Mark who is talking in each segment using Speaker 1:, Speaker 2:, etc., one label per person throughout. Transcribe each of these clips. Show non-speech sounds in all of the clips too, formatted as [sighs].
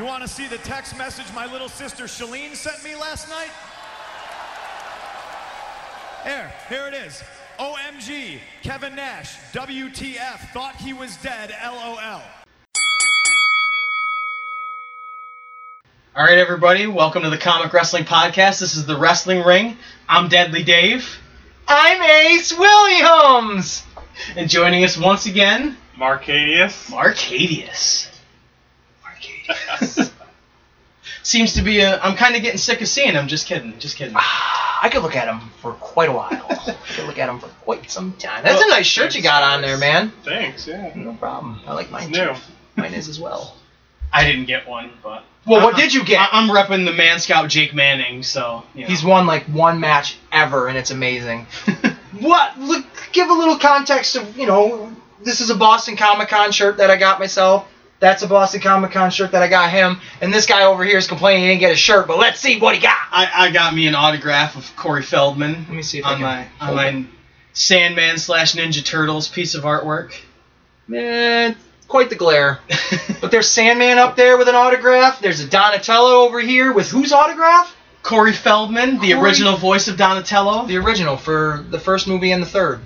Speaker 1: want to see the text message my little sister Shalene sent me last night? There, here it is. OMG, Kevin Nash, WTF, thought he was dead, LOL.
Speaker 2: All right, everybody, welcome to the Comic Wrestling Podcast. This is the Wrestling Ring. I'm Deadly Dave. I'm Ace Williams. And joining us once again,
Speaker 3: Marcadius.
Speaker 2: Marcadius. Marcadius. [laughs] Seems to be a. I'm kind of getting sick of seeing him. Just kidding. Just kidding.
Speaker 4: I could look at him for quite
Speaker 3: [laughs]
Speaker 4: a while. I could look at him for quite some time. That's a nice shirt you got on there, man.
Speaker 3: Thanks, yeah.
Speaker 4: No problem. I like
Speaker 3: It's
Speaker 4: mine.
Speaker 3: new.
Speaker 4: Too. Mine is as
Speaker 3: [laughs]
Speaker 4: well.
Speaker 2: [sighs] I didn't get one, but.
Speaker 3: Uh-huh.
Speaker 4: Well, what did you get?
Speaker 2: I, I'm repping the Man Scout Jake Manning, so. You know.
Speaker 4: He's won like one match ever, and
Speaker 3: [laughs]
Speaker 4: it's amazing. what? Look, give a little context of you know, this is a Boston Comic Con shirt that I got myself. That's a Boston Comic Con shirt that I got him, and this guy over here is complaining he didn't get a shirt. But let's see what he got.
Speaker 2: I, I got me an autograph of Corey Feldman.
Speaker 4: Let me see if I
Speaker 2: on
Speaker 4: can
Speaker 2: my on
Speaker 4: hold it.
Speaker 2: my Sandman slash Ninja Turtles piece of artwork. [laughs]
Speaker 4: Man, quite the glare. But there's Sandman up there with an autograph. There's a Donatello over here with whose autograph?
Speaker 2: Corey Feldman, the
Speaker 4: Corey-
Speaker 2: original voice of Donatello.
Speaker 4: The original for the first movie and the third.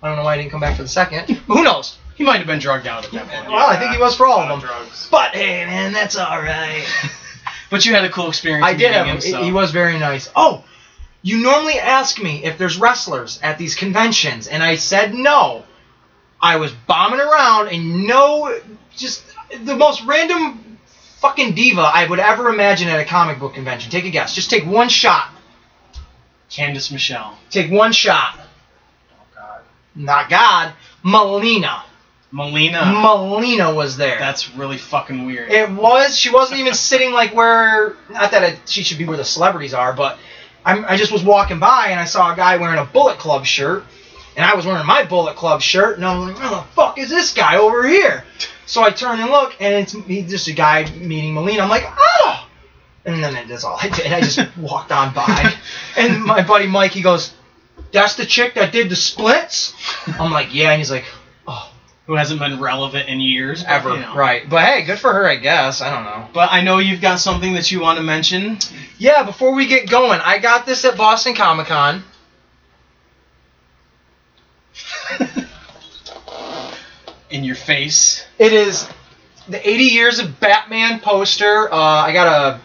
Speaker 4: I don't know why he didn't come back for the second. But who knows?
Speaker 2: He might have been drugged out at that point.
Speaker 4: Well, I think he was for all
Speaker 3: On
Speaker 4: of them.
Speaker 3: drugs.
Speaker 4: But hey, man, that's all right.
Speaker 2: But you had a cool experience.
Speaker 4: I did
Speaker 2: meeting
Speaker 4: have
Speaker 2: him.
Speaker 4: him.
Speaker 2: so-
Speaker 4: He was very nice. Oh, you normally ask me if there's wrestlers at these conventions, and I said no. I was bombing around, and no, just the most random fucking diva I would ever imagine at a comic book convention. Take a guess. Just take one shot.
Speaker 2: Candace Michelle,
Speaker 4: Take one shot. Oh,
Speaker 3: God.
Speaker 4: Not God. Melina.
Speaker 2: Melina.
Speaker 4: Melina was there.
Speaker 2: That's really fucking weird.
Speaker 4: It was. She wasn't even sitting like where. Not that it, she should be where the celebrities are, but I'm, I just was walking by and I saw a guy wearing a Bullet Club shirt, and I was wearing my Bullet Club shirt, and I'm like, where the fuck is this guy over here? So I turn and look, and it's me- just a guy meeting Melina. I'm like, oh! And then that's all I did. I just walked on by, and my buddy Mike, he goes, "That's the chick that did the splits." I'm like, "Yeah," and he's like, "Oh,
Speaker 2: Who hasn't been relevant in years but,
Speaker 4: ever
Speaker 2: you know.
Speaker 4: right?" But hey, good for her, I guess. I don't know.
Speaker 2: But I know you've got something that you want to mention.
Speaker 4: Yeah, before we get going, I got this at Boston Comic Con.
Speaker 2: in your face.
Speaker 4: It is the 80 years of Batman poster. Uh, I got a,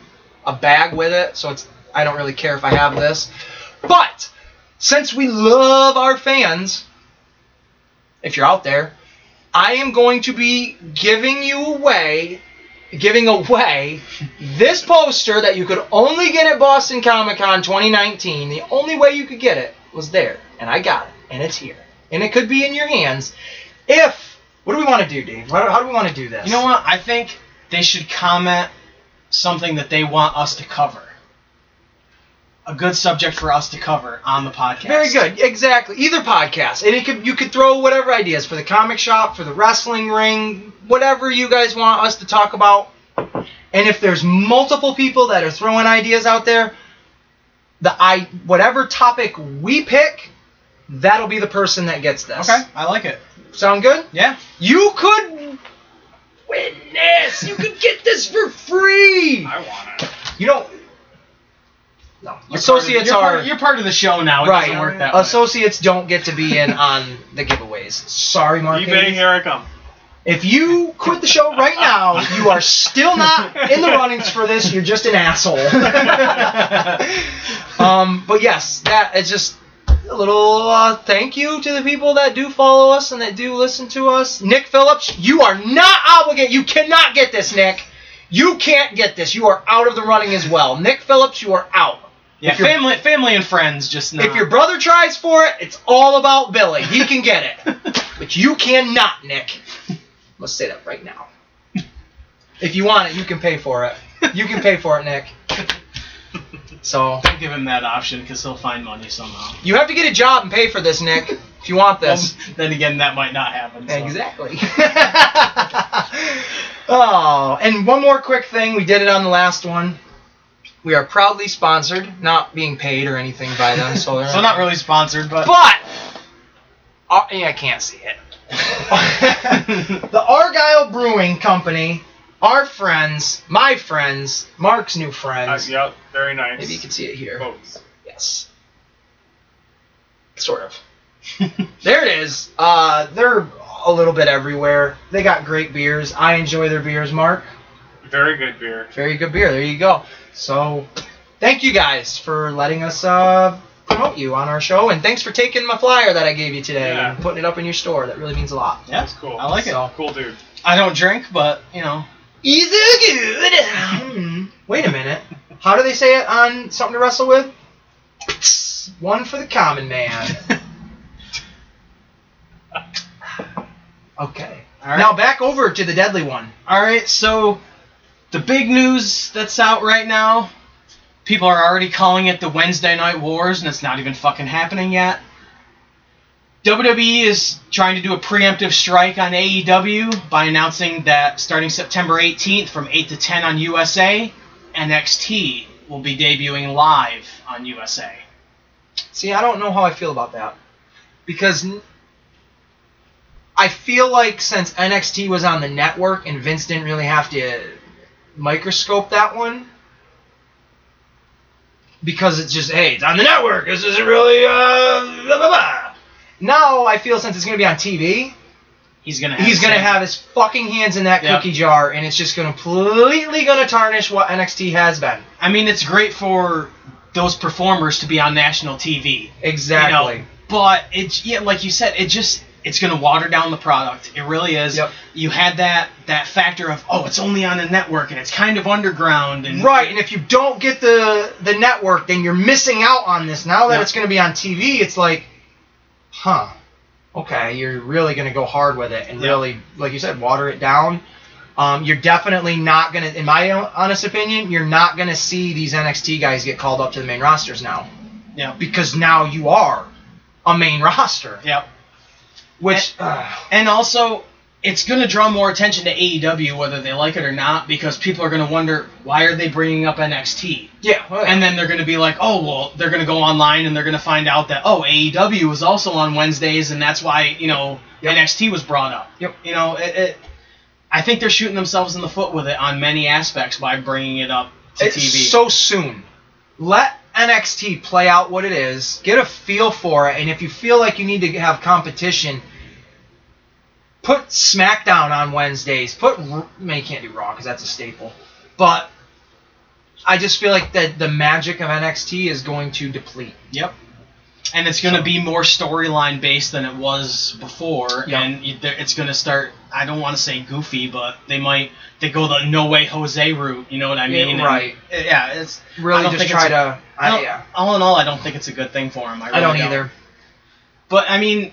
Speaker 4: a bag with it, so it's I don't really care if I have this. But since we love our fans, if you're out there, I am going to be giving you away, giving away this poster that you could only get at Boston Comic Con 2019. The only way you could get it was there, and I got it, and it's here, and it could be in your hands. If what do we want to do, Dave? How, how do we want to do this?
Speaker 2: You know what? I think they should comment something that they want us to cover. A good subject for us to cover on the podcast.
Speaker 4: Very good. Exactly. Either podcast, and it could you could throw whatever ideas for the comic shop, for the wrestling ring, whatever you guys want us to talk about. And if there's multiple people that are throwing ideas out there, the I whatever topic we pick, that'll be the person that gets this.
Speaker 2: Okay, I like it.
Speaker 4: Sound good?
Speaker 2: Yeah.
Speaker 4: You could win this. You could get this
Speaker 2: [laughs]
Speaker 4: for free.
Speaker 3: I want it.
Speaker 4: You don't. No.
Speaker 2: You're part of-
Speaker 4: Associates
Speaker 2: you're
Speaker 4: are
Speaker 2: Part of, you're part of the show now. It
Speaker 4: right.
Speaker 2: doesn't work that way.
Speaker 4: Associates don't get to be
Speaker 2: [laughs]
Speaker 4: in on the giveaways. Sorry, Mark.
Speaker 3: eBay,
Speaker 4: Hayes.
Speaker 3: here I come.
Speaker 4: If you quit the show right now, you are still not in the runnings for this. You're just
Speaker 2: [laughs]
Speaker 4: an asshole. um, but yes, that is just a little uh, thank you to the people that do follow us and that do listen to us. Nick Phillips, you are not obligated. You cannot get this, Nick. You can't get this. You are out of the running as well. Nick Phillips, you are out.
Speaker 2: Yeah,
Speaker 4: if you're-
Speaker 2: family, family and friends just now.
Speaker 4: If your brother tries for it, it's all about Billy. He can get
Speaker 2: [laughs]
Speaker 4: it. but you cannot, Nick. Let's say that right now. If you want it, you can pay for it. You can pay for it, Nick. So
Speaker 2: Don't give him that option because he'll find money
Speaker 4: [laughs]
Speaker 2: somehow.
Speaker 4: you have to get a job and pay for this, Nick, if you want this.
Speaker 2: Well, [laughs] then again, that might not happen. so. [laughs]
Speaker 4: Exactly. [laughs] oh, and one more quick thing. We did it on the last one. We are proudly sponsored, not being paid or anything by them. So, they're
Speaker 2: [laughs] So not really sponsored, but.
Speaker 4: But [laughs] uh, yeah, I can't see it. the Argyle Brewing Company Our friends, my friends, Mark's new friends.
Speaker 3: yep, Uh, very nice. Oh,
Speaker 4: Maybe you can see it here.
Speaker 3: Boats.
Speaker 4: Yes. Sort of. [laughs] There it is. Uh, they're a little bit everywhere. They got great beers. I enjoy their beers, Mark.
Speaker 3: very good beer.
Speaker 4: Very good beer. There you go. So, thank you guys for letting us uh, promote you on our show, and thanks for taking my flyer that I gave you today
Speaker 3: Yeah.
Speaker 4: and putting it up in your store. That really means a lot.
Speaker 2: [laughs] Yeah,
Speaker 3: That's cool.
Speaker 2: I like
Speaker 4: So-
Speaker 2: it.
Speaker 3: Cool dude.
Speaker 2: I don't drink, but you know, [laughs]
Speaker 4: Is it good? Hmm. Wait a minute. How do they say it on Something to Wrestle With? One for the
Speaker 2: [laughs]
Speaker 4: common man. Okay.
Speaker 2: All right.
Speaker 4: Now back over to the deadly one.
Speaker 2: All right, so the big news that's out right now, people are already calling it the Wednesday Night Wars, and it's not even fucking happening yet. WWE is trying to do a preemptive strike on AEW by announcing that starting September 18th from 8 to 10 on USA, NXT will be debuting live on USA.
Speaker 4: See, I don't know how I feel about that. Because n- I feel like since NXT was on the network and Vince didn't really have to microscope that one, because it's just, hey, it's on the network. This isn't really, uh, blah, blah, blah. Now I feel since it's going to be on TV,
Speaker 2: He's gonna. Have
Speaker 4: he's
Speaker 2: the
Speaker 4: going to
Speaker 2: same-
Speaker 4: have his fucking hands in that
Speaker 2: Yeah.
Speaker 4: cookie jar, and it's just completely going to tarnish what NXT has been.
Speaker 2: I mean, it's great for those performers to be on national TV.
Speaker 4: Exactly.
Speaker 2: You know, but it's yeah, like you said, it just it's gonna water down the product. It really is.
Speaker 4: Yep.
Speaker 2: You had that that factor of oh, it's only on a network and it's kind of underground and
Speaker 4: Right, and if you don't get the the network, then you're missing out on this. Now that
Speaker 2: Yeah.
Speaker 4: it's going to be on TV, it's like, huh, okay, you're really going to go hard with it and
Speaker 2: Yeah.
Speaker 4: really, like you said, water it down. Um, you're definitely not going to, in my own honest opinion, you're not going to see these NXT guys get called up to the main rosters now
Speaker 2: Yeah.
Speaker 4: because now you are a main roster,
Speaker 2: Yeah.
Speaker 4: which uh,
Speaker 2: And also, it's gonna draw more attention to AEW whether they like it or not because people are gonna wonder why are they bringing up NXT.
Speaker 4: yeah,
Speaker 2: And then they're going to be like, oh, well, they're going to go online and they're going to find out that, oh, AEW was also on Wednesdays and that's why, you know,
Speaker 4: Yep.
Speaker 2: NXT was brought up.
Speaker 4: Yep.
Speaker 2: You know, it, it, I think they're shooting themselves in the foot with it on many aspects by bringing it up to
Speaker 4: it's
Speaker 2: TV.
Speaker 4: so soon. Let NXT play out what it is. Get a feel for it, and if you feel like you need to have competition, put SmackDown on Wednesdays. Put R- man, you can't do Raw because that's a staple. But I just feel like that the magic of NXT is going to deplete.
Speaker 2: yep. And it's going to be more storyline based than it was before.
Speaker 4: Yep.
Speaker 2: And you- they're- it's going to start, I don't want to say goofy, but they might, they go the No Way Jose route. You know what I
Speaker 4: Yeah,
Speaker 2: mean? And-
Speaker 4: right.
Speaker 2: yeah. It's, I
Speaker 4: Really,
Speaker 2: don't
Speaker 4: just
Speaker 2: think it's
Speaker 4: try
Speaker 2: a-
Speaker 4: to.
Speaker 2: I
Speaker 4: I,
Speaker 2: don't,
Speaker 4: yeah,
Speaker 2: All in all, I don't think it's a good thing for him. I, really
Speaker 4: I don't either.
Speaker 2: But I mean,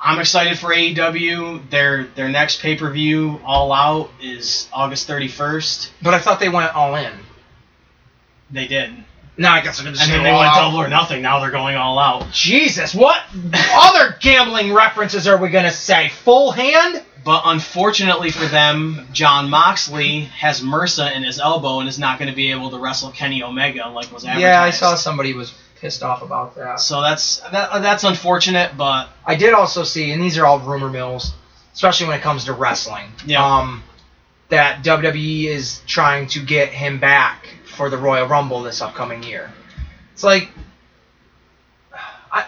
Speaker 2: I'm excited for AEW. Their their next pay per view, All Out, is August 31st.
Speaker 4: But I thought they went all in.
Speaker 2: They did.
Speaker 4: Now I guess I'm gonna
Speaker 2: I
Speaker 4: say
Speaker 2: mean, they
Speaker 4: all
Speaker 2: went
Speaker 4: out.
Speaker 2: double or nothing. Now they're going All Out.
Speaker 4: Jesus, what other gambling references are we gonna say? Full hand?
Speaker 2: But unfortunately for them, John Moxley has MRSA in his elbow and is not going to be able to wrestle Kenny Omega like was advertised.
Speaker 4: Yeah, I saw somebody was pissed off about that.
Speaker 2: So that's that, that's unfortunate, but
Speaker 4: I did also see, and these are all rumor mills, especially when it comes to wrestling.
Speaker 2: Yeah.
Speaker 4: Um, that WWE is trying to get him back for the Royal Rumble this upcoming year. It's like, I,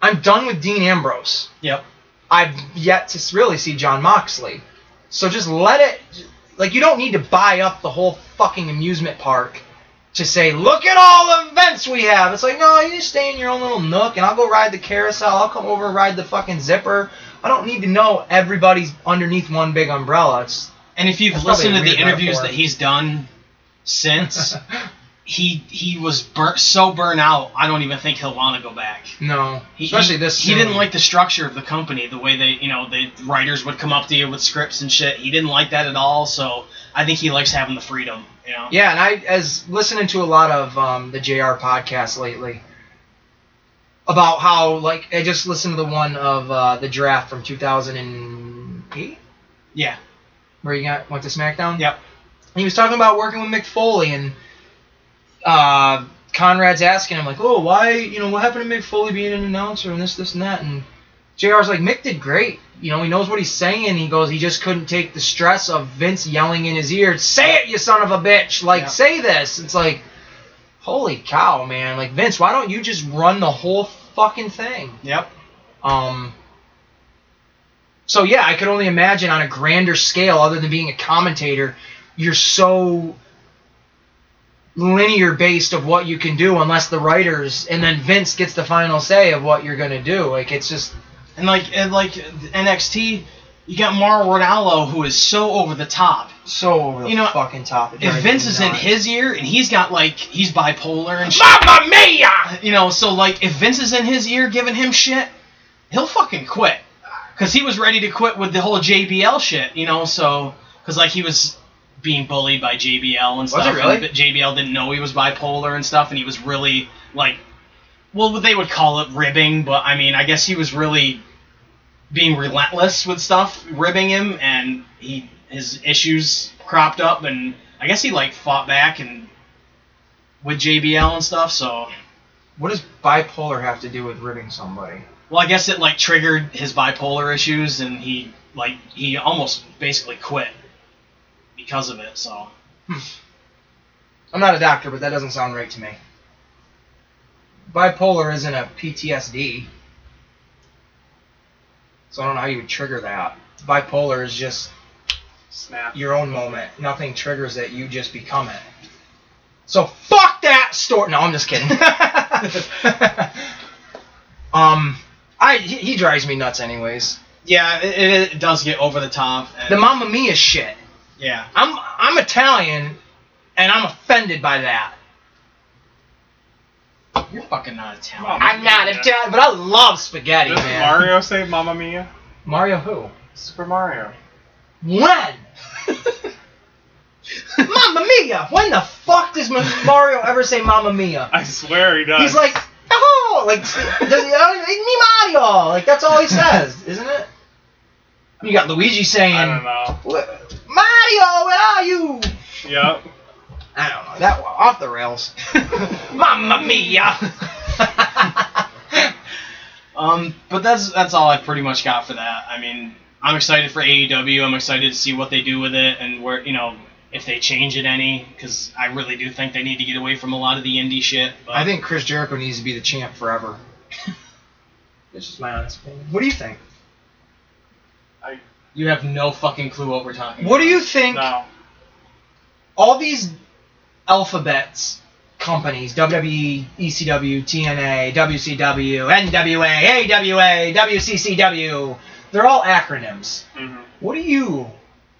Speaker 4: I'm done with Dean Ambrose.
Speaker 2: yep.
Speaker 4: I've yet to s- really see John Moxley. So just let it. Like, you don't need to buy up the whole fucking amusement park to say, look at all the events we have. It's like, no, you just stay in your own little nook and I'll go ride the carousel. I'll come over and ride the fucking zipper. I don't need to know everybody's underneath one big umbrella. It's,
Speaker 2: And if you've
Speaker 4: That's probably
Speaker 2: listened
Speaker 4: a
Speaker 2: to the
Speaker 4: weird
Speaker 2: interviews
Speaker 4: metaphor.
Speaker 2: that he's done
Speaker 4: [laughs]
Speaker 2: since, he he was burnt so burnt out. I don't even think he'll want to go back.
Speaker 4: no.
Speaker 2: He,
Speaker 4: Especially
Speaker 2: he,
Speaker 4: this.
Speaker 2: He didn't
Speaker 4: soon.
Speaker 2: like the structure of the company, the way they you know the writers would come up to you with scripts and shit. He didn't like that at all. So I think he likes having the freedom. You know.
Speaker 4: Yeah, and I as listening to a lot of um, the JR podcasts lately about how like I just listened to the one of uh, the draft from 2008
Speaker 2: Yeah.
Speaker 4: where he got went to SmackDown.
Speaker 2: Yep.
Speaker 4: And he was talking about working with Mick Foley, and uh, Conrad's asking him like, "Oh, why? You know, what happened to Mick Foley being an announcer and this, this, and that?" And JR's like, Mick did great. You know, he knows what he's saying. He goes, he just couldn't take the stress of Vince yelling in his ear, say it, you son of a bitch. Like,
Speaker 2: Yeah.
Speaker 4: say this. It's like, holy cow, man. Like, Vince, why don't you just run the whole fucking thing?
Speaker 2: Yep.
Speaker 4: Um, so yeah, I could only imagine on a grander scale, other than being a commentator, you're so linear based of what you can do, unless the writers and then Vince gets the final say of what you're gonna do. Like it's just
Speaker 2: And like and like NXT, you got Mauro Ronaldo who is so over the top.
Speaker 4: so over the
Speaker 2: You know,
Speaker 4: fucking top. It
Speaker 2: If
Speaker 4: drives
Speaker 2: Vince
Speaker 4: me
Speaker 2: is in
Speaker 4: nuts.
Speaker 2: his ear and he's got like he's bipolar and shit,
Speaker 4: Mamma mia!
Speaker 2: you know, so like if Vince is in his ear giving him shit, he'll fucking quit. Cause he was ready to quit with the whole JBL shit, you know. So, cause like he was being bullied by JBL and stuff.
Speaker 4: it really?
Speaker 2: and JBL didn't know he was bipolar and stuff, and he was really like, well, they would call it ribbing, but I mean, I guess he was really being relentless with stuff, ribbing him, and he his issues cropped up, and I guess he like fought back and with JBL and stuff. So
Speaker 4: What does bipolar have to do with ribbing somebody?
Speaker 2: well, I guess it like triggered his bipolar issues, and he like he almost basically quit because of it.
Speaker 4: [laughs]
Speaker 2: So
Speaker 4: I'm not a doctor, but that doesn't sound right to me. Bipolar isn't a PTSD. So I don't know how you would trigger that. Bipolar is just
Speaker 3: Snap.
Speaker 4: your own moment. Nothing triggers it, you just become it. So fuck that story. No, I'm just kidding. um I he, he drives me nuts anyways.
Speaker 2: yeah, it- it, it does get over the top. And,
Speaker 4: The Mamma Mia shit.
Speaker 2: yeah,
Speaker 4: I'm I'm Italian and I'm offended by that.
Speaker 2: you're fucking not
Speaker 3: Wow.
Speaker 2: Italian.
Speaker 4: I'm not Italian, but I love spaghetti,
Speaker 3: Does
Speaker 4: man.
Speaker 3: Mario say Mamma Mia?
Speaker 4: Mario who?
Speaker 3: Super Mario. [laughs]
Speaker 4: When? Mamma Mia! When the fuck does Ma- Mario ever say Mamma Mia?
Speaker 3: I swear he does.
Speaker 4: He's like, oh, like, does he, I don't- me Mario! Like, that's
Speaker 3: [laughs]
Speaker 4: all he says, isn't it? You got Luigi saying,
Speaker 3: I don't know.
Speaker 4: "Wh- Mario, where are you?
Speaker 3: Yep.
Speaker 4: I don't know. That off the rails. Mamma Mia!
Speaker 2: [laughs] Um, but that's that's all I pretty much got for that. I mean, I'm excited for AEW. I'm excited to see what they do with it and where you know if they change it any, because I really do think they need to get away from a lot of the indie shit. But
Speaker 4: I think Chris Jericho needs to be the champ forever. That's just my honest opinion. What do you think?
Speaker 3: I
Speaker 2: you have no fucking clue what we're talking.
Speaker 4: What do you think?
Speaker 3: no.
Speaker 4: All these alphabets companies E, WWE, ECW, TNA, WCW, NWA, AWA, WCCW, they're all acronyms.
Speaker 3: hmm
Speaker 4: What do you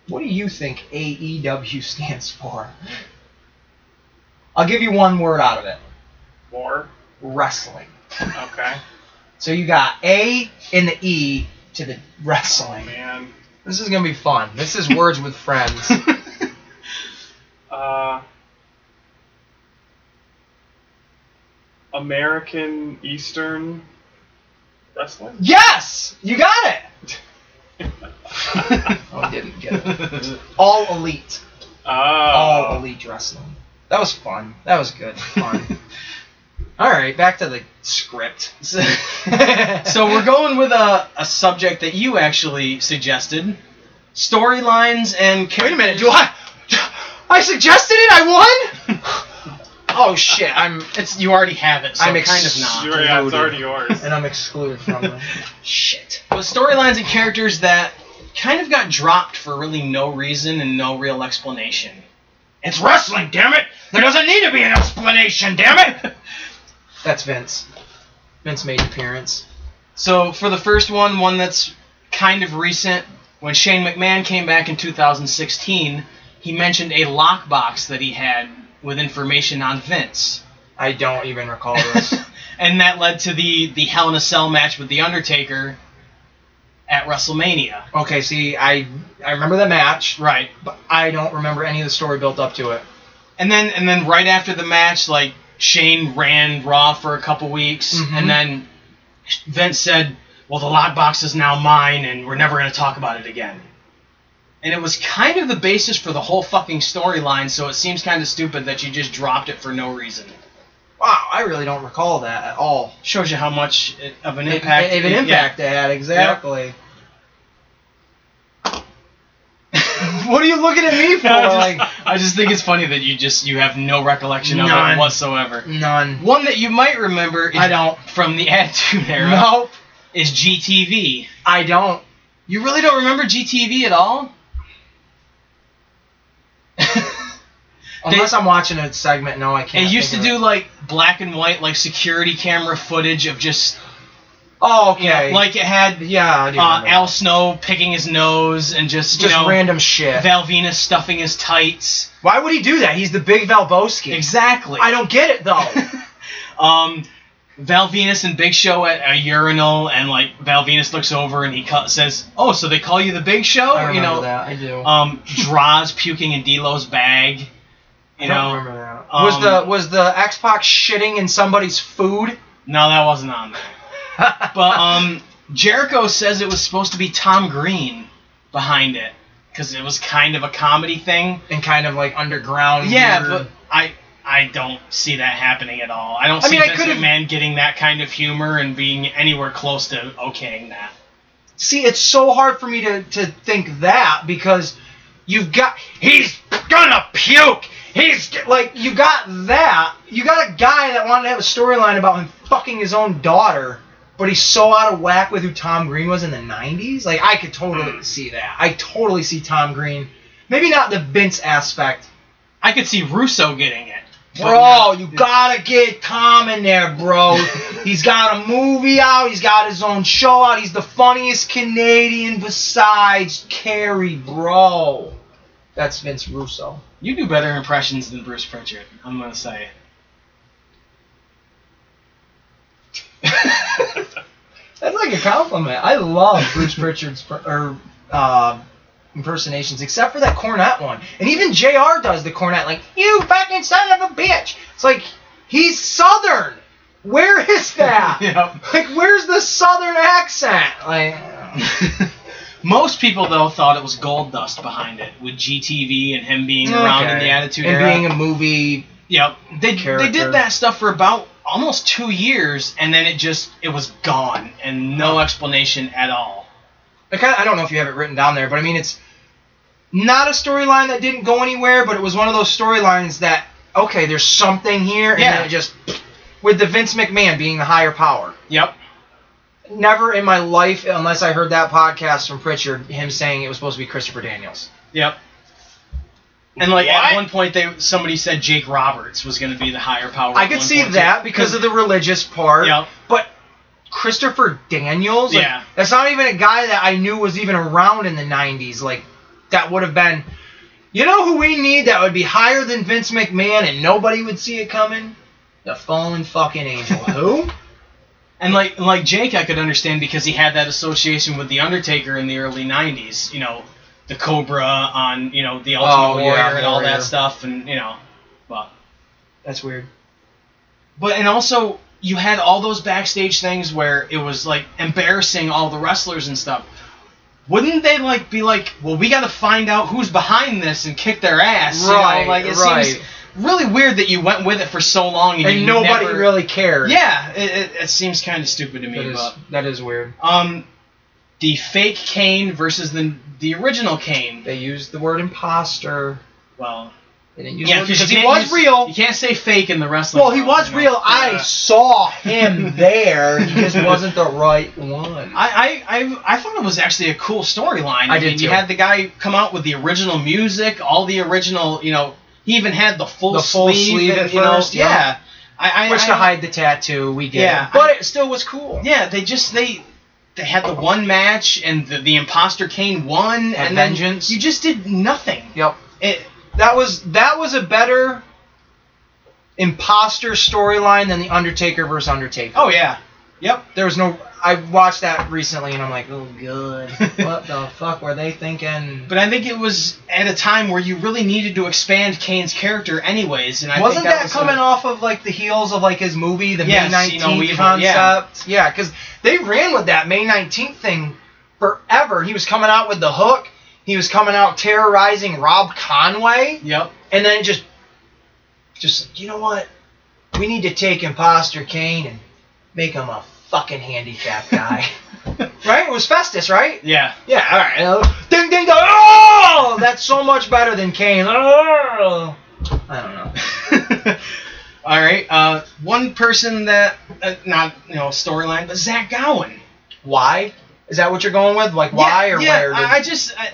Speaker 4: what do you think AEW stands for? I'll give you one word out of it.
Speaker 3: War.
Speaker 4: Wrestling. [laughs]
Speaker 3: Okay.
Speaker 4: So you got A and the E to the wrestling.
Speaker 3: Man.
Speaker 4: This is gonna be fun. This is words with friends.
Speaker 3: Uh. American Eastern
Speaker 4: [laughs]
Speaker 3: Wrestling.
Speaker 4: [laughs] yes, you got [laughs] it. Oh, I didn't get it.
Speaker 2: think?
Speaker 4: All elite, all
Speaker 3: Oh.
Speaker 4: elite wrestling. That was fun. That was good. Fun. [laughs] All right, back to the [laughs] script.
Speaker 2: so, so we're going with a, a subject that you actually suggested, storylines and.
Speaker 4: Wait a minute. Do I? I suggested it. I won. Oh shit! I'm
Speaker 2: It's you already have it. So
Speaker 4: I'm
Speaker 2: kind
Speaker 4: ex-
Speaker 2: of not.
Speaker 3: You're, yeah, it's already yours.
Speaker 4: [laughs] and I'm excluded from [laughs] it. Shit.
Speaker 2: But storylines and characters that kind of got dropped for really no reason and no real explanation. It's wrestling, damn it! There doesn't need to be an explanation, damn it!
Speaker 4: That's Vince. Vince made an appearance.
Speaker 2: so for the first one, one that's kind of recent, when Shane McMahon came back in 2016, he mentioned a lockbox that he had with information on Vince.
Speaker 4: I don't even recall this.
Speaker 2: [laughs] and that led to the, the Hell in a Cell match with The Undertaker at WrestleMania.
Speaker 4: Okay, see, I I remember the match,
Speaker 2: Right.
Speaker 4: but I don't remember any of the story built up to it.
Speaker 2: And then and then right after the match, like Shane ran Raw for a couple weeks,
Speaker 4: Mhm.
Speaker 2: and then Vince said, "Well, the lockbox is now mine, and we're never going to talk about it again." And it was kind of the basis for the whole fucking storyline, so it seems kind of stupid that you just dropped it for no reason.
Speaker 4: wow, I really don't recall that at all.
Speaker 2: Shows you how much it- of an
Speaker 4: Oh. It-
Speaker 2: impact.
Speaker 4: it-
Speaker 2: it-
Speaker 4: an impact they had exactly.
Speaker 2: [laughs]
Speaker 4: what are you looking at me for?
Speaker 2: Yeah. I,
Speaker 4: like
Speaker 2: just, [laughs] I just think it's funny that you just you have no recollection of it
Speaker 4: None.
Speaker 2: whatsoever.
Speaker 4: none.
Speaker 2: One that you might remember is
Speaker 4: I don't.
Speaker 2: from the [laughs] Attitude Era
Speaker 4: Nope,
Speaker 2: is GTV.
Speaker 4: I don't.
Speaker 2: You really don't remember GTV at all? [laughs]
Speaker 4: Unless I'm watching a segment, no, I can't.
Speaker 2: It used to
Speaker 4: think of
Speaker 2: do like black and white, like security camera footage of just
Speaker 4: Oh, okay.
Speaker 2: you know, like it had
Speaker 4: yeah, I do
Speaker 2: uh,
Speaker 4: remember
Speaker 2: Al
Speaker 4: that.
Speaker 2: Snow picking his nose and just,
Speaker 4: just
Speaker 2: you know
Speaker 4: random shit.
Speaker 2: Val Venus stuffing his tights.
Speaker 4: Why would he do that? He's the big Valboski.
Speaker 2: Exactly.
Speaker 4: I don't get
Speaker 2: [laughs]
Speaker 4: it though.
Speaker 2: um, Val Venus and Big Show at a urinal, and like Val Venus looks over and he ca- says, "Oh, so they call you the Big Show?"
Speaker 4: I remember
Speaker 2: you know,
Speaker 4: that. I do.
Speaker 2: um, Draws puking in D'Lo's bag. You
Speaker 4: I don't
Speaker 2: know,
Speaker 4: remember that.
Speaker 2: um,
Speaker 4: was the was the Xbox shitting in somebody's [laughs] food?
Speaker 2: no, that wasn't on there.
Speaker 4: [laughs]
Speaker 2: But um, Jericho says it was supposed to be Tom Green behind it because it was kind of a comedy thing.
Speaker 4: and kind of like underground.
Speaker 2: Yeah,
Speaker 4: weird-
Speaker 2: but I I don't see that happening at all. I don't
Speaker 4: I
Speaker 2: see
Speaker 4: mean, I
Speaker 2: Vince
Speaker 4: could've-
Speaker 2: McMahon getting that kind of humor and being anywhere close to okaying that.
Speaker 4: see, it's so hard for me to to think that because you've got he's gonna puke. He's g- like you got that. You got a guy that wanted to have a storyline about him fucking his own daughter, but he's so out of whack with who Tom Green was in the '90s. Like I could totally see that. I totally see Tom Green. Maybe not the Vince aspect.
Speaker 2: I could see Russo getting it. but
Speaker 4: Bro, you gotta get Tom in there, bro. he's got a movie out. He's got his own show out. He's the funniest Canadian besides Carrie, bro. That's Vince Russo.
Speaker 2: You do better impressions than Bruce Pritchard. I'm gonna say. [laughs]
Speaker 4: That's like a compliment. I love Bruce Pritchard's per- or uh, impersonations, except for that Cornette one. And even Jr. does the Cornette, like you fucking son of a bitch. It's like he's Southern. Where is that?
Speaker 2: [laughs]
Speaker 4: [laughs]
Speaker 2: Yep.
Speaker 4: Like, where's the Southern accent? Like.
Speaker 2: Most people though thought it was Gold Dust behind it with GTV and him being around in the Attitude
Speaker 4: and
Speaker 2: Era.
Speaker 4: being a movie.
Speaker 2: Yep. They they
Speaker 4: character.
Speaker 2: did that stuff for about almost two years, and then it just it was gone and no explanation at all.
Speaker 4: I kind I don't know if you have it written down there, but I mean it's not a storyline that didn't go anywhere, but it was one of those storylines that okay, there's something here, and
Speaker 2: Yeah.
Speaker 4: then it just with the Vince McMahon being the higher power.
Speaker 2: Yep.
Speaker 4: Never in my life, unless I heard that podcast from Pritchard, him saying it was supposed to be Christopher Daniels.
Speaker 2: Yep. And like at
Speaker 3: What?
Speaker 2: one point, they somebody said Jake Roberts was going to be the higher power.
Speaker 4: I could see that because of the religious part,
Speaker 2: Yep.
Speaker 4: but Christopher Daniels, like,
Speaker 2: Yeah.
Speaker 4: that's not even a guy that I knew was even around in the '90s. Like that would have been, you know, who we need that would be higher than Vince McMahon, and nobody would see it coming. The fallen
Speaker 2: [laughs]
Speaker 4: fucking angel. who?
Speaker 2: And like like Jake, I could understand because he had that association with the Undertaker in the early '90s. You know, the Cobra on you know the Ultimate
Speaker 4: Oh, yeah,
Speaker 2: Warrior and all
Speaker 4: Warrior.
Speaker 2: that stuff, and you know, but
Speaker 4: That's weird.
Speaker 2: But and also you had all those backstage things where it was like embarrassing all the wrestlers and stuff. Wouldn't they like be like, well, we got to find out who's behind this and kick their ass? you know?
Speaker 4: Right,
Speaker 2: Like it
Speaker 4: right.
Speaker 2: seems really weird that you went with it for so long and,
Speaker 4: And
Speaker 2: you
Speaker 4: nobody
Speaker 2: never-
Speaker 4: really cared.
Speaker 2: Yeah, it, it, it seems kind of stupid to
Speaker 4: That
Speaker 2: me.
Speaker 4: is,
Speaker 2: But
Speaker 4: that is weird.
Speaker 2: um, the fake Kane versus the the original Kane.
Speaker 4: They used the word imposter.
Speaker 2: Well,
Speaker 4: They didn't use the
Speaker 2: yeah,
Speaker 4: word-
Speaker 2: you
Speaker 4: because he
Speaker 2: can't
Speaker 4: was
Speaker 2: use-
Speaker 4: real.
Speaker 2: You can't say fake in the wrestling.
Speaker 4: Well, he
Speaker 2: world,
Speaker 4: was
Speaker 2: you know?
Speaker 4: real. I
Speaker 2: Yeah. [laughs]
Speaker 4: saw him there. He just wasn't the right one.
Speaker 2: I, I, I, I thought it was actually a cool storyline.
Speaker 4: I did
Speaker 2: mean, You
Speaker 4: too.
Speaker 2: had the guy come out with the original music, all the original, you know, he even had the full
Speaker 4: The full sleeve
Speaker 2: and,
Speaker 4: at
Speaker 2: you know,
Speaker 4: first,
Speaker 2: yeah.
Speaker 4: yeah.
Speaker 2: I, I,
Speaker 4: Which
Speaker 2: I
Speaker 4: to hide the tattoo, we get.
Speaker 2: Yeah,
Speaker 4: it. but it still was cool.
Speaker 2: Yeah, they just they they had the one match and the, the imposter Kane won
Speaker 4: Had
Speaker 2: and then
Speaker 4: vengeance.
Speaker 2: you just did nothing.
Speaker 4: Yep.
Speaker 2: It,
Speaker 4: That was that was a better imposter storyline than the Undertaker versus Undertaker.
Speaker 2: oh yeah, yep.
Speaker 4: There was no. I watched that recently and I'm like, oh
Speaker 2: [laughs]
Speaker 4: good. what the fuck were they thinking?
Speaker 2: But I think it was at a time where you really needed to expand Kane's character, anyways. And I think
Speaker 4: Wasn't that,
Speaker 2: was
Speaker 4: coming
Speaker 2: a-
Speaker 4: off of like the heels of like his movie, the
Speaker 2: Yes,
Speaker 4: May
Speaker 2: you
Speaker 4: nineteenth
Speaker 2: know, we-
Speaker 4: concept? Yeah, because they ran with that May nineteenth thing forever. He was coming out with the hook. He was coming out terrorizing Rob Conway,
Speaker 2: Yep.
Speaker 4: and then just, just you know what? we need to take Imposter Kane and make him a fucking handicap
Speaker 2: [laughs]
Speaker 4: guy. right? It was Festus, right?
Speaker 2: Yeah.
Speaker 4: Yeah, all right. Uh, Ding, ding, dong. Oh, that's so much better than Kane. Oh. I don't know. [laughs]
Speaker 2: All right. Uh, one person that uh, not you know storyline, but Zach Gowen.
Speaker 4: Why? Is that what you're going with? Like, why
Speaker 2: yeah,
Speaker 4: or
Speaker 2: yeah,
Speaker 4: where? did-
Speaker 2: I, I just I,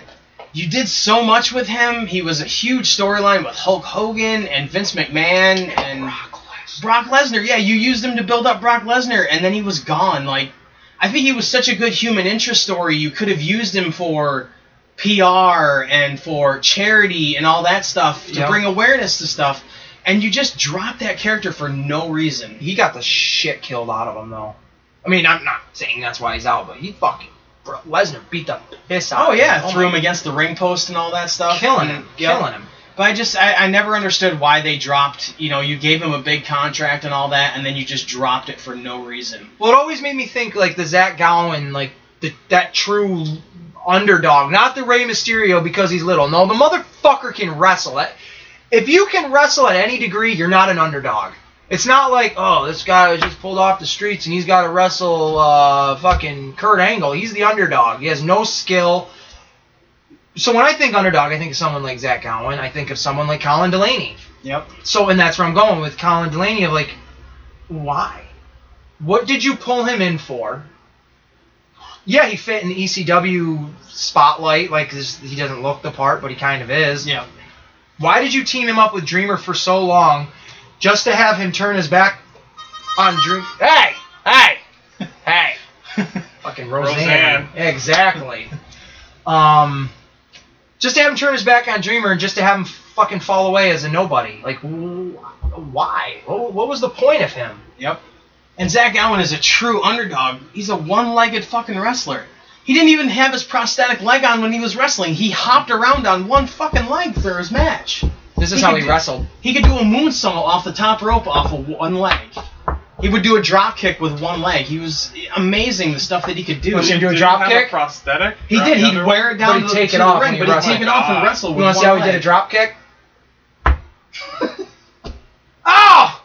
Speaker 2: you did so much with him. He was a huge storyline with Hulk Hogan and Vince McMahon and Brock Lesnar. Yeah, you used him to build up Brock Lesnar, and then he was gone. Like, I think he was such a good human interest story. You could have used him for PR and for charity and all that stuff to
Speaker 4: Yep.
Speaker 2: bring awareness to stuff. And you just dropped that character for no reason.
Speaker 4: he got the shit killed out of him, though. I mean, I'm not saying that's why he's out, but he fucking bro, Lesnar beat the piss out.
Speaker 2: Oh yeah,
Speaker 4: of him.
Speaker 2: threw him
Speaker 4: my-
Speaker 2: against the ring post and all that stuff.
Speaker 4: killing him,
Speaker 2: Yep.
Speaker 4: killing him.
Speaker 2: But I just I, I never understood why they dropped. You know, you gave him a big contract and all that, and then you just dropped it for no reason.
Speaker 4: Well, it always made me think like the Zach Gowen, like the, that true underdog, not the Rey Mysterio because he's little. No, the motherfucker can wrestle. It. If you can wrestle at any degree, you're not an underdog. It's not like oh, this guy was just pulled off the streets and he's got to wrestle uh, fucking Kurt Angle. He's the underdog. He has no skill. So when I think underdog, I think of someone like Zach Gowen. I think of someone like Colin Delaney.
Speaker 2: Yep.
Speaker 4: So, and that's where I'm going with Colin Delaney of like, why? What did you pull him in for? Yeah, he fit in the ECW spotlight. Like, this, he doesn't look the part, but he kind of is.
Speaker 2: Yep.
Speaker 4: Why did you team him up with Dreamer for so long just to have him turn his back on Dream? Hey! Hey! [laughs] Hey! Fucking Roseanne.
Speaker 3: Roseanne.
Speaker 4: Exactly. um, just to have him turn his back on Dreamer and just to have him fucking fall away as a nobody. Like, wh- why? What, what was the point of him?
Speaker 2: Yep. And Zach Gowen is a true underdog. He's a one-legged fucking wrestler. He didn't even have his prosthetic leg on when he was wrestling. He hopped around on one fucking leg for his match.
Speaker 4: This is
Speaker 2: He
Speaker 4: how
Speaker 2: could
Speaker 4: he
Speaker 2: do-
Speaker 4: wrestled.
Speaker 2: He could do a moonsault off the top rope off of one leg. He would do a drop kick with one leg. He was amazing the stuff that he could do.
Speaker 4: Was he
Speaker 3: Did
Speaker 4: do a
Speaker 3: you
Speaker 4: drop
Speaker 3: have
Speaker 4: kick?
Speaker 3: prosthetic?
Speaker 2: He
Speaker 3: Drop
Speaker 2: did.
Speaker 3: the
Speaker 2: He'd
Speaker 3: other
Speaker 2: wear it
Speaker 4: But
Speaker 2: down
Speaker 4: he'd
Speaker 2: to,
Speaker 4: take
Speaker 2: the,
Speaker 4: it
Speaker 2: to
Speaker 4: off
Speaker 2: the
Speaker 4: when
Speaker 2: ring,
Speaker 4: he
Speaker 2: but he'd
Speaker 4: wrestled.
Speaker 2: take it off and
Speaker 3: Ah.
Speaker 2: wrestle.
Speaker 4: You
Speaker 2: with
Speaker 4: want to see
Speaker 2: one
Speaker 4: how he did a
Speaker 2: leg.
Speaker 4: drop kick? Oh!
Speaker 2: Ah!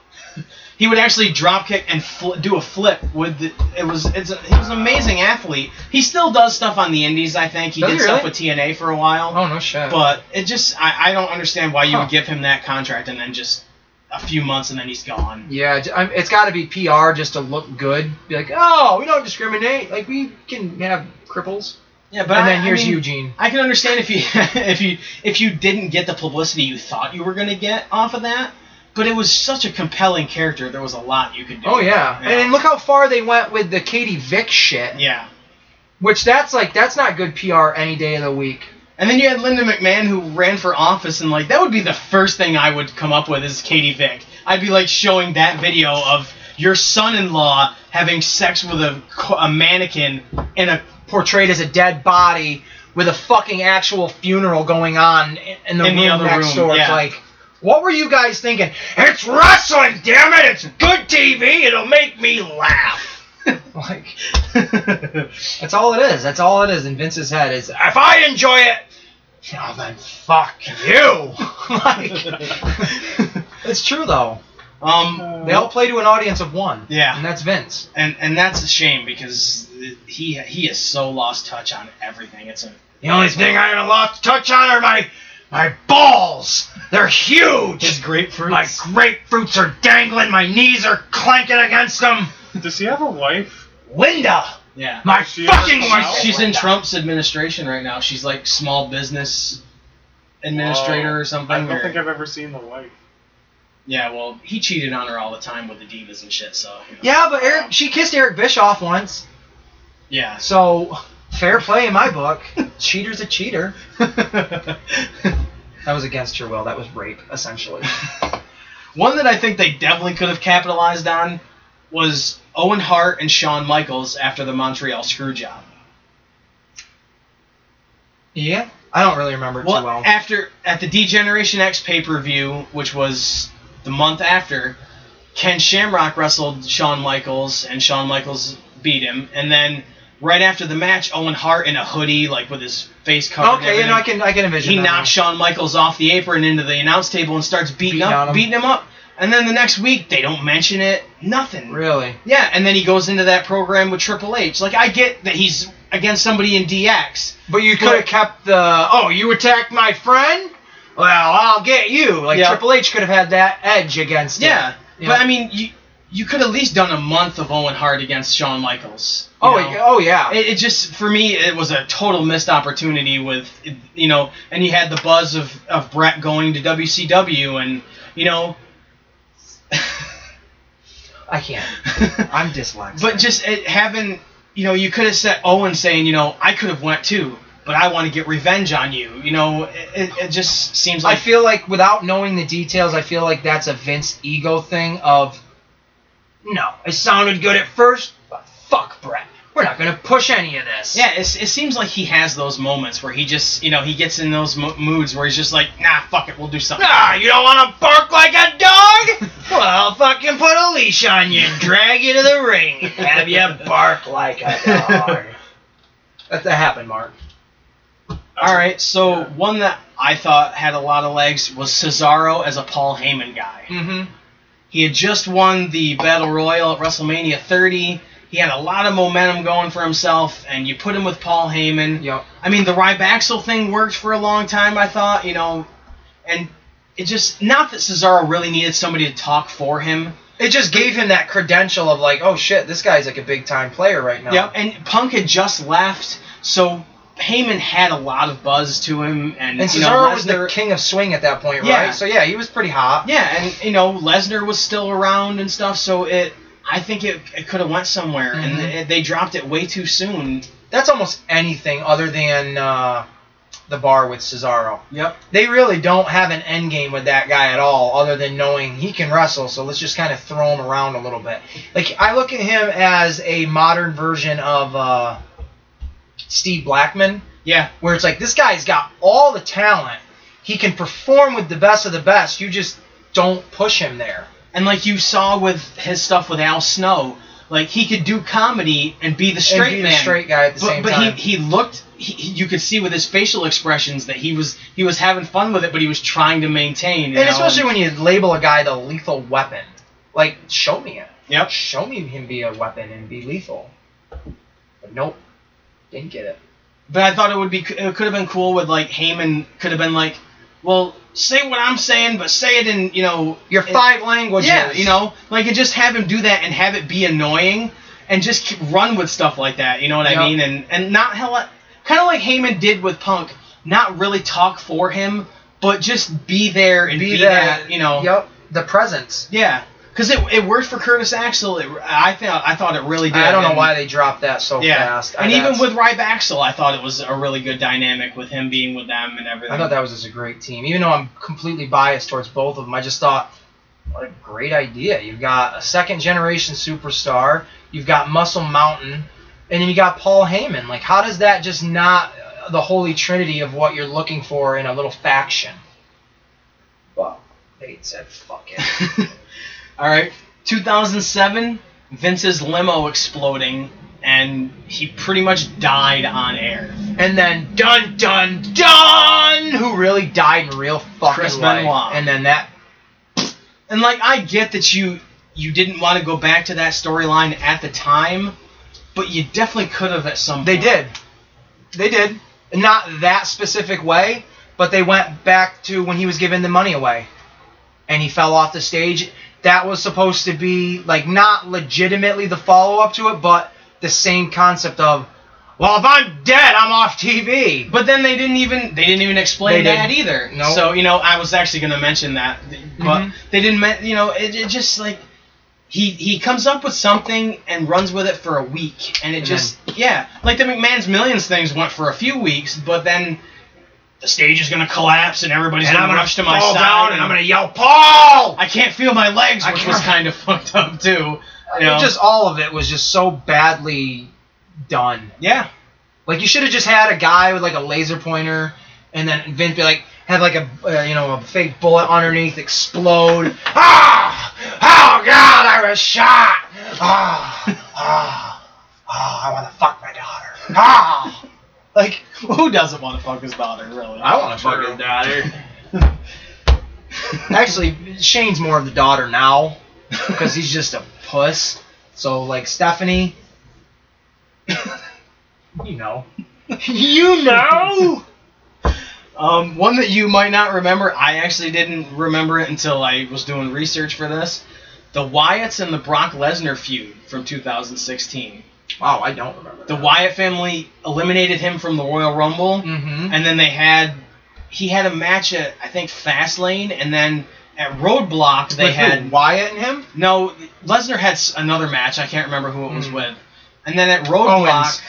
Speaker 2: He would actually drop kick and fl- do a flip with. The, it was it's a, he was an amazing athlete. He still does stuff on the Indies. I think he
Speaker 4: Does
Speaker 2: did
Speaker 4: he
Speaker 2: stuff
Speaker 4: really?
Speaker 2: with TNA for a while.
Speaker 4: Oh, no shit.
Speaker 2: But it just I, I don't understand why you
Speaker 4: Huh.
Speaker 2: would give him that contract and then just a few months and then he's gone.
Speaker 4: Yeah, j- I'm- it's got to be PR just to look good. Be like, oh, we don't discriminate. Like we can have cripples.
Speaker 2: Yeah, but
Speaker 4: and
Speaker 2: I-
Speaker 4: then
Speaker 2: I
Speaker 4: here's
Speaker 2: mean,
Speaker 4: Eugene.
Speaker 2: I can understand if you [laughs] if you if you didn't get the publicity you thought you were gonna get off of that, but it was such a compelling character. There was a lot you could do.
Speaker 4: Oh yeah.
Speaker 2: Yeah.
Speaker 4: and then look how far they went with the Katie Vick shit.
Speaker 2: Yeah.
Speaker 4: Which that's like that's not good PR any day of the week.
Speaker 2: And then you had Linda McMahon who ran for office, and like that would be the first thing I would come up with is Katie Vick. I'd be like showing that video of your son-in-law having sex with a, co- a mannequin in a
Speaker 4: Portrayed as a dead body with a fucking actual funeral going on i- in the
Speaker 2: In the
Speaker 4: room
Speaker 2: other
Speaker 4: next
Speaker 2: room,
Speaker 4: door. It's
Speaker 2: yeah.
Speaker 4: like, what were you guys thinking? It's wrestling, damn it! It's good TV. It'll make me laugh. [laughs] like. That's all it is. That's all it is in Vince's head is if I enjoy it, well, then fuck you. [laughs]
Speaker 2: [laughs]
Speaker 4: like, it's true though.
Speaker 2: um
Speaker 4: They all play to an audience of one.
Speaker 2: Yeah.
Speaker 4: and that's Vince.
Speaker 2: and and that's a shame because he he is so lost touch on everything. It's a
Speaker 4: The only thing I haven't lost touch on are my my balls. They're
Speaker 2: his
Speaker 4: huge.
Speaker 2: grapefruit.
Speaker 4: My grapefruits are dangling. My knees are clanking against them.
Speaker 3: Does he have a wife?
Speaker 4: Linda,
Speaker 2: yeah.
Speaker 4: my
Speaker 3: She-
Speaker 4: fucking
Speaker 3: she-
Speaker 4: wife.
Speaker 2: Oh, She's in Trump's administration right now. She's like small business administrator
Speaker 3: Oh,
Speaker 2: or something.
Speaker 3: I don't
Speaker 2: or-
Speaker 3: think I've ever seen the wife.
Speaker 2: Yeah, well, he cheated on her all the time with the divas and shit. So you know.
Speaker 4: Yeah, but Eric, she kissed Eric Bischoff once.
Speaker 2: yeah.
Speaker 4: So, fair play in my book. Cheater's a cheater. That was against your will. That was rape, essentially.
Speaker 2: [laughs] One that I think they definitely could have capitalized on was Owen Hart and Shawn Michaels after the Montreal screw job.
Speaker 4: Yeah? I don't really remember it
Speaker 2: Well,
Speaker 4: too well.
Speaker 2: after at the Degeneration X pay per view, which was the month after, Ken Shamrock wrestled Shawn Michaels, and Shawn Michaels beat him. And then right after the match, Owen Hart in a hoodie, like with his face covered. and
Speaker 4: okay, you know, I
Speaker 2: everything,
Speaker 4: can I can envision
Speaker 2: He
Speaker 4: that
Speaker 2: knocks Shawn Michaels off the apron into the announce table and starts beating
Speaker 4: Beating on
Speaker 2: up,
Speaker 4: him.
Speaker 2: beating him up. And then the next week they don't mention it. Nothing.
Speaker 4: Really?
Speaker 2: Yeah, and then he goes into that program with Triple H. Like I get that he's against somebody in DX.
Speaker 4: But you could have kept the oh, you attacked my friend. Well, I'll get you. Like
Speaker 2: Yeah.
Speaker 4: Triple H could have had that edge against. it.
Speaker 2: Yeah.
Speaker 4: Yeah.
Speaker 2: But I mean, you you could at least done a month of Owen Hart against Shawn Michaels. you
Speaker 4: Oh,
Speaker 2: know?
Speaker 4: yeah, oh yeah.
Speaker 2: It, it just for me it was a total missed opportunity with you know, and you had the buzz of of Brett going to WCW and you know. [laughs]
Speaker 4: I can't. I'm dyslexic.
Speaker 2: But just it, having, you know, you could have said Owen saying, you know, I could have went too, but I want to get revenge on you. You know, it, it- it just seems
Speaker 4: I
Speaker 2: like
Speaker 4: feel like without knowing the details, I feel like that's a Vince ego thing of no, it sounded good at first, but fuck Brett. We're not gonna push any of this.
Speaker 2: yeah, it's, it seems like he has those moments where he just, you know, he gets in those mo- moods where he's just like, nah, fuck it, we'll do something.
Speaker 4: Ah, you don't want to bark like a dog? Well, I'll fucking put a leash on you and drag you to the ring. Have you bark like a dog. That, that happened, Mark.
Speaker 2: All right, so one that I thought had a lot of legs was Cesaro as a Paul Heyman guy.
Speaker 4: Mm-hmm.
Speaker 2: He had just won the Battle Royal at WrestleMania 30. He had a lot of momentum going for himself, and you put him with Paul Heyman.
Speaker 4: Yep.
Speaker 2: I mean, the Rybaxel thing worked for a long time, I thought, you know, and it just, not that Cesaro really needed somebody to talk for him.
Speaker 4: It just gave him that credential of like, oh shit, this guy's like a big time player right now.
Speaker 2: And Punk had just left, so Heyman had a lot of buzz to him, and,
Speaker 4: And
Speaker 2: you know,
Speaker 4: Cesaro was the
Speaker 2: Lesnar-
Speaker 4: king of swing at that point,
Speaker 2: Yeah.
Speaker 4: right? So yeah, he was pretty hot.
Speaker 2: Yeah, and, you know, Lesnar was still around and stuff, so it, I think it, it could have went somewhere, and
Speaker 4: Mhm.
Speaker 2: they- they dropped it way too soon.
Speaker 4: That's almost anything other than uh, the bar with Cesaro.
Speaker 2: Yep.
Speaker 4: They really don't have an end game with that guy at all, other than knowing he can wrestle. So let's just kind of throw him around a little bit. Like I look at him as a modern version of uh, Steve Blackman,
Speaker 2: Yeah.
Speaker 4: where it's like this guy's got all the talent. He can perform with the best of the best. You just don't push him there.
Speaker 2: And like you saw with his stuff with Al Snow, like he could do comedy and be the straight
Speaker 4: be the
Speaker 2: man,
Speaker 4: straight guy at the
Speaker 2: but,
Speaker 4: same
Speaker 2: but
Speaker 4: time.
Speaker 2: he he looked. He, he- you could see with his facial expressions that he was he was having fun with it, but he was trying to maintain. You
Speaker 4: And
Speaker 2: know,
Speaker 4: especially when you label a guy the lethal weapon, like show me it.
Speaker 2: Yep.
Speaker 4: Show me him be a weapon and be lethal. But nope, didn't get it.
Speaker 2: But I thought it would be it could have been cool with like Heyman could have been like, well, say what I'm saying, but say it in you know
Speaker 4: Your
Speaker 2: in-
Speaker 4: five languages.
Speaker 2: Yeah, you know, like and just have him do that and have it be annoying, and just keep, run with stuff like that. You know what
Speaker 4: Yep.
Speaker 2: I mean? And and not hell, kind of like Heyman did with Punk, not really talk for him, but just be there and be, that, You know?
Speaker 4: Yep. The presence.
Speaker 2: Yeah, because it, it worked for Curtis Axel. It, I thought I thought it really did.
Speaker 4: I don't know
Speaker 2: and-
Speaker 4: why they dropped that so
Speaker 2: Yeah,
Speaker 4: fast. I-
Speaker 2: and even
Speaker 4: that's-
Speaker 2: with Rybaxel, I thought it was a really good dynamic with him being with them and everything.
Speaker 4: I thought that was just a great team. Even though I'm completely biased towards both of them, I just thought, what a great idea. You've got a second generation superstar, you've got Muscle Mountain, and then you got Paul Heyman. Like, how does that just not uh, the holy trinity of what you're looking for in a little faction? Well, they said, fuck it.
Speaker 2: [laughs] All right. 2007, Vince's limo exploding, and he pretty much died on air.
Speaker 4: And then dun dun dun, who really died in real fucking
Speaker 2: Chris
Speaker 4: life.
Speaker 2: Benoit.
Speaker 4: And then that
Speaker 2: And like, I get that you you didn't want to go back to that storyline at the time, but you definitely could have at some.
Speaker 4: They
Speaker 2: point.
Speaker 4: did. They did. Not that specific way, but they went back to when he was giving the money away and he fell off the stage. That was supposed to be, like, not legitimately the follow up to it, but the same concept of, well, if I'm dead, I'm off TV.
Speaker 2: But then they didn't even they didn't even explain
Speaker 4: They
Speaker 2: that
Speaker 4: didn't.
Speaker 2: either.
Speaker 4: No.
Speaker 2: So you know, I was actually going to mention that, but
Speaker 4: Mhm.
Speaker 2: they didn't. men- You know, it, it just like. He, he comes up with something and runs with it for a week, and it
Speaker 4: And
Speaker 2: just yeah, like the McMahon's Millions things went for a few weeks, but then the stage is gonna collapse and everybody's gonna rush to my side.
Speaker 4: yell, Paul!
Speaker 2: I can't feel my legs,
Speaker 4: I
Speaker 2: which was
Speaker 4: can't-
Speaker 2: kind of [laughs] fucked up too. You know?
Speaker 4: It just all of it was just so badly done.
Speaker 2: yeah,
Speaker 4: Like you should have just had a guy with like a laser pointer, and then Vince be like, have like a uh, you know a fake bullet underneath explode. [laughs] Ah! Oh God! I was shot. Ah! Ah! Ah! I want to fuck my daughter. Ah! [laughs] Like
Speaker 2: who doesn't want to fuck his daughter really?
Speaker 4: [laughs] want to fuck his daughter. actually, Shane's more of the daughter [laughs] now because he's just a puss. So like Stephanie, [laughs] you know,
Speaker 2: you know. um, one that you might not remember. I actually didn't remember it until I was doing research for this. The Wyatts and the Brock Lesnar feud from 2016.
Speaker 4: [laughs] wow, I don't remember.
Speaker 2: The Wyatt family eliminated him from the Royal Rumble,
Speaker 4: Mm-hmm.
Speaker 2: and then they had he had a match at I think Fastlane, and then at Roadblock they had
Speaker 4: Wyatt and him.
Speaker 2: no Lesnar had s- another match. I can't remember who it was
Speaker 4: Mm.
Speaker 2: with, and then at Roadblock.
Speaker 4: Owens. Uh,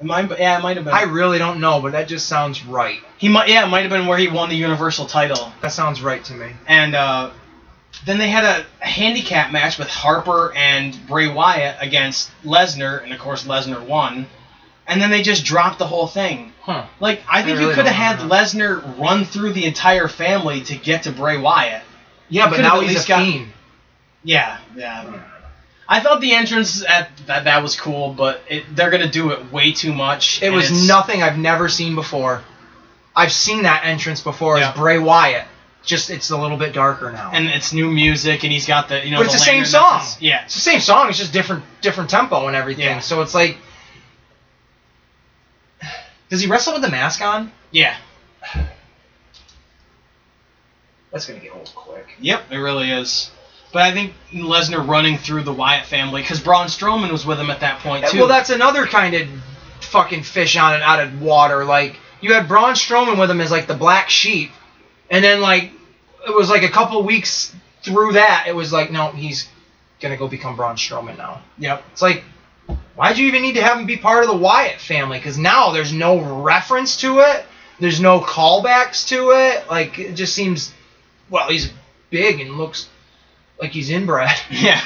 Speaker 2: It might, yeah, it might have been.
Speaker 4: I really don't know, but that just sounds right.
Speaker 2: He might, yeah, it might have been where he won the Universal title.
Speaker 4: That sounds right to me.
Speaker 2: And uh, then they had a, a handicap match with Harper and Bray Wyatt against Lesnar, and of course Lesnar won. And then they just dropped the whole thing.
Speaker 4: Huh.
Speaker 2: Like I think
Speaker 4: really
Speaker 2: you could
Speaker 4: don't
Speaker 2: have had
Speaker 4: remember
Speaker 2: Lesnar run through the entire family to get to Bray Wyatt.
Speaker 4: Yeah,
Speaker 2: You
Speaker 4: but
Speaker 2: could've
Speaker 4: now
Speaker 2: at
Speaker 4: he's
Speaker 2: least
Speaker 4: a
Speaker 2: got-
Speaker 4: fiend.
Speaker 2: Yeah, yeah. I thought the entrance at that that was cool, but it, they're gonna do it way too much.
Speaker 4: It
Speaker 2: and
Speaker 4: was
Speaker 2: it's-
Speaker 4: nothing I've never seen before. I've seen that entrance before
Speaker 2: Yeah.
Speaker 4: as Bray Wyatt. Just it's a little bit darker now.
Speaker 2: and it's new music, and he's got the you know.
Speaker 4: but it's the same
Speaker 2: lantern
Speaker 4: song.
Speaker 2: that's his- Yeah,
Speaker 4: it's the same song. It's just different different tempo and everything.
Speaker 2: Yeah.
Speaker 4: So it's like, does he wrestle with the mask on?
Speaker 2: yeah.
Speaker 4: [sighs] That's gonna get old quick.
Speaker 2: Yep, it really is. But I think Lesnar running through the Wyatt family because Braun Strowman was with him at that point too.
Speaker 4: Well, that's another kind of fucking fish on and out of water. Like you had Braun Strowman with him as like the black sheep, and then like it was like a couple weeks through that, it was like no, he's gonna go become Braun Strowman now.
Speaker 2: yep.
Speaker 4: It's like, why'd you even need to have him be part of the Wyatt family? Because now there's no reference to it. There's no callbacks to it. Like it just seems, well, he's big and looks like he's inbred.
Speaker 2: [laughs]
Speaker 4: [laughs]
Speaker 2: Yeah.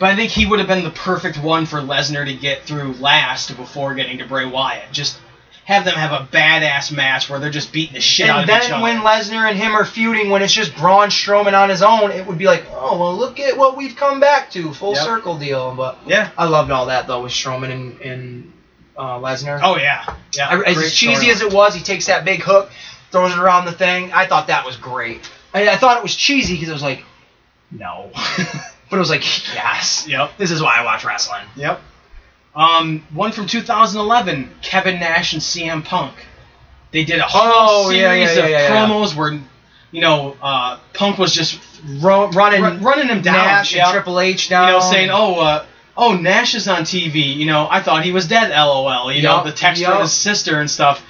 Speaker 2: but I think he would have been the perfect one for Lesnar to get through last before getting to Bray Wyatt. Just have them have a badass match where they're just beating the shit out
Speaker 4: and
Speaker 2: of each
Speaker 4: then
Speaker 2: other.
Speaker 4: when Lesnar and him are feuding, when it's just Braun Strowman on his own, it would be like, oh well, look at what we've come back to, full
Speaker 2: Yep.
Speaker 4: circle deal. But
Speaker 2: yeah.
Speaker 4: I loved all that though with Strowman and, and uh, Lesnar.
Speaker 2: Oh yeah. Yeah.
Speaker 4: I- as
Speaker 2: Great
Speaker 4: cheesy
Speaker 2: storyline.
Speaker 4: as it was, he takes that big hook, throws it around the thing. I thought that was great. I, I thought it was cheesy because it was like, no, [laughs] but it was like, yes,
Speaker 2: Yep.
Speaker 4: this is why I watch wrestling.
Speaker 2: Yep. Um, one from 2011, Kevin Nash and CM Punk. They did a whole
Speaker 4: Oh,
Speaker 2: series
Speaker 4: yeah, yeah, yeah,
Speaker 2: of
Speaker 4: yeah, yeah.
Speaker 2: promos where, you know, uh, Punk was just
Speaker 4: Ru- running,
Speaker 2: run, running him down,
Speaker 4: Nash
Speaker 2: yeah.
Speaker 4: and Triple H
Speaker 2: you
Speaker 4: down,
Speaker 2: know, saying, "Oh, uh, oh, Nash is on TV." You know, I thought he was dead. LOL. You know,
Speaker 4: Yup,
Speaker 2: the text from
Speaker 4: yup.
Speaker 2: his sister and stuff.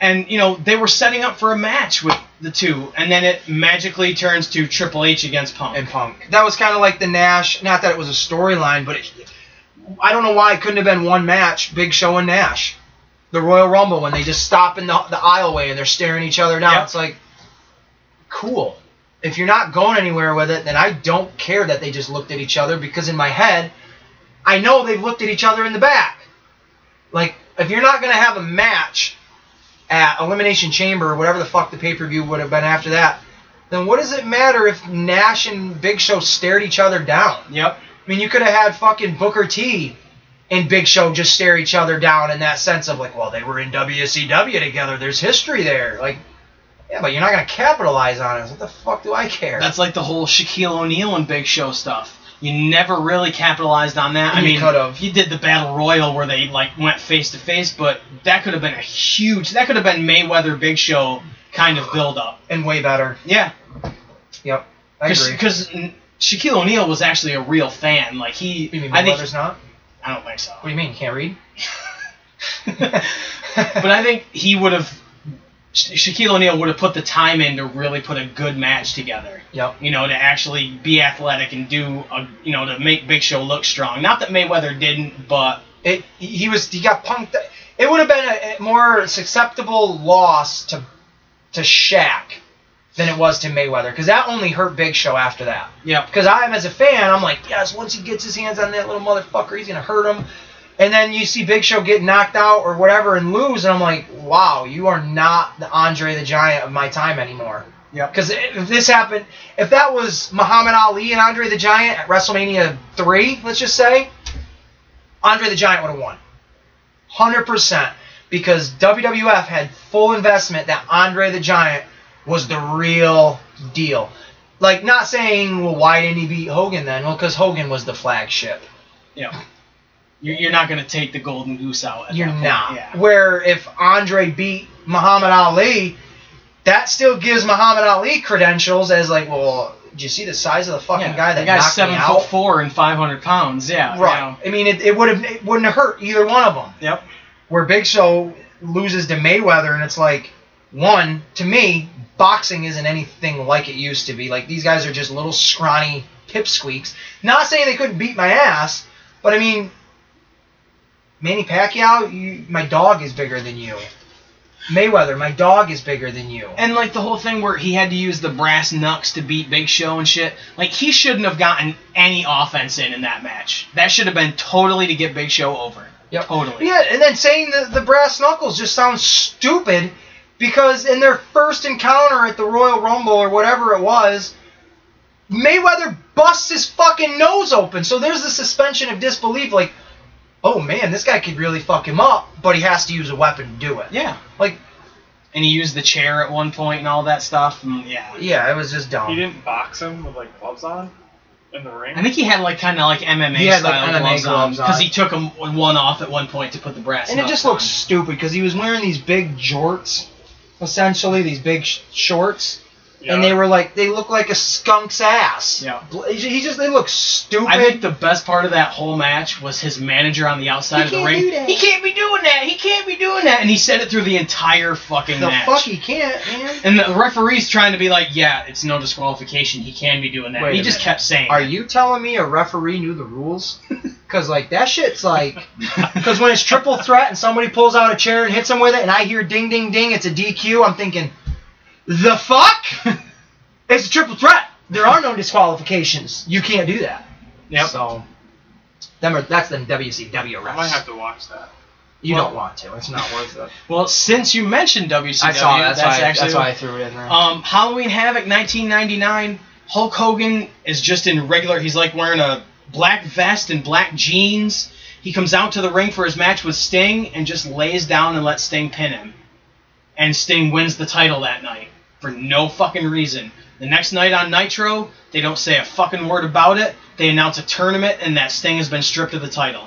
Speaker 2: And you know, they were setting up for a match with the two, and then it magically turns to Triple H against Punk.
Speaker 4: and Punk. That was kind of like the Nash. Not that it was a storyline, but it, I don't know why it couldn't have been one match: Big Show and Nash, the Royal Rumble when they just stop in the, the aisleway and they're staring each other down.
Speaker 2: Yep.
Speaker 4: It's like, cool. If you're not going anywhere with it, then I don't care that they just looked at each other because in my head, I know they've looked at each other in the back. Like, if you're not gonna have a match at Elimination Chamber or whatever the fuck the pay per view would have been after that, then what does it matter if Nash and Big Show stared each other down?
Speaker 2: yep.
Speaker 4: I mean, you could have had fucking Booker T and Big Show just stare each other down in that sense of like, well, they were in WCW together. There's history there. Like, yeah, but you're not gonna capitalize on it. What the fuck do I care?
Speaker 2: That's like the whole Shaquille O'Neal and Big Show stuff. You never really capitalized on that. I
Speaker 4: You
Speaker 2: mean,
Speaker 4: could've.
Speaker 2: you did the Battle Royal where they like went face to face, but that could have been a huge. That could have been Mayweather Big Show kind of build up.
Speaker 4: and way better.
Speaker 2: Yeah,
Speaker 4: Yep, I agree.
Speaker 2: because Shaquille O'Neal was actually a real fan. Like he,
Speaker 4: You mean
Speaker 2: I think
Speaker 4: Mayweather's not?
Speaker 2: I don't think so.
Speaker 4: What do you mean? you Can't read? [laughs]
Speaker 2: but I think he would have. Sha- Shaquille O'Neal would have put the time in to really put a good match together.
Speaker 4: Yep.
Speaker 2: you know, to actually be athletic and do, a, you know, to make Big Show look strong. Not that Mayweather didn't, but
Speaker 4: It he was he got punked. It would have been a, a more susceptible loss to to Shaq than it was to Mayweather because that only hurt Big Show after that.
Speaker 2: yeah,
Speaker 4: Because I'm as a fan, I'm like, yes, once he gets his hands on that little motherfucker, he's gonna hurt him. And then you see Big Show get knocked out or whatever and lose, and I'm like, wow, you are not the Andre the Giant of my time anymore.
Speaker 2: yep,
Speaker 4: Because if this happened, if that was Muhammad Ali and Andre the Giant at WrestleMania 3, let's just say, Andre the Giant would have won. 100%. Because WWF had full investment that Andre the Giant was the real deal. Like, not saying, well, why didn't he beat Hogan then? Well, because Hogan was the flagship.
Speaker 2: Yeah. You're, you're not going to take the golden goose out. At
Speaker 4: You're
Speaker 2: that point.
Speaker 4: not.
Speaker 2: Yeah.
Speaker 4: Where if Andre beat Muhammad Ali, that still gives Muhammad Ali credentials as like, well, do you see the size of the fucking
Speaker 2: Yeah,
Speaker 4: guy that
Speaker 2: the guy's
Speaker 4: knocked
Speaker 2: seven
Speaker 4: me
Speaker 2: foot
Speaker 4: out?
Speaker 2: four and 500 pounds. Yeah.
Speaker 4: Right. I mean, it, it would have it wouldn't have hurt either one of them.
Speaker 2: yeah. Yep.
Speaker 4: Where Big Show loses to Mayweather, and it's like, one to me, boxing isn't anything like it used to be. Like these guys are just little scrawny pipsqueaks. Not saying they couldn't beat my ass, but I mean, Manny Pacquiao, you, my dog is bigger than you. Mayweather, my dog is bigger than you.
Speaker 2: And like the whole thing where he had to use the brass knucks to beat Big Show and shit. Like he shouldn't have gotten any offense in in that match. That should have been totally to get Big Show over.
Speaker 4: Yep.
Speaker 2: Totally.
Speaker 4: Yeah, and then saying the, the brass knuckles just sounds stupid because in their first encounter at the Royal Rumble or whatever it was, Mayweather busts his fucking nose open. So there's the suspension of disbelief like, oh man, this guy could really fuck him up, but he has to use a weapon to do it.
Speaker 2: Yeah.
Speaker 4: Like,
Speaker 2: And he used the chair at one point and all that stuff. And yeah.
Speaker 4: yeah, it was just dumb.
Speaker 3: He didn't box him with like gloves on in the ring.
Speaker 2: I think he had like kind of like MMA
Speaker 4: He had, like,
Speaker 2: style
Speaker 4: MMA
Speaker 2: gloves,
Speaker 4: gloves
Speaker 2: on because
Speaker 4: on.
Speaker 2: he took him one off at one point to put the brass.
Speaker 4: And it
Speaker 2: knucks
Speaker 4: just looks
Speaker 2: on.
Speaker 4: stupid because he was wearing these big jorts, essentially, these big sh- shorts.
Speaker 3: Yeah.
Speaker 4: and they were like they look like a skunk's ass.
Speaker 2: Yeah.
Speaker 4: Bl- he ju- he just they look stupid.
Speaker 2: I think the best part of that whole match was his manager on the outside
Speaker 4: He
Speaker 2: of the
Speaker 4: can't
Speaker 2: ring.
Speaker 4: do that.
Speaker 2: He can't be doing that. He can't be doing that. And he said it through the entire fucking
Speaker 4: the
Speaker 2: match.
Speaker 4: fuck he can't, man.
Speaker 2: and the referee's trying to be like, yeah, it's no disqualification. He can be doing that.
Speaker 4: Wait
Speaker 2: he
Speaker 4: a
Speaker 2: just
Speaker 4: minute.
Speaker 2: kept saying.
Speaker 4: Are
Speaker 2: it.
Speaker 4: you telling me a referee knew the rules? Cause like that shit's like, cause when it's triple threat and somebody pulls out a chair and hits him with it, and I hear ding ding ding, it's a DQ. I'm thinking, the fuck? It's a triple threat. There are no disqualifications. You can't do that.
Speaker 2: Yep.
Speaker 4: So, them are, that's them WCW refs.
Speaker 3: I might have to watch that.
Speaker 4: you don't want to. It's not worth it.
Speaker 2: Well, since you mentioned WCW,
Speaker 4: I saw that.
Speaker 2: that's,
Speaker 4: That's, why, I-
Speaker 2: actually
Speaker 4: that's why I threw it in there.
Speaker 2: Um, Halloween Havoc 1999. Hulk Hogan is just in regular. He's like wearing a black vest and black jeans. He comes out to the ring for his match with Sting and just lays down and lets Sting pin him. And Sting wins the title that night for no fucking reason. The next night on Nitro, they don't say a fucking word about it. They announce a tournament and that Sting has been stripped of the title.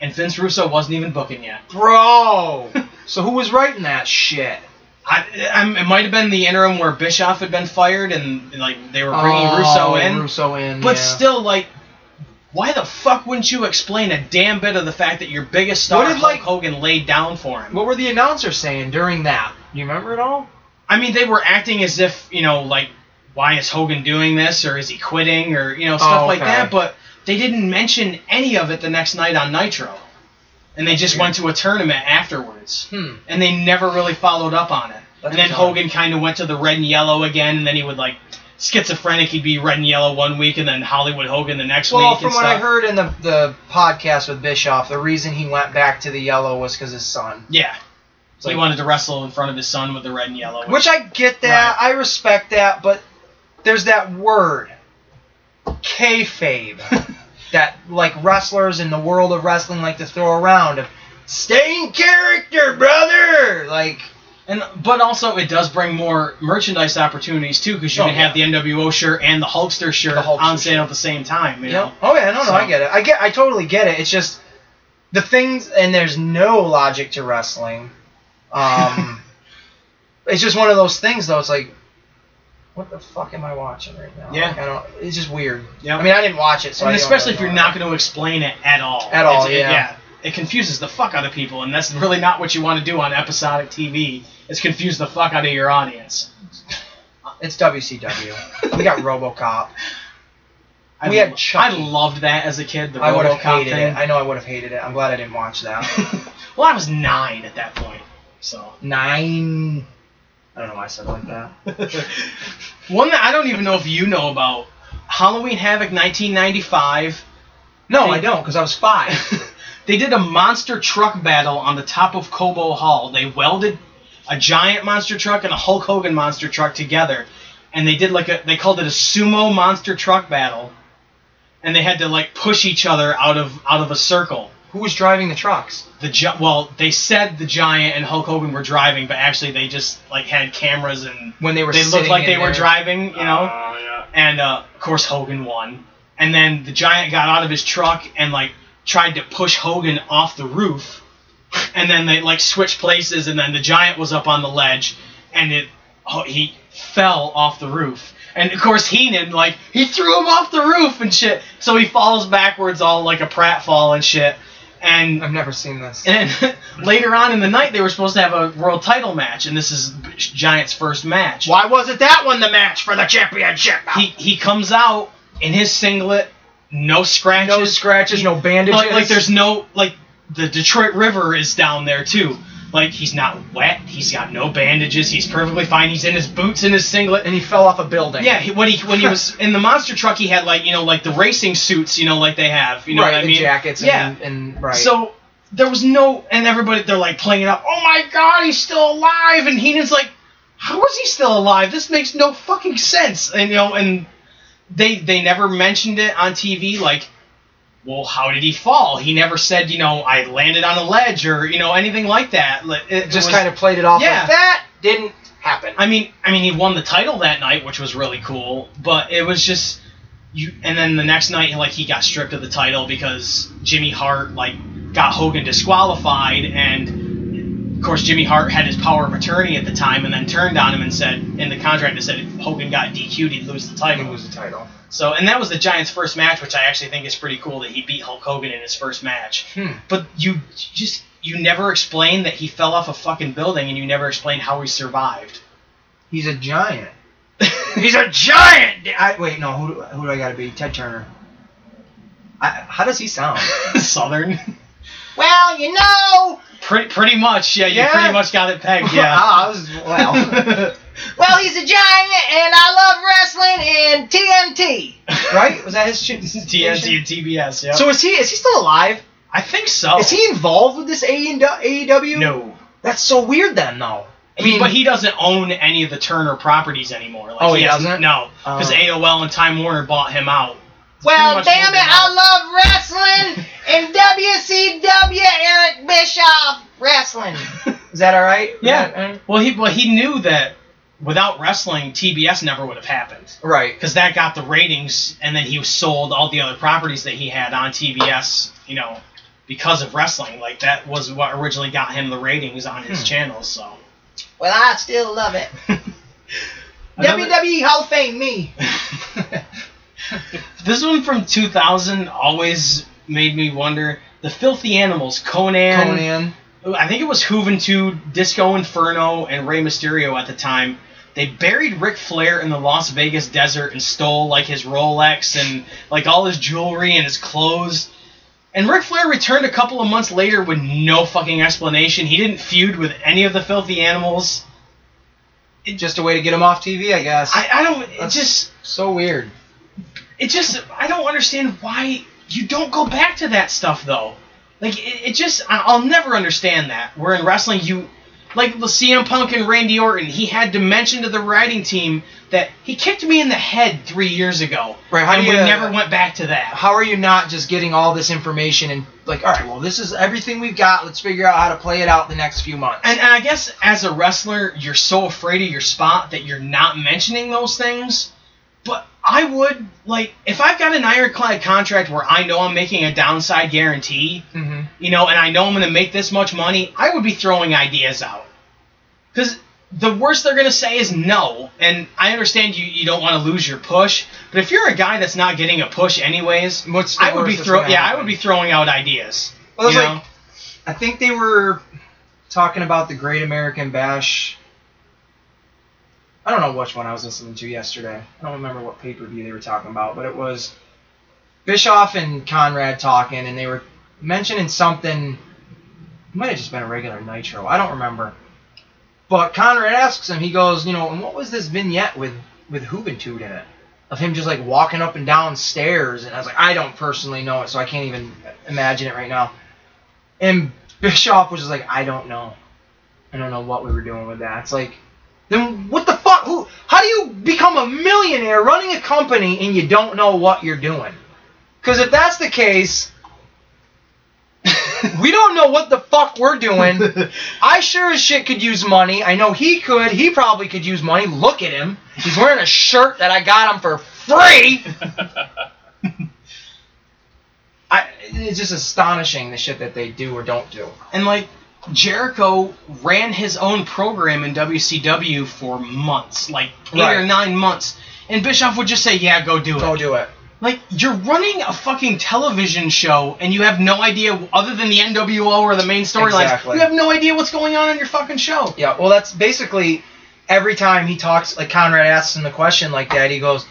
Speaker 2: And Vince Russo wasn't even booking yet.
Speaker 4: Bro. [laughs] so who was writing that shit?
Speaker 2: I, I'm, it might have been the interim where Bischoff had been fired and like they were bringing
Speaker 4: Oh,
Speaker 2: Russo in,
Speaker 4: Russo in.
Speaker 2: but
Speaker 4: yeah.
Speaker 2: still like, why the fuck wouldn't you explain a damn bit of the fact that your biggest star
Speaker 4: What did,
Speaker 2: Hulk
Speaker 4: like-
Speaker 2: Hogan laid down for him?
Speaker 4: what were the announcers saying during that? You remember it all?
Speaker 2: I mean, they were acting as if you know like, why is Hogan doing this or is he quitting or you know stuff
Speaker 4: Oh,
Speaker 2: like
Speaker 4: okay.
Speaker 2: that, but they didn't mention any of it the next night on Nitro, and they just went to a tournament afterwards.
Speaker 4: Hmm.
Speaker 2: and they never really followed up on it.
Speaker 4: That's
Speaker 2: and then
Speaker 4: bizarre.
Speaker 2: Hogan kind of went to the red and yellow again, and then he would like schizophrenic. He'd be red and yellow one week, and then Hollywood Hogan the next
Speaker 4: Well,
Speaker 2: week.
Speaker 4: from
Speaker 2: and
Speaker 4: what I
Speaker 2: stuff.
Speaker 4: heard in the, the podcast with Bischoff, the reason he went back to the yellow was because his son.
Speaker 2: yeah,
Speaker 4: It's like-
Speaker 2: he wanted to wrestle in front of his son with the red and yellow.
Speaker 4: Which I get that. I respect that, but there's that word,
Speaker 2: [laughs]
Speaker 4: kayfabe, that like wrestlers in the world of wrestling like to throw around of staying character, brother. Like
Speaker 2: and but also it does bring more merchandise opportunities too, because you
Speaker 4: Oh,
Speaker 2: can have the NWO shirt and the Hulkster shirt
Speaker 4: The Hulkster
Speaker 2: on sale
Speaker 4: shirt.
Speaker 2: at the same time. You
Speaker 4: Yeah.
Speaker 2: know?
Speaker 4: Oh yeah, no, no,
Speaker 2: So-
Speaker 4: I get it. I get, I totally get it. It's just the things, and there's no logic to wrestling.
Speaker 2: [laughs]
Speaker 4: Um, it's just one of those things, though. It's like, what the fuck am I watching right now?
Speaker 2: Yeah.
Speaker 4: Like, I don't. It's just weird.
Speaker 2: Yeah.
Speaker 4: I mean, I didn't watch it, so.
Speaker 2: and
Speaker 4: I don't
Speaker 2: especially if
Speaker 4: really
Speaker 2: you're
Speaker 4: know.
Speaker 2: not going to explain it at all.
Speaker 4: At all,
Speaker 2: It's- it-
Speaker 4: yeah.
Speaker 2: It confuses the fuck out of people, and that's [laughs] really not what you want to do on episodic TV. Is confuse the fuck out of your audience.
Speaker 4: It's WCW. we got RoboCop.
Speaker 2: [laughs] I
Speaker 4: We had
Speaker 2: lo-
Speaker 4: Chucky.
Speaker 2: I loved that as a kid. The
Speaker 4: I would have
Speaker 2: RoboCop
Speaker 4: hated
Speaker 2: thing.
Speaker 4: it. I know I would have hated it. I'm glad I didn't watch that.
Speaker 2: [laughs] well, I was nine at that point, so. [laughs]
Speaker 4: Nine. I don't know why I said it like that.
Speaker 2: One that I don't even know if you know about. Halloween Havoc 1995.
Speaker 4: No, I don't, because I was five.
Speaker 2: [laughs] they did a monster truck battle on the top of Cobo Hall. They welded a giant monster truck and a Hulk Hogan monster truck together, and they did like a they called it a sumo monster truck battle, and they had to like push each other out of out of a circle.
Speaker 4: Who was driving the trucks?
Speaker 2: The gi- well, they said the giant and Hulk Hogan were driving, but actually they just like had cameras and
Speaker 4: When they were
Speaker 2: they looked
Speaker 4: sitting
Speaker 2: like
Speaker 4: in
Speaker 2: they were
Speaker 4: there. Oh.
Speaker 2: driving, you know.
Speaker 3: Uh, yeah.
Speaker 2: and uh, of course Hogan won. And then the giant got out of his truck and like tried to push Hogan off the roof, and then they like switched places, and then the giant was up on the ledge, and it oh, he fell off the roof. And of course Heenan like he threw him off the roof and shit, so he falls backwards all like a pratfall and shit. And
Speaker 4: I've never seen this.
Speaker 2: and [laughs] later on in the night, they were supposed to have a world title match, and this is B- Giant's first match.
Speaker 4: Why wasn't that one the match for the championship?
Speaker 2: He he comes out in his singlet, no scratches,
Speaker 4: no scratches, no bandages.
Speaker 2: like, like there's no like the Detroit River is down there too. Like he's not wet, he's got no bandages, he's perfectly fine. He's in his boots and his singlet.
Speaker 4: and he fell off a building.
Speaker 2: Yeah, he, when he
Speaker 4: [laughs]
Speaker 2: when he was in the monster truck, he had like you know like the racing suits, you know like they have, you know
Speaker 4: right,
Speaker 2: what I
Speaker 4: the
Speaker 2: mean?
Speaker 4: jackets.
Speaker 2: Yeah.
Speaker 4: and, and right.
Speaker 2: So there was no, and everybody they're like playing it up. Oh my god, he's still alive! And Heenan's like, how is he still alive? This makes no fucking sense. And you know, and they they never mentioned it on TV. Like, well, how did he fall? He never said, you know, I landed on a ledge or you know anything like that. Like, It,
Speaker 4: just kind of played it off.
Speaker 2: Yeah.
Speaker 4: like, that didn't happen.
Speaker 2: I mean, I mean, he won the title that night, which was really cool. But it was just you. And then the next night, like he got stripped of the title because Jimmy Hart like got Hogan disqualified, and of course Jimmy Hart had his power of attorney at the time, and then turned on him and said in the contract it said if Hogan got DQ'd, he'd lose the title.
Speaker 4: the title.
Speaker 2: So, and that was the Giants' first match, which I actually think is pretty cool that he beat Hulk Hogan in his first match.
Speaker 4: Hmm.
Speaker 2: But you just you never explained that he fell off a fucking building, and you never explained how he survived.
Speaker 4: He's a giant. He's a giant. I, wait, no. Who do, who do I got to be? Ted Turner. I, how does he sound?
Speaker 2: [laughs] Southern.
Speaker 4: [laughs] well, you know.
Speaker 2: Pretty, pretty much, yeah. You
Speaker 4: Yeah.
Speaker 2: pretty much got it
Speaker 4: [laughs]
Speaker 2: pegged, yeah.
Speaker 4: I was well. [laughs]
Speaker 2: [laughs]
Speaker 4: well, he's a giant, and I love wrestling and TNT. Right? Was that his shit?
Speaker 2: TNT and TBS, yeah.
Speaker 4: So is he? Is he still alive?
Speaker 2: I think so.
Speaker 4: Is he involved with this AEW?
Speaker 2: Oh. No.
Speaker 4: That's so weird then, though. I mean,
Speaker 2: but he doesn't own any of the Turner properties anymore. Like,
Speaker 4: Oh, he
Speaker 2: has-
Speaker 4: doesn't?
Speaker 2: No, because
Speaker 4: Oh.
Speaker 2: AOL and Time Warner bought him out.
Speaker 5: Well,
Speaker 2: Pretty much
Speaker 5: damn it,
Speaker 2: moving
Speaker 5: I love
Speaker 2: on.
Speaker 5: wrestling and WCW Eric Bischoff wrestling.
Speaker 4: [laughs] is that all right?
Speaker 2: Yeah.
Speaker 4: Is that- uh,
Speaker 2: Well, he well he knew that without wrestling, TBS never would have happened
Speaker 4: right.
Speaker 2: because that got the ratings, and then he sold all the other properties that he had on TBS. You know, because of wrestling, like that was what originally got him the ratings on his channels. So.
Speaker 5: Well, I still love
Speaker 4: [laughs]
Speaker 5: it.
Speaker 2: Another-
Speaker 5: WWE Hall of Fame,
Speaker 4: [laughs]
Speaker 5: me.
Speaker 2: this one from 2000 always made me wonder. The Filthy Animals, Conan,
Speaker 4: Conan.
Speaker 2: I think it was Juventud, Disco Inferno, and Rey Mysterio at the time. They buried Ric Flair in the Las Vegas desert and stole like his Rolex and like all his jewelry and his clothes. And Ric Flair returned a couple of months later with no fucking explanation. He didn't feud with any of the Filthy Animals.
Speaker 4: Just a way to get him off TV, I guess.
Speaker 2: I, I don't. It
Speaker 4: That's-
Speaker 2: just
Speaker 4: so weird.
Speaker 2: it just I don't understand why you don't go back to that stuff though. Like it, it just I- I'll never understand that. Where in wrestling you like the CM Punk and Randy Orton, he had to mention to the writing team that he kicked me in the head three years ago.
Speaker 4: Right, how
Speaker 2: and
Speaker 4: do
Speaker 2: we
Speaker 4: you- uh,
Speaker 2: never went back to that.
Speaker 4: How are you not just getting all this information and like, all right, well, this is everything we've got. Let's figure out how to play it out the next few months.
Speaker 2: And, and I guess as a wrestler, you're so afraid of your spot that you're not mentioning those things. But I would like if I've got an ironclad contract where I know I'm making a downside guarantee.
Speaker 4: Mhm.
Speaker 2: you know, and I know I'm going to make this much money, I would be throwing ideas out. Because the worst they're going to say is no. And I understand you, you don't want to lose your push, but if you're a guy that's not getting a push anyways,
Speaker 4: What's the
Speaker 2: I would be
Speaker 4: worst that's
Speaker 2: throw
Speaker 4: gonna
Speaker 2: yeah, I
Speaker 4: happen?
Speaker 2: would be throwing out ideas.
Speaker 4: Well, it's
Speaker 2: you
Speaker 4: like-
Speaker 2: know?
Speaker 4: I think they were talking about the Great American Bash. I don't know which one I was listening to yesterday. I don't remember what pay per view they were talking about, but it was Bischoff and Conrad talking, and they were mentioning something. It might have just been a regular Nitro. I don't remember. But Conrad asks him, he goes, you know, and what was this vignette with with Juventud in it? Of him just like walking up and down stairs, and I was like, I don't personally know it, so I can't even imagine it right now. And Bischoff was just like, I don't know. I don't know what we were doing with that. It's like, then what the fuck? Who? How do you become a millionaire running a company and you don't know what you're doing? Because if that's the case, [laughs] we don't know what the fuck we're doing. I sure as shit could use money. I know he could. He probably could use money. Look at him. He's wearing a shirt that I got him for free. I, it's just astonishing the shit that they do or don't do.
Speaker 2: And like Jericho ran his own program in WCW for months, like eight or
Speaker 4: Right.
Speaker 2: nine months. And Bischoff would just say, "Yeah, go do it."
Speaker 4: Go do it.
Speaker 2: Like you're running a fucking television show, and you have no idea other than the NWO or the main storylines.
Speaker 4: Exactly.
Speaker 2: You have no idea what's going on in your fucking show.
Speaker 4: Yeah, well, that's basically every time he talks, like Conrad asks him a question like that, he goes,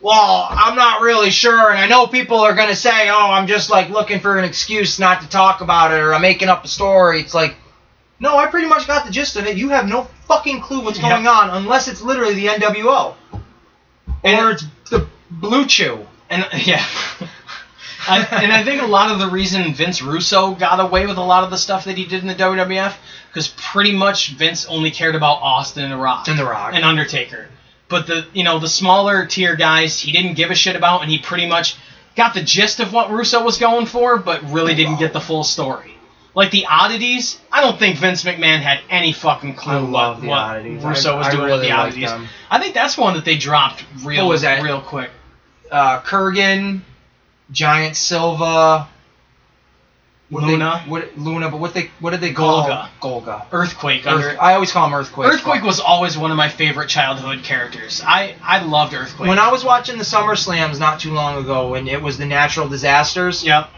Speaker 4: Well, I'm not really sure. And I know people are going to say, Oh, I'm just like looking for an excuse not to talk about it or I'm making up a story. It's like, No, I pretty much got the gist of it. You have no fucking clue what's
Speaker 2: Yeah.
Speaker 4: going on unless it's literally the NWO
Speaker 2: And-
Speaker 4: or it's the Blue Chew.
Speaker 2: And [laughs] yeah. I, and I think a lot of the reason Vince Russo got away with a lot of the stuff that he did in the WWF, because pretty much Vince only cared about Austin and The Rock.
Speaker 4: And The Rock.
Speaker 2: And Undertaker. But the you know the smaller tier guys he didn't give a shit about, and he pretty much got the gist of what Russo was going for, but really didn't get the full story. Like the oddities, I don't think Vince McMahon had any fucking clue
Speaker 4: I love
Speaker 2: what,
Speaker 4: the
Speaker 2: what
Speaker 4: oddities.
Speaker 2: Russo
Speaker 4: I-
Speaker 2: was
Speaker 4: I
Speaker 2: doing with
Speaker 4: really
Speaker 2: the
Speaker 4: liked
Speaker 2: oddities.
Speaker 4: them.
Speaker 2: I think that's one that they dropped real
Speaker 4: What was that?
Speaker 2: real quick.
Speaker 4: Uh, Kurgan, Giant Silva. what they-
Speaker 2: Luna.
Speaker 4: what, Luna, but what they what did they call
Speaker 2: Golga.
Speaker 4: Golga.
Speaker 2: Earthquake.
Speaker 4: Earth-
Speaker 2: under,
Speaker 4: I always call him Earthquake.
Speaker 2: Earthquake was always one of my favorite childhood characters. I, I loved Earthquake.
Speaker 4: When I was watching the Summer Slams not too long ago, and it was the natural disasters,
Speaker 2: yep.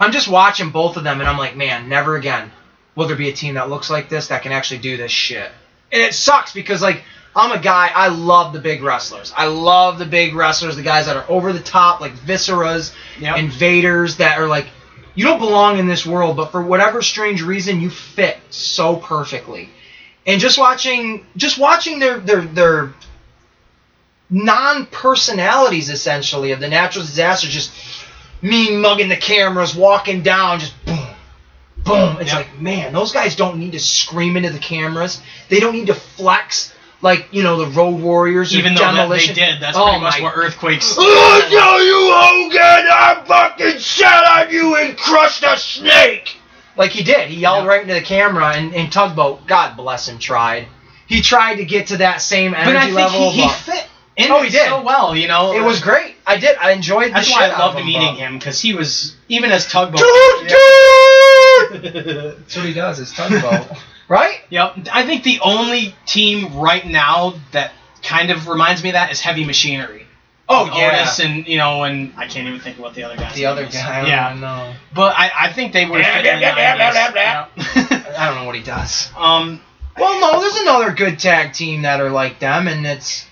Speaker 4: I'm just watching both of them, and I'm like, man, never again will there be a team that looks like this that can actually do this shit. And it sucks because like I'm a guy, I love the big wrestlers. I love the big wrestlers, the guys that are over the top, like Visceras,
Speaker 2: Yep.
Speaker 4: invaders that are like, you don't belong in this world, but for whatever strange reason, you fit so perfectly. And just watching, just watching their their their non-personalities essentially of the natural disasters, just me mugging the cameras, walking down, just boom, boom. It's
Speaker 2: Yep.
Speaker 4: like, man, those guys don't need to scream into the cameras. They don't need to flex like you know the Road Warriors. or
Speaker 2: Even though that they
Speaker 4: demolition.
Speaker 2: did, that's
Speaker 4: Oh
Speaker 2: pretty much
Speaker 4: my
Speaker 2: what Earthquake's.
Speaker 4: Look at you, Hogan! I fucking shot on you and crushed a snake! Like he did. He yelled
Speaker 2: Yeah.
Speaker 4: right into the camera, and, and Tugboat, God bless him, tried. He tried to get to that same energy
Speaker 2: But I think
Speaker 4: level.
Speaker 2: he, he
Speaker 4: but
Speaker 2: fit in
Speaker 4: Oh, he
Speaker 2: it
Speaker 4: did.
Speaker 2: so well, you know.
Speaker 4: it was great. I did. I enjoyed the
Speaker 2: That's
Speaker 4: shit
Speaker 2: why I
Speaker 4: out
Speaker 2: loved
Speaker 4: of him,
Speaker 2: meeting
Speaker 4: but-
Speaker 2: him, because he was, even as Tugboat.
Speaker 4: Dude, dude!
Speaker 2: yep. [laughs]
Speaker 4: That's what he does, is Tugboat. right?
Speaker 2: I think the only team right now that kind of reminds me of that is Heavy Machinery.
Speaker 4: Oh,
Speaker 2: With
Speaker 4: yeah.
Speaker 2: Otis and, you know, and I can't even think of what the other guy's
Speaker 4: The
Speaker 2: name
Speaker 4: other
Speaker 2: is.
Speaker 4: guy. I don't
Speaker 2: Yeah.
Speaker 4: know.
Speaker 2: But I, I think they were. fit in the 90s, you know?
Speaker 4: I don't know what he does.
Speaker 2: [laughs] Um,
Speaker 4: Well, no, there's another good tag team that are like them, and it's,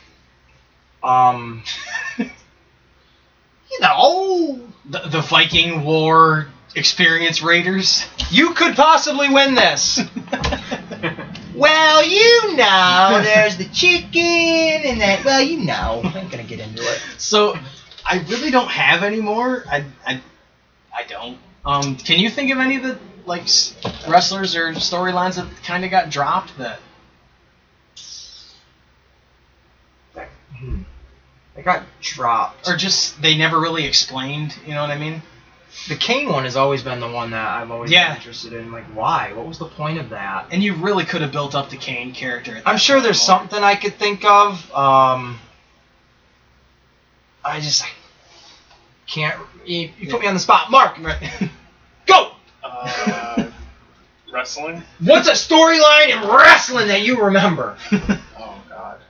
Speaker 4: um, [laughs] you know,
Speaker 2: the, the Viking War experience Raiders.
Speaker 4: you could possibly win this.
Speaker 5: Well, you know, there's the chicken and that. Well, you know.
Speaker 4: I ain't gonna get into it.
Speaker 2: so I really don't have any more. I, I, I don't. Um, can you think of any of the like s- wrestlers or storylines that kind of got dropped that
Speaker 4: I got dropped.
Speaker 2: or just they never really explained? You know what I mean?
Speaker 4: the Kane one has always been the one that I've always
Speaker 2: Yeah.
Speaker 4: been interested in. Like, why? What was the point of that?
Speaker 2: And you really could have built up the Kane character. at
Speaker 4: I'm
Speaker 2: that
Speaker 4: sure
Speaker 2: point
Speaker 4: there's
Speaker 2: more.
Speaker 4: something I could think of. Um, I just I can't. You, you put me on the spot, Mark.
Speaker 2: Right.
Speaker 4: [laughs] Go.
Speaker 3: [laughs] uh, wrestling?
Speaker 4: What's a storyline in wrestling that you remember?
Speaker 3: Oh god.
Speaker 4: [laughs]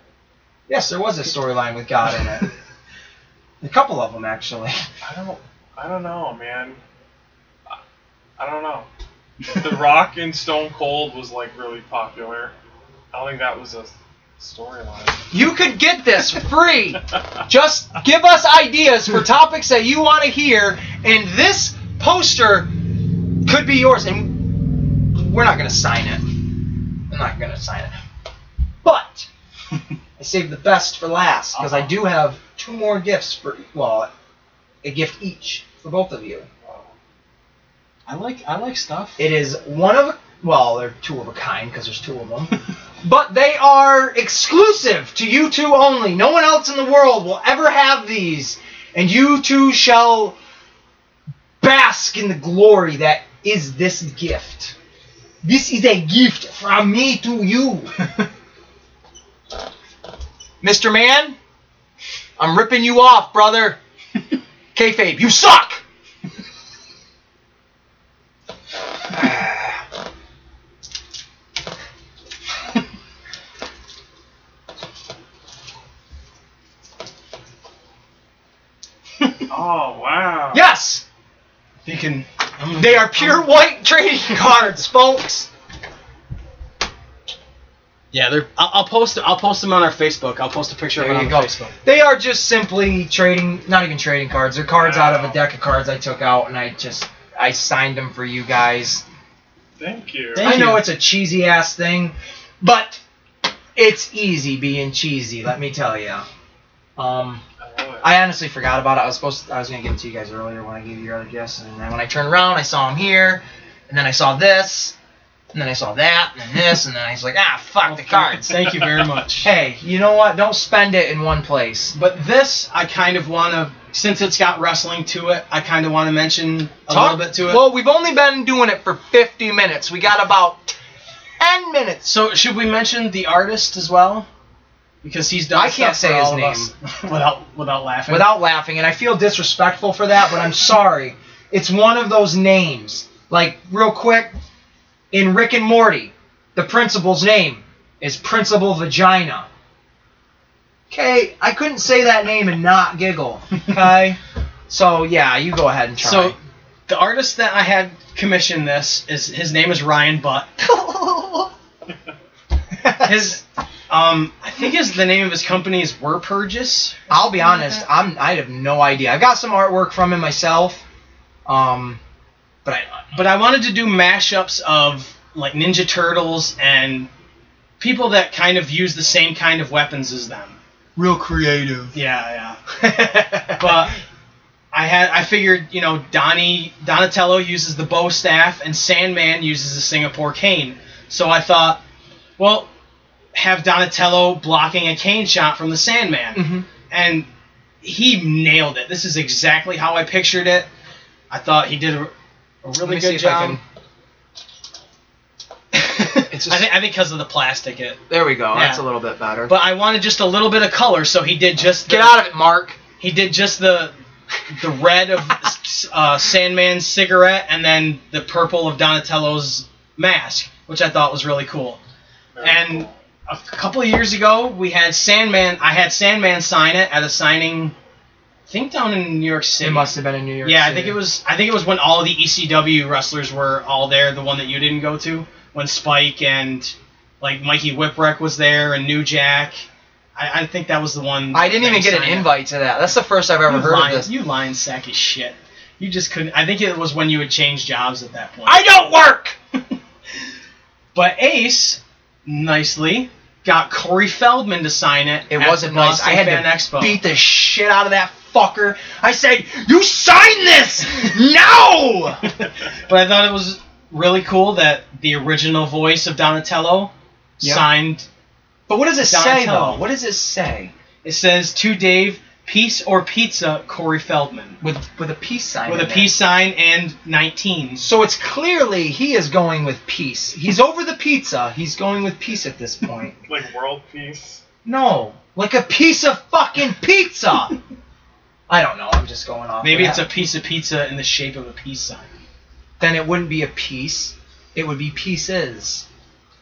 Speaker 4: Yes, there was a storyline with God in it. [laughs] a couple of them, actually.
Speaker 3: I don't. I don't know, man. I, I don't know. The Rock and Stone Cold was like really popular. I don't think that was a storyline. [laughs]
Speaker 4: You could get this [laughs] free. Just give us ideas for topics that you want to hear, and this poster could be yours. And we're not going to sign it. I'm not going to sign it. But I saved the best for last because I do have two more gifts for, well, a gift each for both of you.
Speaker 2: I like I like stuff.
Speaker 4: It is one of well, they're two of a kind because there's two of them, but they are exclusive to you two only. No one else in the world will ever have these, and you two shall bask in the glory that is this gift. This is a gift from me to you.
Speaker 2: Mr. Man, I'm ripping you off, brother. Kayfabe, you suck.
Speaker 3: Oh wow.
Speaker 2: Yes,
Speaker 6: You can. I'm
Speaker 2: they are pure white
Speaker 4: [laughs]
Speaker 2: trading cards, folks. Yeah, they're. I'll, I'll post. I'll post them on our Facebook. I'll post a picture
Speaker 6: There
Speaker 2: of it
Speaker 6: you
Speaker 2: on
Speaker 6: go.
Speaker 2: Facebook.
Speaker 4: They are just simply trading, not even trading cards. They're cards out of a deck of cards I took out, and I just I signed them for you guys.
Speaker 3: Thank you.
Speaker 4: I know
Speaker 2: you.
Speaker 4: it's a cheesy ass thing, but it's easy being cheesy. Let me tell you. Um,
Speaker 3: I love it.
Speaker 4: I honestly forgot about it. I was supposed to, I was gonna give it to you guys earlier when I gave you your other gifts, and then when I turned around, I saw him here, and then I saw this, and then I saw that, and then this, and then I was like, ah, fuck the cards.
Speaker 2: [laughs] Thank you very much.
Speaker 4: Hey, you know what? Don't spend it in one place.
Speaker 2: But this, I kind of want to, since it's got wrestling to it, I kind of want to mention a
Speaker 4: Talk-
Speaker 2: little bit to it.
Speaker 4: Well, we've only been doing it for 50 minutes. We got about 10 minutes.
Speaker 2: so should we mention the artist as well? Because he's done.
Speaker 4: I
Speaker 2: stuff
Speaker 4: can't say
Speaker 2: for
Speaker 4: his
Speaker 2: all of us [laughs] without without laughing.
Speaker 4: without laughing, and I feel disrespectful for that, but I'm sorry. It's one of those names. Like, real quick, in Rick and Morty, the principal's name is Principal Vagina. Okay, I couldn't say that name and
Speaker 2: [laughs]
Speaker 4: not giggle. Okay? so, yeah, you go ahead and try.
Speaker 2: So, the artist that I had commission this is his name is Ryan
Speaker 4: [laughs]
Speaker 2: Butt. His, um, I think his the name of his company is Were Purges.
Speaker 4: I'll be honest, I'm I have no idea. I've got some artwork from him myself. Um but I
Speaker 2: but I wanted to do mashups of like Ninja Turtles and people that kind of use the same kind of weapons as them.
Speaker 4: real creative.
Speaker 2: Yeah, yeah. [laughs] but I had I figured you know Donnie Donatello uses the bow staff and Sandman uses the Singapore cane. So I thought, well, have Donatello blocking a cane shot from the Sandman,
Speaker 4: mm-hmm.
Speaker 2: and he nailed it. This is exactly how I pictured it. I thought he did a, a really
Speaker 4: me see
Speaker 2: good
Speaker 4: if I
Speaker 2: job.
Speaker 4: can-
Speaker 2: [laughs]
Speaker 4: It's
Speaker 2: I
Speaker 4: just-
Speaker 2: think I think because of the plastic it.
Speaker 4: There we go. That's a
Speaker 2: Yeah.
Speaker 4: little bit better.
Speaker 2: But I wanted just a little bit of color, so he did just
Speaker 4: Get
Speaker 2: the-
Speaker 4: out of it, Mark.
Speaker 2: He did just the the red
Speaker 4: [laughs]
Speaker 2: of uh, Sandman's cigarette and then the purple of Donatello's mask, which I thought was really cool.
Speaker 3: Very
Speaker 2: and
Speaker 3: cool.
Speaker 2: a couple of years ago, we had Sandman. I had Sandman sign it at a signing, I think down in New York City.
Speaker 4: It must have been in New York.
Speaker 2: yeah, I
Speaker 4: City.
Speaker 2: think it was. I think it was when all the ECW wrestlers were all there. The one that you didn't go to, when Spike and like Mikey Whipwreck was there and New Jack. I, I think that was the one.
Speaker 4: I didn't
Speaker 2: that he
Speaker 4: even get an
Speaker 2: signed it.
Speaker 4: invite to that. That's the first I've ever
Speaker 2: You
Speaker 4: heard
Speaker 2: lying,
Speaker 4: of this.
Speaker 2: you lying sack of shit. You just couldn't. I think it was when you had changed jobs at that point.
Speaker 4: I don't work.
Speaker 2: [laughs] but Ace nicely got Corey Feldman to sign it.
Speaker 4: It
Speaker 2: at
Speaker 4: wasn't
Speaker 2: the
Speaker 4: nice.
Speaker 2: Boston
Speaker 4: I had
Speaker 2: Fan
Speaker 4: to
Speaker 2: Expo.
Speaker 4: beat the shit out of that fucker. I said, "You sign this
Speaker 2: [laughs]
Speaker 4: now."
Speaker 2: but I thought it was really cool that the original voice of Donatello
Speaker 4: Yeah.
Speaker 2: signed.
Speaker 4: but what does it say
Speaker 2: Donatello.
Speaker 4: though? What does it say
Speaker 2: It says to Dave, peace or pizza, Corey Feldman,
Speaker 4: with with a peace sign?
Speaker 2: with a
Speaker 4: in there?
Speaker 2: peace sign and 19.
Speaker 4: So it's clearly he is going with peace. He's over the pizza. He's going with peace at this
Speaker 2: [laughs]
Speaker 4: point.
Speaker 3: like world peace.
Speaker 4: no, like a piece of fucking pizza. I don't know. I'm just going off.
Speaker 2: Maybe
Speaker 4: of
Speaker 2: it's
Speaker 4: that.
Speaker 2: a piece of pizza in the shape of a peace sign.
Speaker 4: then it wouldn't be a piece. It would be pieces.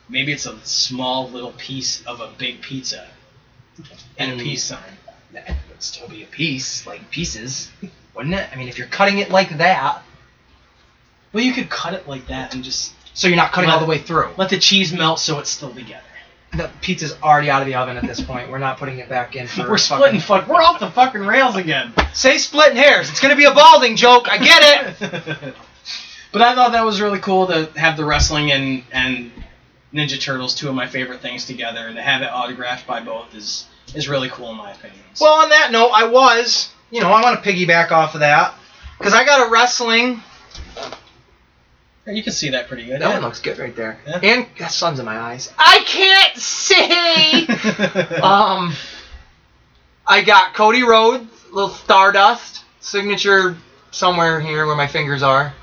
Speaker 2: Maybe it's a small little piece of a big pizza and
Speaker 4: Mm.
Speaker 2: a peace sign.
Speaker 4: That would still be a piece, like pieces, wouldn't it? I mean, if you're cutting it like that,
Speaker 2: Well, you could cut it like that and just
Speaker 4: so you're not cutting all
Speaker 2: Well-
Speaker 4: the way through.
Speaker 2: let the cheese melt so it's still together.
Speaker 4: The pizza's already out of the oven at this point. We're not putting it
Speaker 2: [laughs]
Speaker 4: back in. For
Speaker 2: We're
Speaker 4: fucking-
Speaker 2: splitting fuck. We're off the fucking rails again.
Speaker 4: Say splitting hairs. [laughs] It's gonna be a balding joke.
Speaker 2: [laughs]
Speaker 4: I get it.
Speaker 2: but I thought that was really cool to have the wrestling and and Ninja Turtles, two of my favorite things together, and to have it autographed by both is is really cool in my opinion.
Speaker 4: Well, on that note, I was, you know, I want to piggyback off of that because I got a wrestling.
Speaker 2: you can see that pretty good.
Speaker 4: That
Speaker 2: [laughs]
Speaker 4: one looks good right there.
Speaker 2: Yeah.
Speaker 4: And that sun's in my eyes. I
Speaker 2: [laughs]
Speaker 4: can't see.
Speaker 2: Uh,
Speaker 4: Um, I got Cody Rhodes, little Stardust signature somewhere here where my fingers are.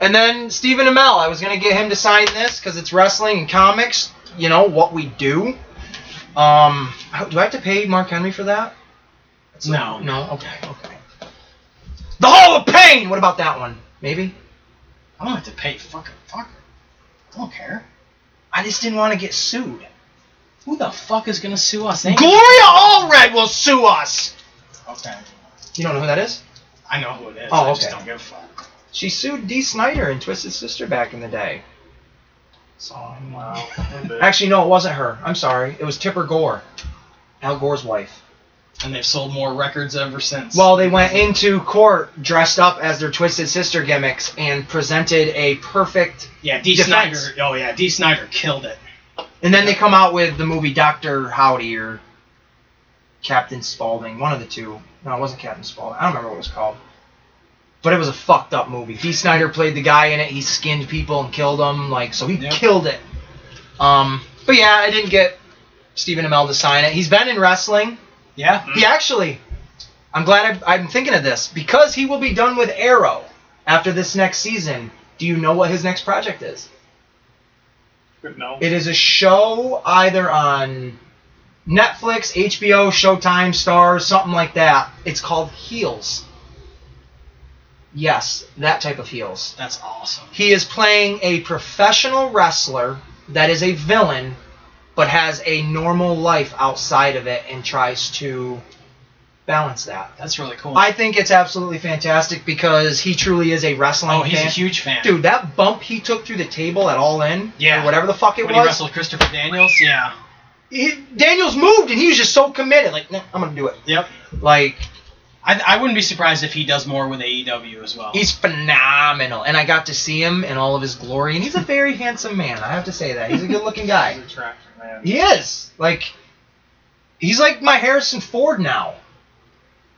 Speaker 4: And then Stephen Amell, I was gonna get him to sign this because it's wrestling and comics. You know what we do. Um, how- do I have to pay Mark Henry for that?
Speaker 2: No.
Speaker 4: [laughs] No. Okay. Okay. The Hall of Pain. What about that one? Maybe.
Speaker 2: I don't have to pay fucking fucker. I don't care.
Speaker 4: I just didn't want to get sued.
Speaker 2: Who the fuck is gonna sue us? Ain't
Speaker 4: Gloria Allred will sue us.
Speaker 2: Okay.
Speaker 4: You don't know who that is?
Speaker 2: I know who it is.
Speaker 4: Oh,
Speaker 2: I just
Speaker 4: okay.
Speaker 2: don't give a fuck.
Speaker 4: She sued Dee Snyder and Twisted Sister back in the day.
Speaker 2: So I'm uh,
Speaker 3: Wow. Actually,
Speaker 4: Actually, no, it wasn't her. I'm sorry. It was Tipper Gore, Al Gore's wife.
Speaker 2: and they've sold more records ever since.
Speaker 4: Well, they went into court dressed up as their Twisted Sister gimmicks and presented a perfect.
Speaker 2: yeah, D.
Speaker 4: defense.
Speaker 2: Snyder. Oh yeah, D. Snyder killed it.
Speaker 4: And then they come out with the movie Doctor Howdy or Captain Spaulding, one of the two. No, it wasn't Captain Spaulding. I don't remember what it was called. But it was a fucked up movie. Dee Snyder played the guy in it. He skinned people and killed them. Like, so he
Speaker 2: Yep.
Speaker 4: killed it. Um, but yeah, I didn't get Stephen Amell to sign it. He's been in wrestling.
Speaker 2: Yeah.
Speaker 4: He actually, I'm glad I, I'm thinking of this because he will be done with Arrow after this next season. Do you know what his next project is?
Speaker 3: no.
Speaker 4: It is a show either on Netflix, HBO, Showtime, Stars, something like that. It's called Heels. Yes, that type of heels.
Speaker 2: That's awesome.
Speaker 4: He is playing a professional wrestler that is a villain, but has a normal life outside of it and tries to balance that.
Speaker 2: That's really cool.
Speaker 4: I think it's absolutely fantastic because he truly is a wrestling
Speaker 2: oh, he's a
Speaker 4: fan.
Speaker 2: huge fan.
Speaker 4: Dude, that bump he took through the table at All In,
Speaker 2: Yeah.
Speaker 4: or whatever the fuck it
Speaker 2: when he
Speaker 4: was,
Speaker 2: wrestled Christopher Daniels. Yeah.
Speaker 4: he- Daniels moved and he was just so committed. Like, nah, I'm gonna do it.
Speaker 2: Yep.
Speaker 4: Like,
Speaker 2: I, I wouldn't be surprised if he does more with AEW as well.
Speaker 4: he's phenomenal, and I got to see him in all of his glory, and he's a very handsome man. I have to say that he's a good-looking guy.
Speaker 3: He's an attractive man.
Speaker 4: He is. Like he's like my Harrison Ford now.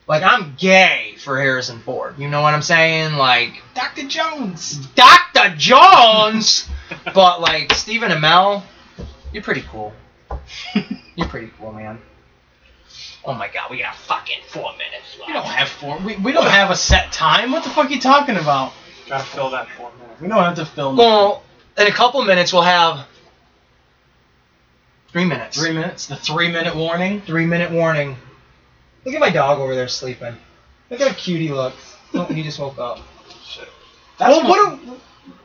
Speaker 4: Like I'm gay for Harrison Ford. You know what I'm saying? Like
Speaker 2: Dr. Jones.
Speaker 4: Dr. Jones. [laughs] but like Stephen Amell, you're pretty cool. You're pretty cool, man. Oh my god, we got fucking four minutes
Speaker 2: We
Speaker 4: left.
Speaker 2: don't have four. We, we don't have a set time. What the fuck are you talking about?
Speaker 3: Gotta fill that four minutes.
Speaker 2: We don't have to film
Speaker 4: Well, in a couple minutes we'll have three minutes.
Speaker 2: three minutes. The three minute warning.
Speaker 4: Three minute warning. Look at my dog over there sleeping. Look at how cute he looks. Oh, he just woke up.
Speaker 3: Shit.
Speaker 2: That's
Speaker 4: well, what, do-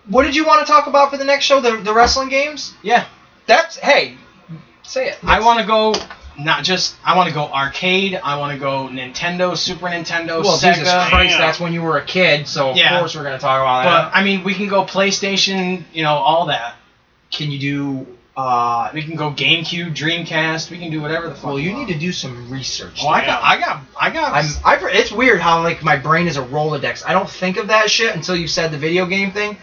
Speaker 4: what did you want to talk about for the next show? The, the wrestling games?
Speaker 2: Yeah.
Speaker 4: That's hey, say it.
Speaker 2: I want to go. Not just. I want to go arcade. I want to go Nintendo, Super Nintendo,
Speaker 4: Well,
Speaker 2: Sega.
Speaker 4: Jesus Christ,
Speaker 3: Damn.
Speaker 4: that's when you were a kid, so of
Speaker 2: Yeah.
Speaker 4: course we're gonna talk about
Speaker 2: But
Speaker 4: that.
Speaker 2: I mean, we can go PlayStation. You know, all that.
Speaker 4: Can you do? uh
Speaker 2: We can go GameCube, Dreamcast. We can do whatever the fuck.
Speaker 4: Well, you
Speaker 2: want.
Speaker 4: need to do some research.
Speaker 2: Oh, I got. I got. I got.
Speaker 4: I'm, I, it's weird how like my brain is a rolodex. I don't think of that shit until you said the video game thing,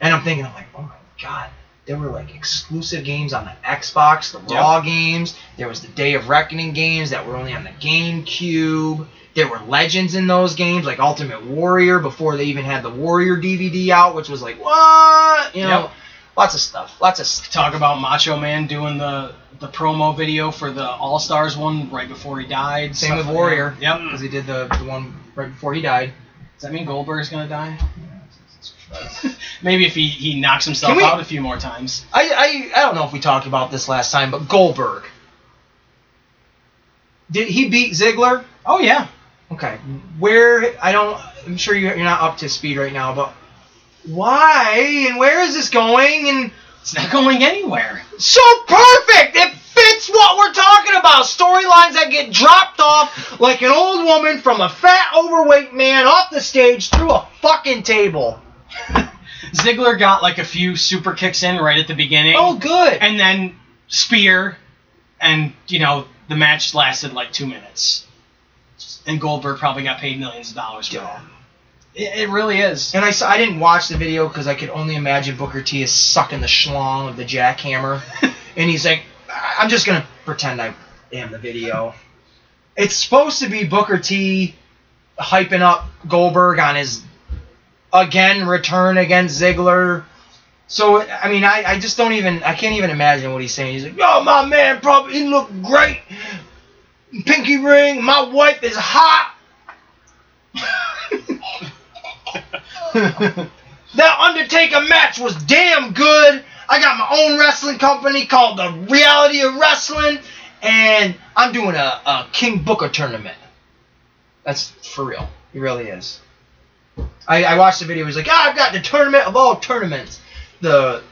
Speaker 4: and I'm thinking I'm like, oh my god, there were like exclusive games on the Xbox, the
Speaker 2: Yep.
Speaker 4: Raw games. There was the Day of Reckoning games that were only on the GameCube. There were legends in those games, like Ultimate Warrior, before they even had the Warrior DVD out, which was like what you know,
Speaker 2: Yep.
Speaker 4: lots of stuff, lots of stuff.
Speaker 2: talk about Macho Man doing the the promo video for the All Stars one right before he died.
Speaker 4: Same
Speaker 2: stuff
Speaker 4: with
Speaker 2: like that.
Speaker 4: Warrior.
Speaker 2: Yep.
Speaker 4: because he did the, the one right before he died.
Speaker 2: Does that mean Goldberg's gonna die? [laughs] Maybe if he, he knocks himself
Speaker 4: Can we-
Speaker 2: out a few more times.
Speaker 4: I, I I don't know if we talked about this last time, but Goldberg. Did he beat Ziggler?
Speaker 2: Oh yeah.
Speaker 4: Okay. Where I don't I'm sure you you're not up to speed right now, but why and where is this going and
Speaker 2: It's not going anywhere.
Speaker 4: so perfect. It fits what we're talking about. Storylines that get dropped off like an old woman from a fat overweight man off the stage through a fucking table.
Speaker 2: Ziggler got like a few super kicks in right at the beginning.
Speaker 4: Oh good.
Speaker 2: and then spear and you know, the match lasted like two minutes. And Goldberg probably got paid millions of dollars for that. It, it really is.
Speaker 4: And I, saw, I didn't watch the video because I could only imagine Booker T is sucking the schlong of the jackhammer. and he's like, "I- I'm just going to pretend I am the video. It's supposed to be Booker T hyping up Goldberg on his, again, return against Ziggler. So, I mean, I, I just don't even, I can't even imagine what he's saying. He's like, yo, my man, probably, he looked great. Pinky ring, my wife is hot. [laughs] That Undertaker match was damn good. I got my own wrestling company called The Reality of Wrestling, and I'm doing a, a King Booker tournament. That's for real. It really is. I, I watched the video. He's like, ah, I've got the tournament of all tournaments, the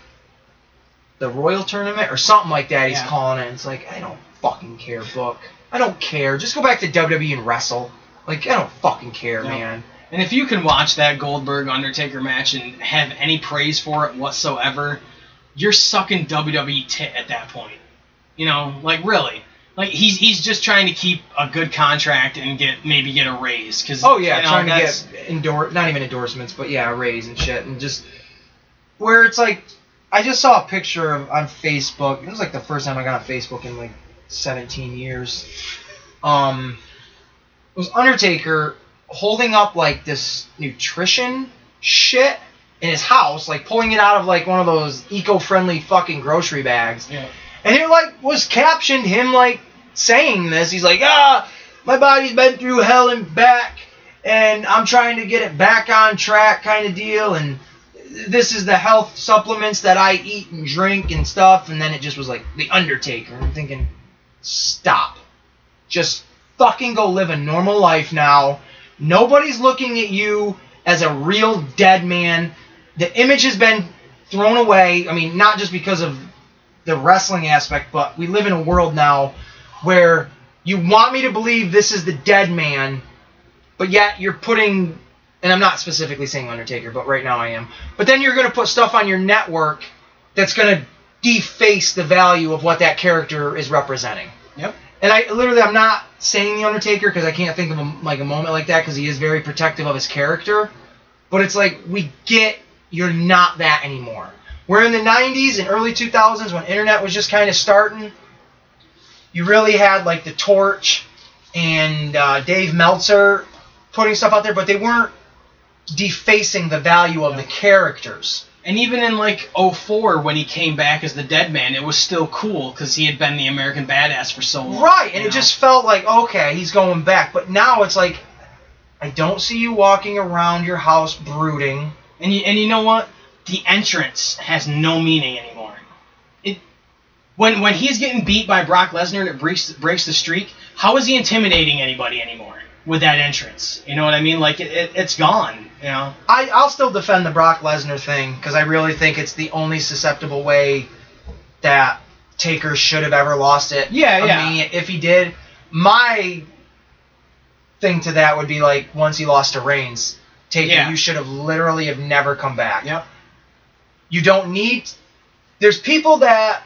Speaker 4: the Royal Tournament or something like that. He's
Speaker 2: Yeah.
Speaker 4: calling it. It's like I don't fucking care, Book. I don't care. Just go back to WWE and wrestle. Like I don't fucking care,
Speaker 2: Yeah.
Speaker 4: Oh, man.
Speaker 2: And if you can watch that Goldberg Undertaker match and have any praise for it whatsoever, you're sucking WWE tit at that point. You know, like really. Like he's he's just trying to keep a good contract and get maybe get a raise cuz
Speaker 4: Oh yeah,
Speaker 2: you know,
Speaker 4: trying to
Speaker 2: that's-
Speaker 4: get endor not even endorsements, but yeah, a raise and shit, and just where it's like, I just saw a picture of on Facebook. It was like the first time I got on Facebook in like 17 years. Um, it was Undertaker holding up like this nutrition shit in his house, like pulling it out of like one of those eco-friendly fucking grocery bags.
Speaker 2: Yeah.
Speaker 4: And it like was captioned him like saying this. He's like, ah, my body's been through hell and back, and I'm trying to get it back on track, kind of deal. And this is the health supplements that I eat and drink and stuff. And then it just was like the Undertaker. I'm thinking, stop, just fucking go live a normal life now. Nobody's looking at you as a real dead man. The image has been thrown away. I mean, not just because of the wrestling aspect, but we live in a world now where you want me to believe this is the dead man, but yet you're putting, and I'm not specifically saying Undertaker, but right now I am, but then you're going to put stuff on your network that's going to deface the value of what that character is representing.
Speaker 2: Yep.
Speaker 4: And I literally, I'm not saying the Undertaker because I can't think of a, like a moment like that because he is very protective of his character. But it's like we get you're not that anymore. We're in the 90s and early 2000s when internet was just kind of starting. You really had like the Torch and uh, Dave Meltzer putting stuff out there, but they weren't defacing the value of the characters.
Speaker 2: And even in like '04, when he came back as the dead man, it was still cool because he had been the American badass for so long.
Speaker 4: Right, and
Speaker 2: you
Speaker 4: it
Speaker 2: know?
Speaker 4: just felt like, okay, he's going back. But now it's like, I don't see you walking around your house brooding.
Speaker 2: and you, and you know what? The entrance has no meaning anymore. It when when he's getting beat by Brock Lesnar and it breaks breaks the streak. How is he intimidating anybody anymore with that entrance? You know what I mean? Like it, it it's gone. You know.
Speaker 4: I, I'll still defend the Brock Lesnar thing because I really think it's the only susceptible way that Taker should have ever lost it.
Speaker 2: Yeah,
Speaker 4: I
Speaker 2: yeah.
Speaker 4: mean, if he did, my thing to that would be like once he lost to Reigns, Taker,
Speaker 2: Yeah.
Speaker 4: you should have literally have never come back.
Speaker 2: Yep.
Speaker 4: You don't need. There's people that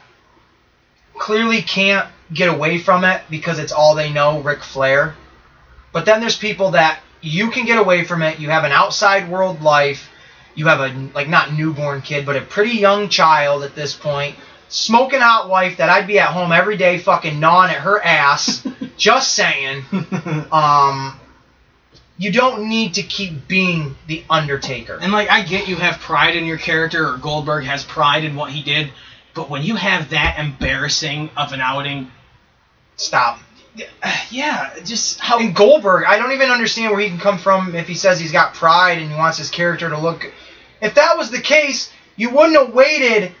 Speaker 4: clearly can't get away from it because it's all they know, Ric Flair. But then there's people that you can get away from it. You have an outside world life. You have a like not newborn kid, but a pretty young child at this point, smoking hot wife that I'd be at home every day fucking gnawing at her ass. just saying. Um you don't need to keep being the Undertaker.
Speaker 2: And like I get you have pride in your character or Goldberg has pride in what he did, but when you have that embarrassing of an outing,
Speaker 4: [sighs] Stop.
Speaker 2: yeah, just how
Speaker 4: And Goldberg, I don't even understand where he can come from if he says he's got pride and he wants his character to look. If that was the case, you wouldn't have waited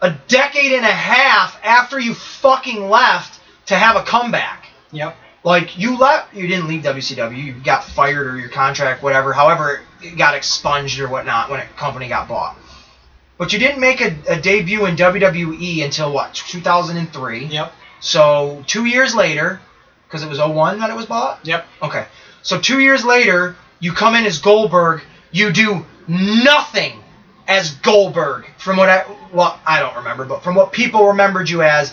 Speaker 4: a decade and a half after you fucking left to have a comeback.
Speaker 2: Yep.
Speaker 4: Like you left, you didn't leave WCW. You got fired or your contract, whatever. However, it got expunged or whatnot when a company got bought. But you didn't make a, a debut in WWE until what 2003.
Speaker 2: Yep.
Speaker 4: So two years later, because it was 01 that it was bought.
Speaker 2: Yep.
Speaker 4: Okay. So two years later, you come in as Goldberg. You do nothing as Goldberg from what I well I don't remember, but from what people remembered you as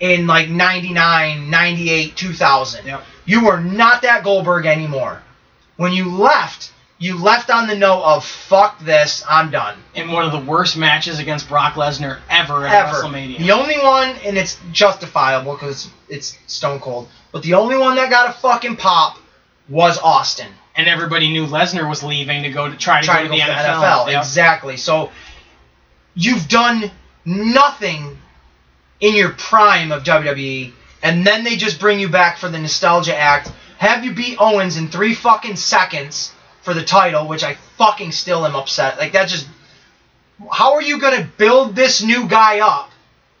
Speaker 4: in like 99, 98, 2000.
Speaker 2: Yep.
Speaker 4: You were not that Goldberg anymore. When you left, you left on the note of fuck this, I'm done.
Speaker 2: In one of the worst matches against Brock Lesnar ever at
Speaker 4: Ever.
Speaker 2: WrestleMania.
Speaker 4: The only one, and it's justifiable because it's Stone Cold, but the only one that got a fucking pop was Austin.
Speaker 2: and everybody knew Lesnar was leaving to go to try to
Speaker 4: try
Speaker 2: go to
Speaker 4: to go
Speaker 2: the
Speaker 4: for the
Speaker 2: NFL.
Speaker 4: NFL.
Speaker 2: Yep.
Speaker 4: Exactly. So you've done nothing in your prime of WWE, and then they just bring you back for the nostalgia act. Have you beat Owens in three fucking seconds for the title, which I fucking still am upset. Like that just how are you going to build this new guy up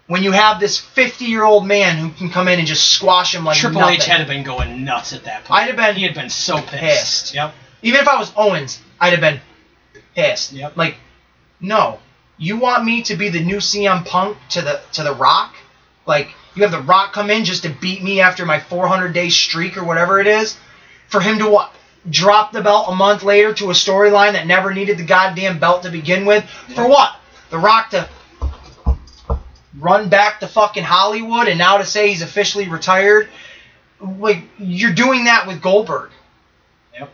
Speaker 4: when you have this 50 year old man who can come in and just squash him like
Speaker 2: Triple
Speaker 4: nothing?
Speaker 2: H had been going nuts at that point.
Speaker 4: I'd have been
Speaker 2: he had been so pissed.
Speaker 4: pissed.
Speaker 2: Yep.
Speaker 4: Even if I was Owens, I'd have been pissed.
Speaker 2: Yep.
Speaker 4: Like, no, you want me to be the new CM Punk to the to the Rock? Like, you have the Rock come in just to beat me after my 400 day streak or whatever it is, for him to what? Drop the belt a month later to a storyline that never needed the goddamn belt to begin with. For what? The Rock to run back to fucking Hollywood and now to say he's officially retired. Like, you're doing that with Goldberg.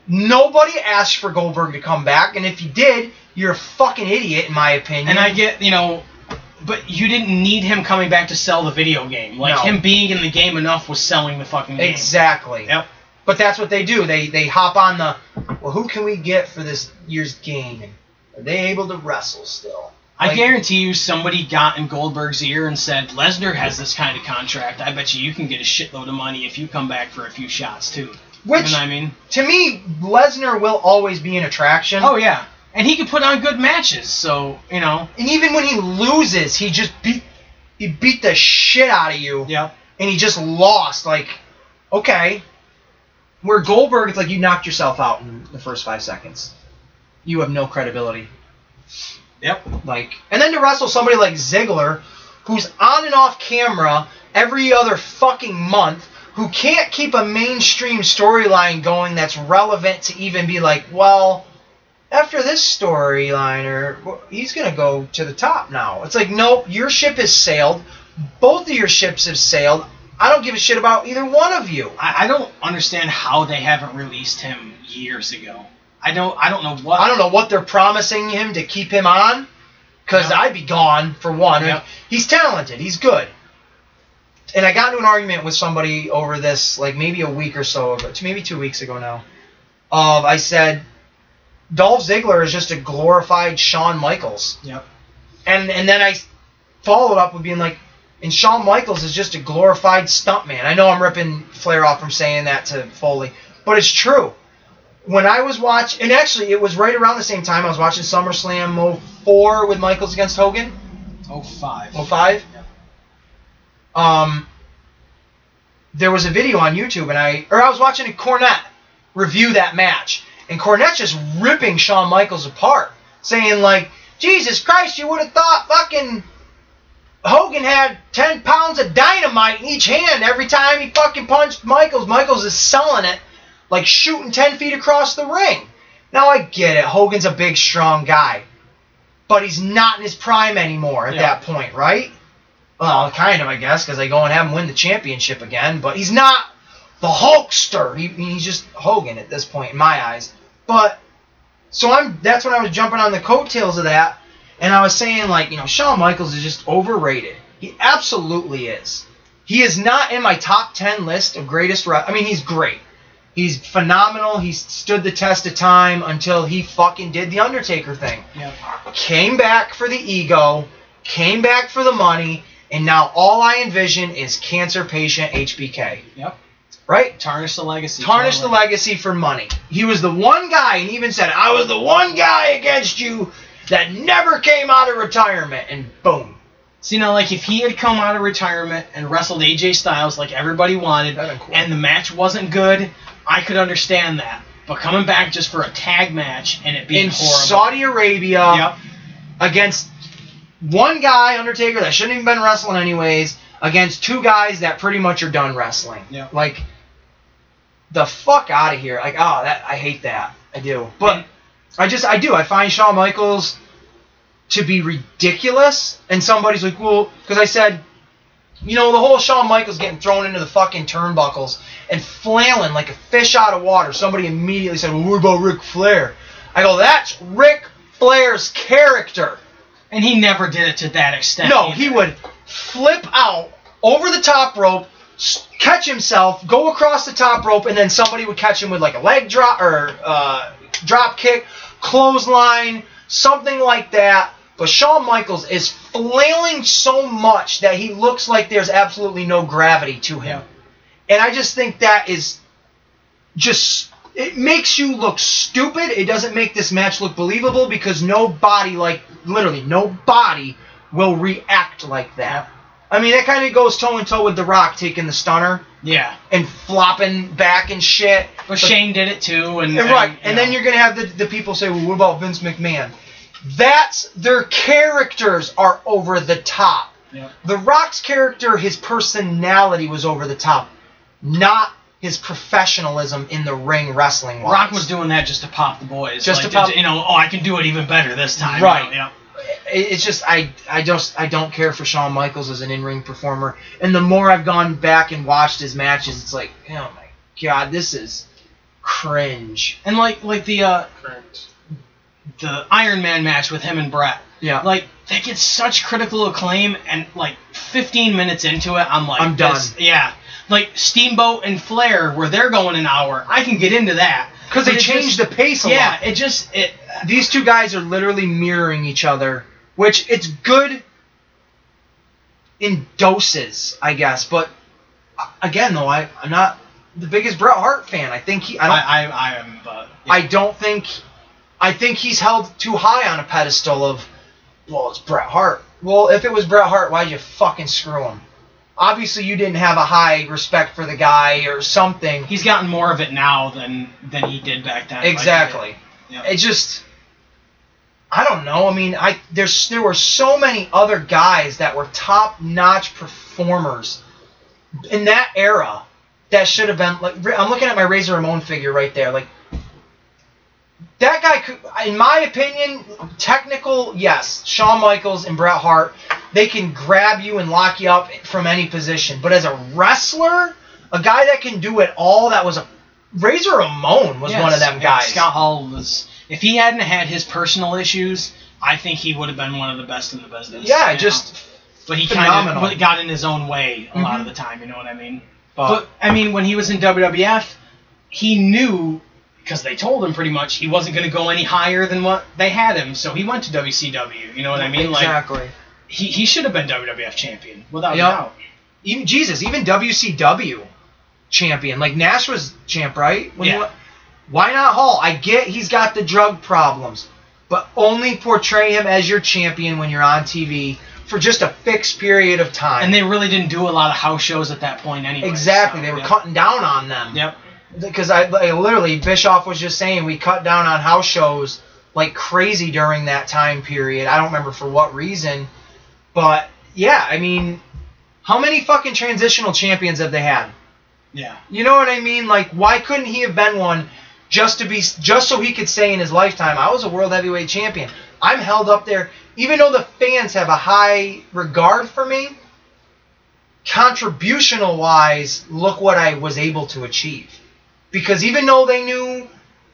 Speaker 4: Nobody asked for Goldberg to come back, and if you did, you're a fucking idiot, in my opinion.
Speaker 2: And I get, you know, but you didn't need him coming back to sell the video game. Like
Speaker 4: No.
Speaker 2: him being in the game enough was selling the fucking game.
Speaker 4: exactly.
Speaker 2: Yep.
Speaker 4: But that's what they do. They they hop on the well. Who can we get for this year's game? And Are they able to wrestle still?
Speaker 2: I
Speaker 4: Like-
Speaker 2: guarantee you, somebody got in Goldberg's ear and said, "Lesnar has this kind of contract. I bet you you can get a shitload of money if you come back for a few shots too."
Speaker 4: Which
Speaker 2: you know what I mean?
Speaker 4: to me, Lesnar will always be an attraction.
Speaker 2: Oh yeah, and he could put on good matches. So you know.
Speaker 4: And even when he loses, he just beat he beat the shit out of you.
Speaker 2: Yep.
Speaker 4: and he just lost. Like, okay. Where Goldberg, it's like you knocked yourself out in the first five seconds. You have no credibility.
Speaker 2: Yep.
Speaker 4: Like, and then to wrestle somebody like Ziggler, who's on and off camera every other fucking month, who can't keep a mainstream storyline going that's relevant to even be like, well, after this storyline, or well, he's gonna go to the top now. It's like, nope, your ship has sailed. Both of your ships have sailed. I don't give a shit about either one of you.
Speaker 2: I, I don't understand how they haven't released him years ago. I don't. I don't know what.
Speaker 4: I don't know what they're promising him to keep him on, because
Speaker 2: Yeah.
Speaker 4: I'd be gone for one.
Speaker 2: Yeah.
Speaker 4: He's talented. He's good. And I got into an argument with somebody over this, like maybe a week or so ago, t- maybe two weeks ago now. Of I said, Dolph Ziggler is just a glorified Shawn Michaels,
Speaker 2: Yep.
Speaker 4: and and then I s- followed up with being like, and Shawn Michaels is just a glorified stuntman. I know I'm ripping Flair off from saying that to Foley, but it's true when I was watching, and actually it was right around the same time I was watching SummerSlam 04 with Michaels against Hogan,
Speaker 2: Oh five.
Speaker 4: 05.
Speaker 2: Yep.
Speaker 4: Um, there was a video on YouTube, and I, or I was watching Cornette review that match, and Cornette just ripping Shawn Michaels apart, saying like, Jesus Christ, you would have thought fucking Hogan had 10 pounds of dynamite in each hand every time he fucking punched Michaels. Michaels is selling it like shooting 10 feet across the ring. Now I get it. Hogan's a big, strong guy. But he's not in his prime anymore at
Speaker 2: Yeah.
Speaker 4: that point, right? Well, kind of, I guess, because they go and have him win the championship again. But he's not the Hulkster. He, he's just Hogan at this point, in my eyes. But so I'm. That's when I was jumping on the coattails of that, and I was saying like, you know, Shawn Michaels is just overrated. He absolutely is. He is not in my top ten list of greatest. Re- I mean, he's great. He's phenomenal. He stood the test of time until he fucking did the Undertaker thing
Speaker 2: Yep.
Speaker 4: came back for the ego, came back for the money, and now all I envision is cancer patient HBK.
Speaker 2: Yep.
Speaker 4: Right?
Speaker 2: Tarnish the legacy.
Speaker 4: Tarnish the
Speaker 2: Totally.
Speaker 4: legacy for money. He was the one guy, and even said, I was the one guy against you that never came out of retirement, and boom.
Speaker 2: See now, like if he had come out of retirement and wrestled AJ Styles like everybody wanted,
Speaker 4: That'd been cool.
Speaker 2: and the match wasn't good, I could understand that. But coming back just for a tag match and it being
Speaker 4: In
Speaker 2: horrible.
Speaker 4: Saudi Arabia
Speaker 2: yep.
Speaker 4: against one guy, Undertaker, that shouldn't even been wrestling anyways, against two guys that pretty much are done wrestling.
Speaker 2: Yeah.
Speaker 4: Like the fuck out of here. Like, oh that I hate that. I do. But I just I do. I find Shawn Michaels to be ridiculous and somebody's like, well, because I said, you know, the whole Shawn Michaels getting thrown into the fucking turnbuckles and flailing like a fish out of water. Somebody immediately said, well, what about Ric Flair? I go, that's Ric Flair's character.
Speaker 2: And he never did it to that extent.
Speaker 4: No,
Speaker 2: either.
Speaker 4: he would flip out over the top rope, s- catch himself, go across the top rope, and then somebody would catch him with like a leg drop or uh, drop kick, clothesline, something like that. But Shawn Michaels is flailing so much that he looks like there's absolutely no gravity to him. And I just think that is just it makes you look stupid. It doesn't make this match look believable because nobody like literally no body will react like that. I mean, that kind of goes toe in toe with The Rock taking the stunner
Speaker 2: Yeah.
Speaker 4: and flopping back and shit.
Speaker 2: But Shane did it too, and,
Speaker 4: And right,
Speaker 2: you
Speaker 4: and
Speaker 2: know.
Speaker 4: then you're gonna have the, the people say, "Well, what about Vince McMahon?" That's their characters are over the top.
Speaker 2: Yep.
Speaker 4: The Rock's character, his personality was over the top, not his professionalism in the ring wrestling.
Speaker 2: Rock was doing that just to pop the boys.
Speaker 4: Just
Speaker 2: like,
Speaker 4: to pop-
Speaker 2: You know, oh, I can do it even better this time.
Speaker 4: Right.
Speaker 2: You know,
Speaker 4: It- It's just I I just I don't care for Shawn Michaels as an in ring performer. And the more I've gone back and watched his matches, it's like, oh my god, this is cringe.
Speaker 2: And like like the uh,
Speaker 3: Correct.
Speaker 2: the Iron Man match with him and Brett.
Speaker 4: Yeah.
Speaker 2: Like they get such critical acclaim, and like 15 minutes into it, I'm like,
Speaker 4: I'm
Speaker 2: this-
Speaker 4: done.
Speaker 2: yeah. Like Steamboat and Flair, where they're going an hour, I can get into that
Speaker 4: because they
Speaker 2: But it
Speaker 4: changed
Speaker 2: just-
Speaker 4: the pace a lot.
Speaker 2: Yeah, it just it.
Speaker 4: these two guys are literally mirroring each other, which it's good in doses, I guess. But uh, again, though, I, I'm not the biggest Bret Hart fan. I think he, I
Speaker 2: I
Speaker 4: don't, I,
Speaker 2: I, I am, but
Speaker 4: don't think, I think he's held too high on a pedestal of, well, it's Bret Hart. Well, if it was Bret Hart, why'd you fucking screw him? Obviously, you didn't have a high respect for the guy or something.
Speaker 2: he's gotten more of it now than than he did back then. like,
Speaker 4: Exactly.
Speaker 2: yeah.
Speaker 4: it just I don't know. I mean, I there's there were so many other guys that were top-notch performers in that era that should have been like I'm looking at my Razor Ramon figure right there. Like that guy could in my opinion, technical, yes, Shawn Michaels and Bret Hart, they can grab you and lock you up from any position, but as a wrestler, a guy that can do it all that was a Razor Ramon was
Speaker 2: Yes,
Speaker 4: one of them
Speaker 2: yeah,
Speaker 4: guys.
Speaker 2: Scott Hall was. If he hadn't had his personal issues, I think he would have been one of the best in the business.
Speaker 4: Yeah,
Speaker 2: you
Speaker 4: just
Speaker 2: know? but he
Speaker 4: phenomenal. Mm-hmm.
Speaker 2: kind of got in his own way a lot of the time. You know what I mean?
Speaker 4: Uh,
Speaker 2: But I mean, when he was in WWF, he knew because they told him pretty much he wasn't going to go any higher than what they had him. So he went to WCW. You know what I mean? Like
Speaker 4: exactly.
Speaker 2: he, he should have been WWF champion without
Speaker 4: Yeah.
Speaker 2: a doubt.
Speaker 4: even Jesus, even WCW champion. Like Nash was champ, right? When he
Speaker 2: Yeah.
Speaker 4: wa- why not Hall? I get he's got the drug problems, but only portray him as your champion when you're on TV for just a fixed period of time.
Speaker 2: And they really didn't do a lot of house shows at that point anyway.
Speaker 4: exactly
Speaker 2: so,
Speaker 4: they were
Speaker 2: yeah.
Speaker 4: cutting down on them.
Speaker 2: Yep.
Speaker 4: because I, I literally Bischoff was just saying we cut down on house shows like crazy during that time period. I don't remember for what reason, but yeah, I mean, how many fucking transitional champions have they had?
Speaker 2: Yeah.
Speaker 4: You know what I mean? Like, why couldn't he have been one just to be just so he could say in his lifetime, I was a world heavyweight champion. I'm held up there, even though the fans have a high regard for me. Contributional wise, look what I was able to achieve. Because even though they knew,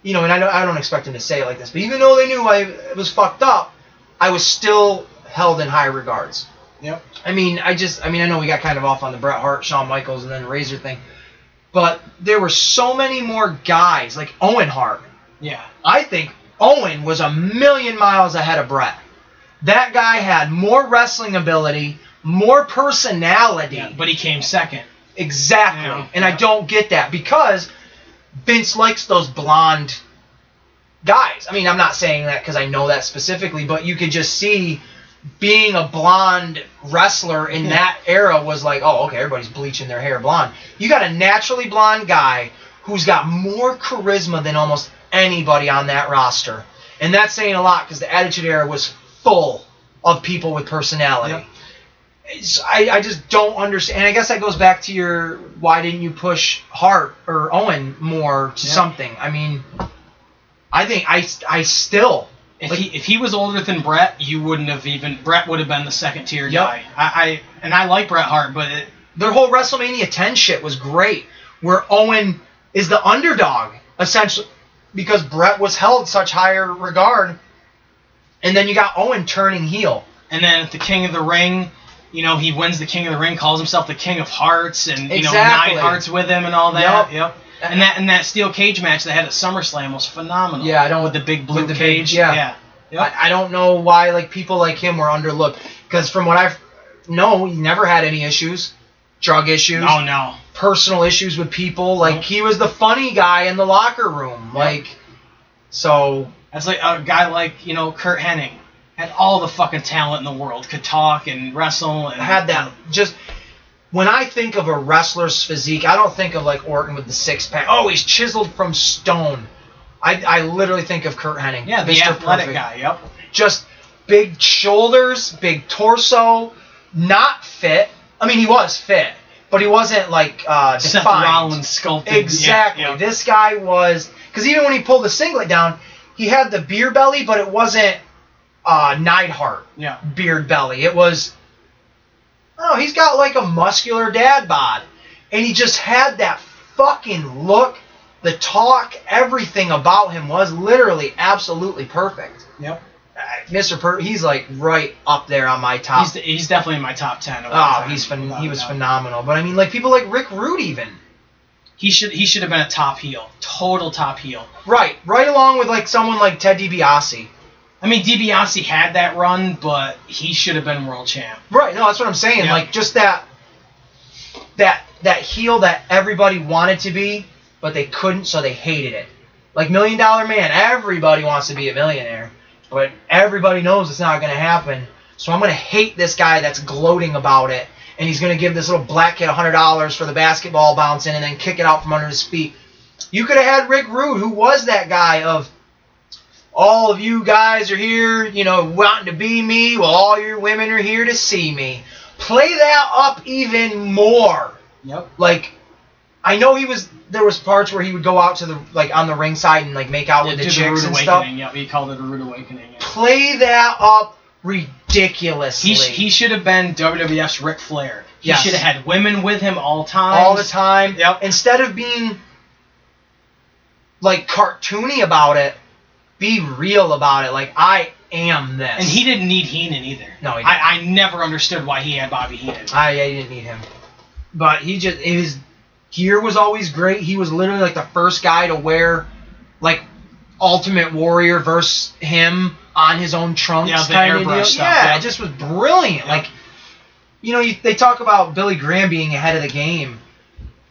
Speaker 4: you know, and I don't, I don't expect him to say it like this, but even though they knew I was fucked up, I was still held in high regards.
Speaker 2: Yep.
Speaker 4: I mean, I just, I mean, I know we got kind of off on the Bret Hart, Shawn Michaels, and then Razor thing, but there were so many more guys like Owen Hart.
Speaker 2: Yeah.
Speaker 4: I think Owen was a million miles ahead of Bret. That guy had more wrestling ability, more personality.
Speaker 2: Yeah. But he came second.
Speaker 4: Exactly.
Speaker 2: Yeah.
Speaker 4: And I don't get that because Vince likes those blonde guys. I mean, I'm not saying that because I know that specifically, but you could just see being a blonde wrestler in that era was like, oh, okay, everybody's bleaching their hair blonde. You got a naturally blonde guy who's got more charisma than almost anybody on that roster. And that's saying a lot because the Attitude Era was full of people with personality.
Speaker 2: Yep.
Speaker 4: It's- I, I just don't understand. And I guess that goes back to your why didn't you push Hart or Owen more to
Speaker 2: Yeah.
Speaker 4: something? I mean, I think I, I still.
Speaker 2: If
Speaker 4: like,
Speaker 2: he if he was older than Brett, you wouldn't have even Brett would have been the second tier
Speaker 4: Yep.
Speaker 2: guy. I, I and I like Bret Hart, but it,
Speaker 4: their whole WrestleMania 10 shit was great, where Owen is the underdog, essentially, because Brett was held such higher regard. And then you got Owen turning heel.
Speaker 2: and then at the King of the Ring, you know he wins the King of the Ring, calls himself the King of Hearts, and you
Speaker 4: Exactly.
Speaker 2: know nine hearts with him and all that.
Speaker 4: Yep.
Speaker 2: Yep. And that and that steel cage match they had at SummerSlam was phenomenal.
Speaker 4: Yeah, I don't-
Speaker 2: with the big blue
Speaker 4: with the big-
Speaker 2: cage.
Speaker 4: yeah.
Speaker 2: yeah. Yep.
Speaker 4: I, I don't know why like people like him were underlooked, because from what I've no, he never had any issues, drug issues,
Speaker 2: Oh no.
Speaker 4: personal issues with people. Like he was the funny guy in the locker room. Like, so
Speaker 2: That's like a guy like you know Kurt Hennig. had all the fucking talent in the world, could talk and wrestle and
Speaker 4: had that just when I think of a wrestler's physique, I don't think of like Orton with the six pack. Oh, he's chiseled from stone. I, I literally think of Kurt Hennig.
Speaker 2: Yeah, the
Speaker 4: Mr.
Speaker 2: athletic
Speaker 4: Perfect.
Speaker 2: guy. Yep.
Speaker 4: Just big shoulders, big torso, not fit. I mean, he was fit, but he wasn't like uh, defined.
Speaker 2: Seth Rollins sculpted.
Speaker 4: Exactly.
Speaker 7: Yeah, yeah.
Speaker 4: This guy was because even when he pulled the singlet down, he had the beer belly, but it wasn't uh, Neidhart
Speaker 2: Yeah.
Speaker 4: beard belly. It was, oh, he's got like a muscular dad bod. And he just had that fucking look. The talk, everything about him was literally absolutely perfect.
Speaker 2: Yep.
Speaker 4: Uh, Mr. Per, he's like right up there on my top.
Speaker 2: He's, he's definitely in my top ten. of all
Speaker 4: oh,
Speaker 2: time,
Speaker 4: he's phen-
Speaker 2: without
Speaker 4: he
Speaker 2: a
Speaker 4: was
Speaker 2: doubt.
Speaker 4: phenomenal. But I mean, like people like Rick Rude even.
Speaker 2: He should he should have been a top heel, total top heel.
Speaker 4: Right, right along with like someone like Ted DiBiase.
Speaker 2: I mean, DiBiase had that run, but he should have been world champ.
Speaker 4: Right. No, that's what I'm saying.
Speaker 2: Yeah.
Speaker 4: Like just that that that heel that everybody wanted to be, but they couldn't, so they hated it. Like Million Dollar Man, everybody wants to be a millionaire, but everybody knows it's not going to happen. So I'm going to hate this guy that's gloating about it, and he's going to give this little black kid $100 for the basketball bouncing and then kick it out from under his feet. You could have had Rick Rude, who was that guy of all of you guys are here, you know, wanting to be me. Well, all your women are here to see me. Play that up even more.
Speaker 2: Yep.
Speaker 4: Like, I know he was. There was parts where he would go out to the like on the ringside and like make out with the chicks and stuff.
Speaker 2: awakening. Yep, he called it a rude awakening. yeah.
Speaker 4: Play that up ridiculously.
Speaker 2: He, sh- he should have been WWF's Ric Flair. He
Speaker 4: Yes.
Speaker 2: should have had women with him all time.
Speaker 4: all the time.
Speaker 2: Yep.
Speaker 4: Instead of being like cartoony about it, be real about it. Like I am this.
Speaker 2: And he didn't need Heenan either.
Speaker 4: No, he didn't.
Speaker 2: I, I never understood why he had Bobby Heenan.
Speaker 4: I, I Ah, didn't need him. But he just his gear was always great. He was literally like the first guy to wear like Ultimate Warrior versus him on his own trunks
Speaker 2: Yeah, the
Speaker 4: kinda
Speaker 2: airbrush
Speaker 4: deal.
Speaker 2: stuff,
Speaker 4: yeah,
Speaker 2: yeah.
Speaker 4: it just was brilliant. Like you know, you, they talk about Billy Graham being ahead of the game.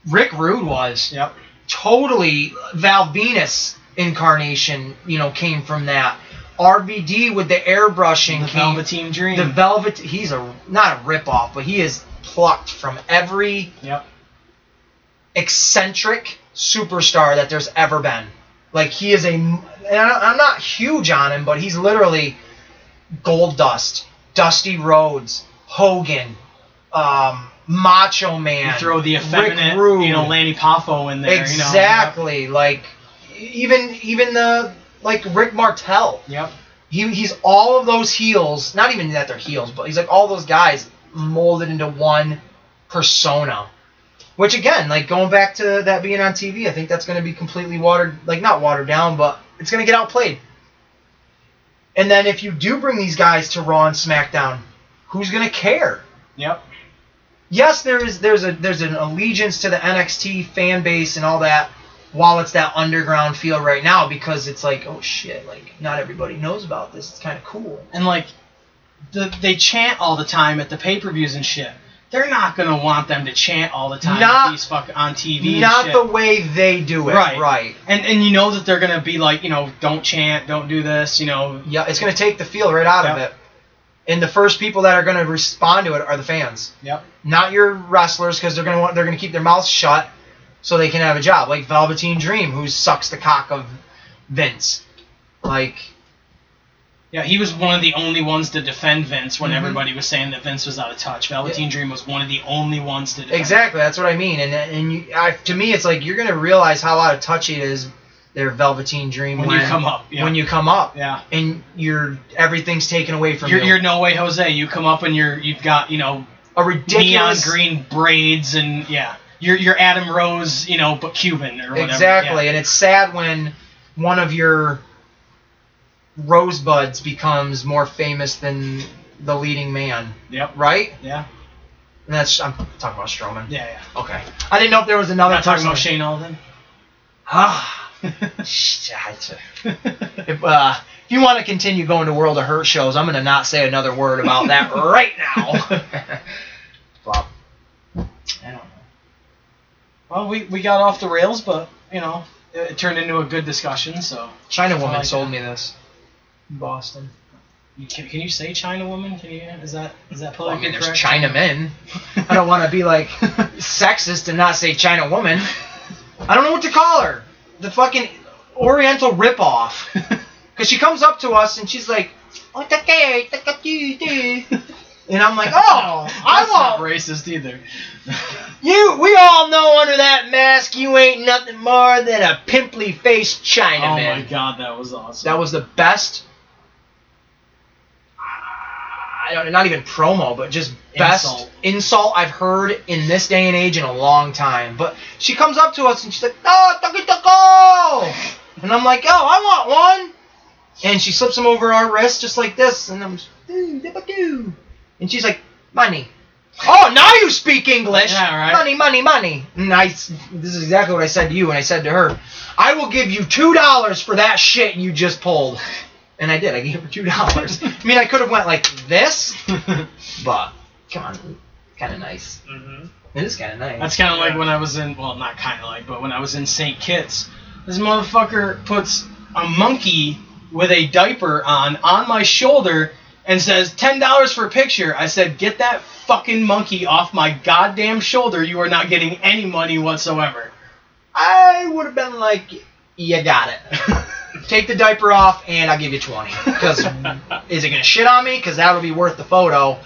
Speaker 4: Rick Rude was
Speaker 2: Yep.
Speaker 4: totally Val Venus incarnation. You know, came from that. RVD with the airbrushing
Speaker 2: The
Speaker 4: came
Speaker 2: Velveteen Dream.
Speaker 4: the Velvet, he's a not a ripoff, but he is plucked from every
Speaker 2: yep.
Speaker 4: eccentric superstar that there's ever been. Like he is a, and I- I'm not huge on him, but he's literally Gold Dust, Dusty Rhodes, Hogan, um, Macho Man.
Speaker 2: You throw the
Speaker 4: Rick
Speaker 2: effeminate,
Speaker 4: Rude.
Speaker 2: you know, Lanny Poffo in there.
Speaker 4: exactly. Like even even the like Rick Martel
Speaker 2: You know? Yep.
Speaker 4: he, he's all of those heels, not even that they're heels, but he's like all those guys molded into one persona. Which again, like going back to that being on TV, I think that's going to be completely watered, like not watered down, but it's going to get outplayed. And then if you do bring these guys to Raw and SmackDown, who's going to care?
Speaker 2: Yep.
Speaker 4: yes, there is there's a there's an allegiance to the NXT fan base and all that. While it's that underground feel right now, because it's like, oh shit, like not everybody knows about this. It's kind of cool.
Speaker 2: And like, the, they chant all the time at the pay per views and shit. They're not gonna want them to chant all the time. at
Speaker 4: Not-
Speaker 2: these fuck on TV. and
Speaker 4: Not
Speaker 2: shit.
Speaker 4: the way they do it.
Speaker 2: Right.
Speaker 4: Right. Right.
Speaker 2: And and you know that they're gonna be like, you know, don't chant, don't do this, you know.
Speaker 4: Yeah, it's gonna take the feel right out
Speaker 2: Yep.
Speaker 4: of it. And the first people that are gonna respond to it are the fans,
Speaker 2: Yep.
Speaker 4: not your wrestlers, because they're gonna want they're gonna keep their mouths shut so they can have a job. Like Velveteen Dream, who sucks the cock of Vince. Like
Speaker 2: Yeah, he was one of the only ones to defend Vince when
Speaker 4: Mm-hmm.
Speaker 2: everybody was saying that Vince was out of touch. Velveteen Dream was one of the only ones to defend.
Speaker 4: Exactly, that's what I mean. And and you, I, to me, it's like you're gonna realize how out of touch it is. Their Velveteen Dream
Speaker 2: When you come up, yeah.
Speaker 4: When you come up,
Speaker 2: Yeah.
Speaker 4: and you're everything's taken away from
Speaker 2: You're,
Speaker 4: you.
Speaker 2: you're no way Jose. You come up and you're you've got you know
Speaker 4: a ridiculous
Speaker 2: neon green braids and yeah. You're you're Adam Rose, you know, but Cuban or whatever.
Speaker 4: Exactly,
Speaker 2: Yeah.
Speaker 4: and it's sad when one of your rosebuds becomes more famous than the leading man,
Speaker 2: Yep.
Speaker 4: right?
Speaker 2: Yeah.
Speaker 4: And that's I'm talking about Strowman.
Speaker 2: Yeah. Yeah.
Speaker 4: Okay. I didn't know if there was another
Speaker 2: Not talking about
Speaker 4: person.
Speaker 2: Shane Alden.
Speaker 4: Ah.
Speaker 2: [laughs]
Speaker 4: Shit, I t- if, uh, if you want to continue going to World of Hurt shows, I'm going to not say another word
Speaker 2: [laughs]
Speaker 4: about that right now. Flop. I don't know.
Speaker 2: well, we we got off the rails, but you know, it, it turned into a good discussion. So
Speaker 4: China woman
Speaker 2: like
Speaker 4: sold
Speaker 2: that.
Speaker 4: me this. in Boston.
Speaker 2: You Can, can you say China woman? Can you? Is that is that
Speaker 8: Well, I
Speaker 2: politically
Speaker 8: mean, there's
Speaker 2: correct?
Speaker 8: China men.
Speaker 2: [laughs]
Speaker 8: I don't want to be
Speaker 4: [laughs]
Speaker 8: like sexist and not say China woman.
Speaker 4: I don't know what to call her. The fucking
Speaker 2: [laughs]
Speaker 4: Oriental ripoff. Because she comes up to us and she's like, "Oh, okay,
Speaker 2: [laughs]
Speaker 4: okay, okay." and I'm like, oh, I
Speaker 2: That's not
Speaker 4: want
Speaker 2: racist either.
Speaker 4: you. We all know under that mask you ain't nothing more than a pimply faced China
Speaker 2: oh
Speaker 4: man.
Speaker 2: my god, that was awesome.
Speaker 4: That was the best. I don't, not even promo, but just best
Speaker 2: Insult.
Speaker 4: insult. I've heard in this day and age in a long time. But she comes up to us and she's like, "Oh, taco taco," and I'm like, "Oh, I want one." And she slips them over our wrist just like this, and I'm, just, "Doo, dibba doo." and she's like, "Money." Oh, now you speak English.
Speaker 2: Yeah, right.
Speaker 4: Money, money, money. And I, s- this is exactly what I said to you, and I said to her, I will give you two dollars for that shit you just pulled. And I did. I gave her two dollars. I mean, I could have went like
Speaker 2: [laughs]
Speaker 4: this, but come on, kind of nice.
Speaker 3: Mm-hmm. [laughs]
Speaker 4: It is kind of nice.
Speaker 2: That's kind of like when I was in, well, not kind of like, but when I was in St. Kitts, this motherfucker puts a monkey with a diaper on on my shoulder and says ten dollars for a picture. I said, get that fucking monkey off my goddamn shoulder. You are not getting any money whatsoever.
Speaker 4: I would have been like, you
Speaker 2: [laughs]
Speaker 4: got it. Take the diaper off, and I'll give you twenty. Because is it gonna shit on me? Because that'll be worth the photo.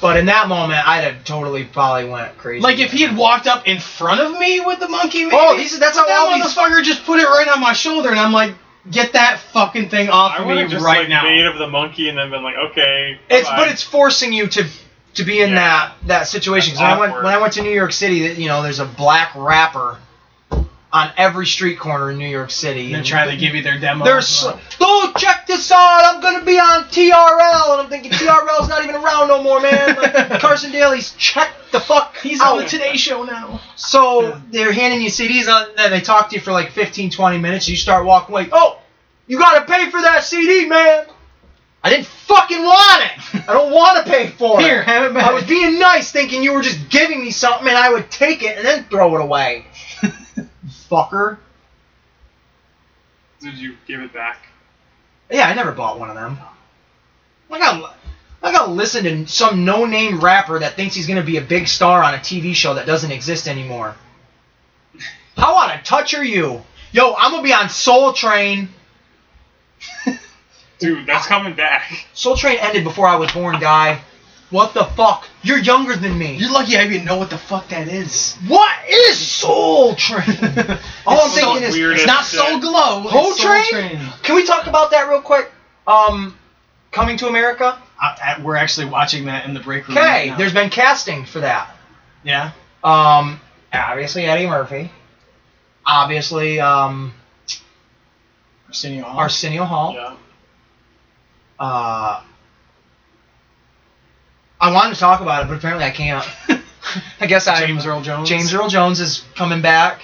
Speaker 4: But in that moment, I'd have totally probably went crazy.
Speaker 2: Like if he had walked up in front of me with the monkey, maybe,
Speaker 4: Oh, these- that's
Speaker 2: but
Speaker 4: how all
Speaker 2: that
Speaker 4: these-
Speaker 2: motherfucker just put it right on my shoulder, and I'm like, get that fucking thing off
Speaker 3: I
Speaker 2: of
Speaker 3: would
Speaker 2: me
Speaker 3: have just
Speaker 2: right
Speaker 3: like
Speaker 2: now.
Speaker 3: made of the monkey and then been like, okay.
Speaker 4: It's
Speaker 3: bye-bye.
Speaker 4: but it's forcing you to to be in
Speaker 3: Yeah.
Speaker 4: that that situation. 'Cause
Speaker 3: That's
Speaker 4: when I went
Speaker 3: awkward.
Speaker 4: when I went to New York City, that you know, there's a black rapper on every street corner in New York City.
Speaker 2: and then trying to give you their demo.
Speaker 4: There's go check this out. I'm gonna be on TRL, and I'm thinking TRL's not even around no
Speaker 2: [laughs]
Speaker 4: more, man. Like, Carson Daly's check the fuck.
Speaker 2: He's
Speaker 4: out.
Speaker 2: on the Today Show now.
Speaker 4: So they're handing you CDs on, and they talk to you for like 15, 20 minutes. You start walking away. Oh, you gotta pay for that CD, man. I didn't fucking want it. I don't want to pay for it.
Speaker 2: Here, have it back.
Speaker 4: I was being nice, thinking you were just giving me something, and I would take it and then throw
Speaker 2: [laughs]
Speaker 4: it away. Fucker.
Speaker 3: Did you give it back?
Speaker 4: Yeah, I never bought one of them. I gotta, I gotta listen to some no-name rapper that thinks he's gonna be a big star on a TV show that doesn't exist anymore. How out of touch are you? Yo, I'm gonna be on Soul Train.
Speaker 3: Dude, that's coming back. [laughs]
Speaker 4: Soul Train ended before I was born, guy. What the fuck? You're younger than me.
Speaker 2: You're lucky I even know what the fuck that
Speaker 4: [laughs]
Speaker 2: is.
Speaker 4: What is Soul
Speaker 3: [laughs]
Speaker 4: Train? All I'm
Speaker 3: It's
Speaker 4: thinking
Speaker 3: the
Speaker 4: is,
Speaker 3: weirdest
Speaker 2: It's not
Speaker 3: shit.
Speaker 2: Soul Glow. it's
Speaker 4: Whole
Speaker 2: Soul
Speaker 4: Train? can we talk about that real quick? Um, Coming to America.
Speaker 2: I, I, we're actually watching that in the break
Speaker 3: Mm-hmm.
Speaker 2: room. right
Speaker 4: Okay,
Speaker 2: now.
Speaker 4: there's been casting for that.
Speaker 2: yeah.
Speaker 4: Um, obviously Eddie Murphy. Obviously, um,
Speaker 2: Arsenio Hall.
Speaker 4: Arsenio Hall.
Speaker 3: Yeah.
Speaker 4: Uh, I wanted to talk about it, but apparently I can't. I guess
Speaker 2: [laughs]
Speaker 4: I
Speaker 2: James Earl Jones.
Speaker 4: James Earl Jones is coming back.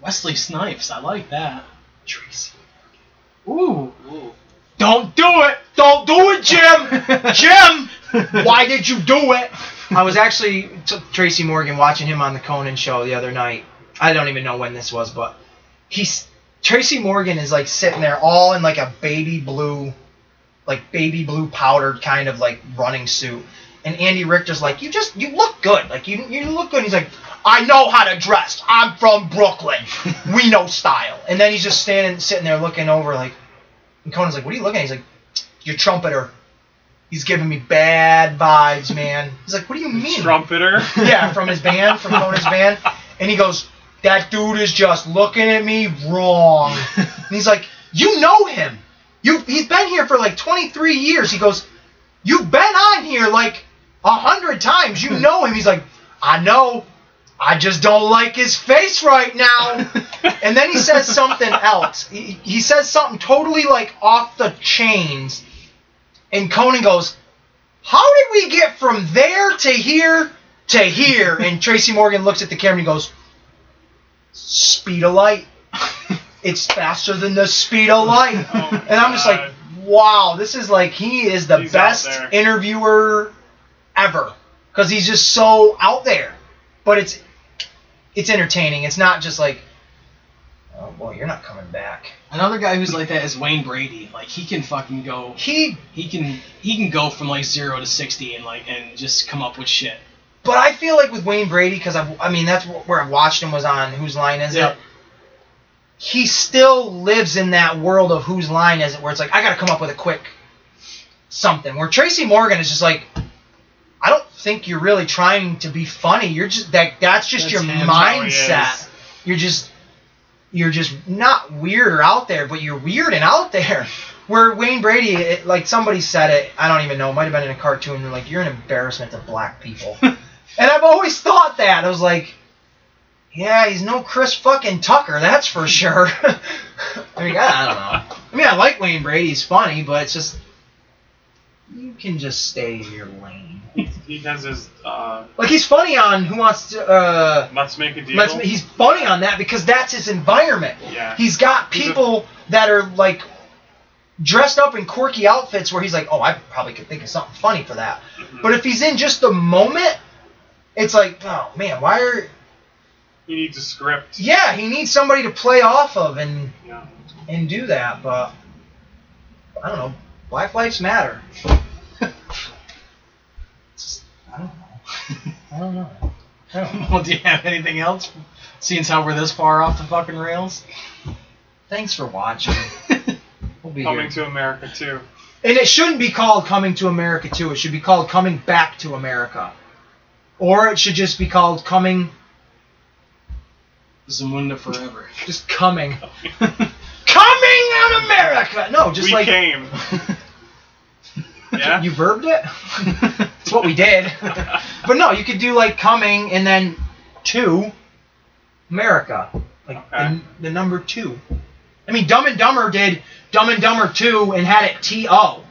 Speaker 2: Wesley Snipes. I like that.
Speaker 4: Tracy.
Speaker 2: [laughs]
Speaker 4: Ooh.
Speaker 3: Ooh.
Speaker 4: Don't do it! Don't do
Speaker 2: [laughs]
Speaker 4: it, Jim! Jim! Why did you do it? I was actually t- Tracy Morgan watching him on the Conan show the other night. I don't even know when this was, but he's Tracy Morgan is like sitting there all in like a baby blue, like baby blue powdered kind of like running suit. And Andy Richter's like, you just you look good, like you you look good. He's like, I know how to dress. I'm from [laughs] Brooklyn. We know style. And then he's just standing, sitting there looking over, like, and Conan's like, what are you looking at? He's like, your trumpeter. He's giving me bad vibes, man. He's like, what do you mean? [laughs]
Speaker 3: Trumpeter.
Speaker 4: Yeah, from his band, from Conan's band. And he goes, That dude is just looking at me wrong. And he's like, You know him. You he's been here for like twenty three years. He goes, You've been on here like a hundred times. You know him. He's like, I know. I just don't like his face right now. and then he says something else. He, he says something totally like off the chains. And Conan goes, How did we get from there to here to here? And Tracy Morgan looks at the camera and goes, Speed of light. It's faster than the speed of light.
Speaker 3: [laughs] Oh, my
Speaker 4: and I'm just like,
Speaker 3: God.
Speaker 4: Wow, this is like, he is the
Speaker 3: He's out
Speaker 4: best
Speaker 3: there.
Speaker 4: interviewer ever. Because he's just so out there. But it's it's entertaining. It's not just like Oh boy, you're not coming back.
Speaker 2: Another guy who's like that is Wayne Brady. Like he can fucking go.
Speaker 4: He,
Speaker 2: He can he can go from like zero to sixty and like and just come up with shit.
Speaker 4: but I feel like with Wayne Brady, because I, I mean that's wh- where I watched him was on Whose Line
Speaker 2: [laughs]
Speaker 4: Is
Speaker 2: Yeah.
Speaker 4: It. He still lives in that world of Whose Line Is It, where it's like I got to come up with a quick something. Where Tracy Morgan is just like, I don't think you're really trying to be funny. You're just that. That's just
Speaker 2: That's
Speaker 4: your
Speaker 2: him, how he
Speaker 4: mindset.
Speaker 2: is.
Speaker 4: you're just you're just not weird or out there, but you're weird and out there. [laughs] Where Wayne Brady, it, like somebody said it, I don't even know. It might have been in a cartoon. They're like, "You're an embarrassment to black people," and I've always thought that. I was like, "Yeah, he's no Chris fucking Tucker, that's for sure." [laughs] I mean, I don't know. I mean, I like Wayne Brady; he's funny, but it's just you can just stay in your lane.
Speaker 3: He has his uh,
Speaker 4: Like he's funny on Who Wants to. Uh,
Speaker 3: let's make a deal.
Speaker 4: Let's, he's funny on that because that's his environment.
Speaker 3: Yeah.
Speaker 4: He's got
Speaker 3: He's a-
Speaker 4: people that are like dressed up in quirky outfits where he's like, oh, I probably could think of something funny for that.
Speaker 3: Mhm.
Speaker 4: But if he's in just the moment, it's like, oh man, why are?
Speaker 3: he needs a script.
Speaker 4: Yeah, he needs somebody to play off of and
Speaker 3: Yeah.
Speaker 4: and do that. But I don't know. Black lives matter. [laughs] It's just- I don't know. I don't know. I don't know.
Speaker 2: [laughs] Well, do you have anything else? Seeing as how we're this far off the fucking
Speaker 4: [laughs]
Speaker 2: rails.
Speaker 4: Thanks for watching. We'll be here.
Speaker 3: Coming to America too.
Speaker 4: And it shouldn't be called Coming to America 2. It should be called Coming Back to America. Or it should just be called Coming,
Speaker 2: Zamunda forever.
Speaker 4: just Coming. coming on America! No, just
Speaker 3: we
Speaker 4: like.
Speaker 3: came.
Speaker 4: [laughs]
Speaker 3: yeah.
Speaker 4: You verbed it? It's what we did. [laughs] but no, you could do like Coming and then to America. Like
Speaker 3: Okay.
Speaker 4: the, the number two. I mean, Dumb and Dumber did Dumb and Dumber 2 and had it T-O.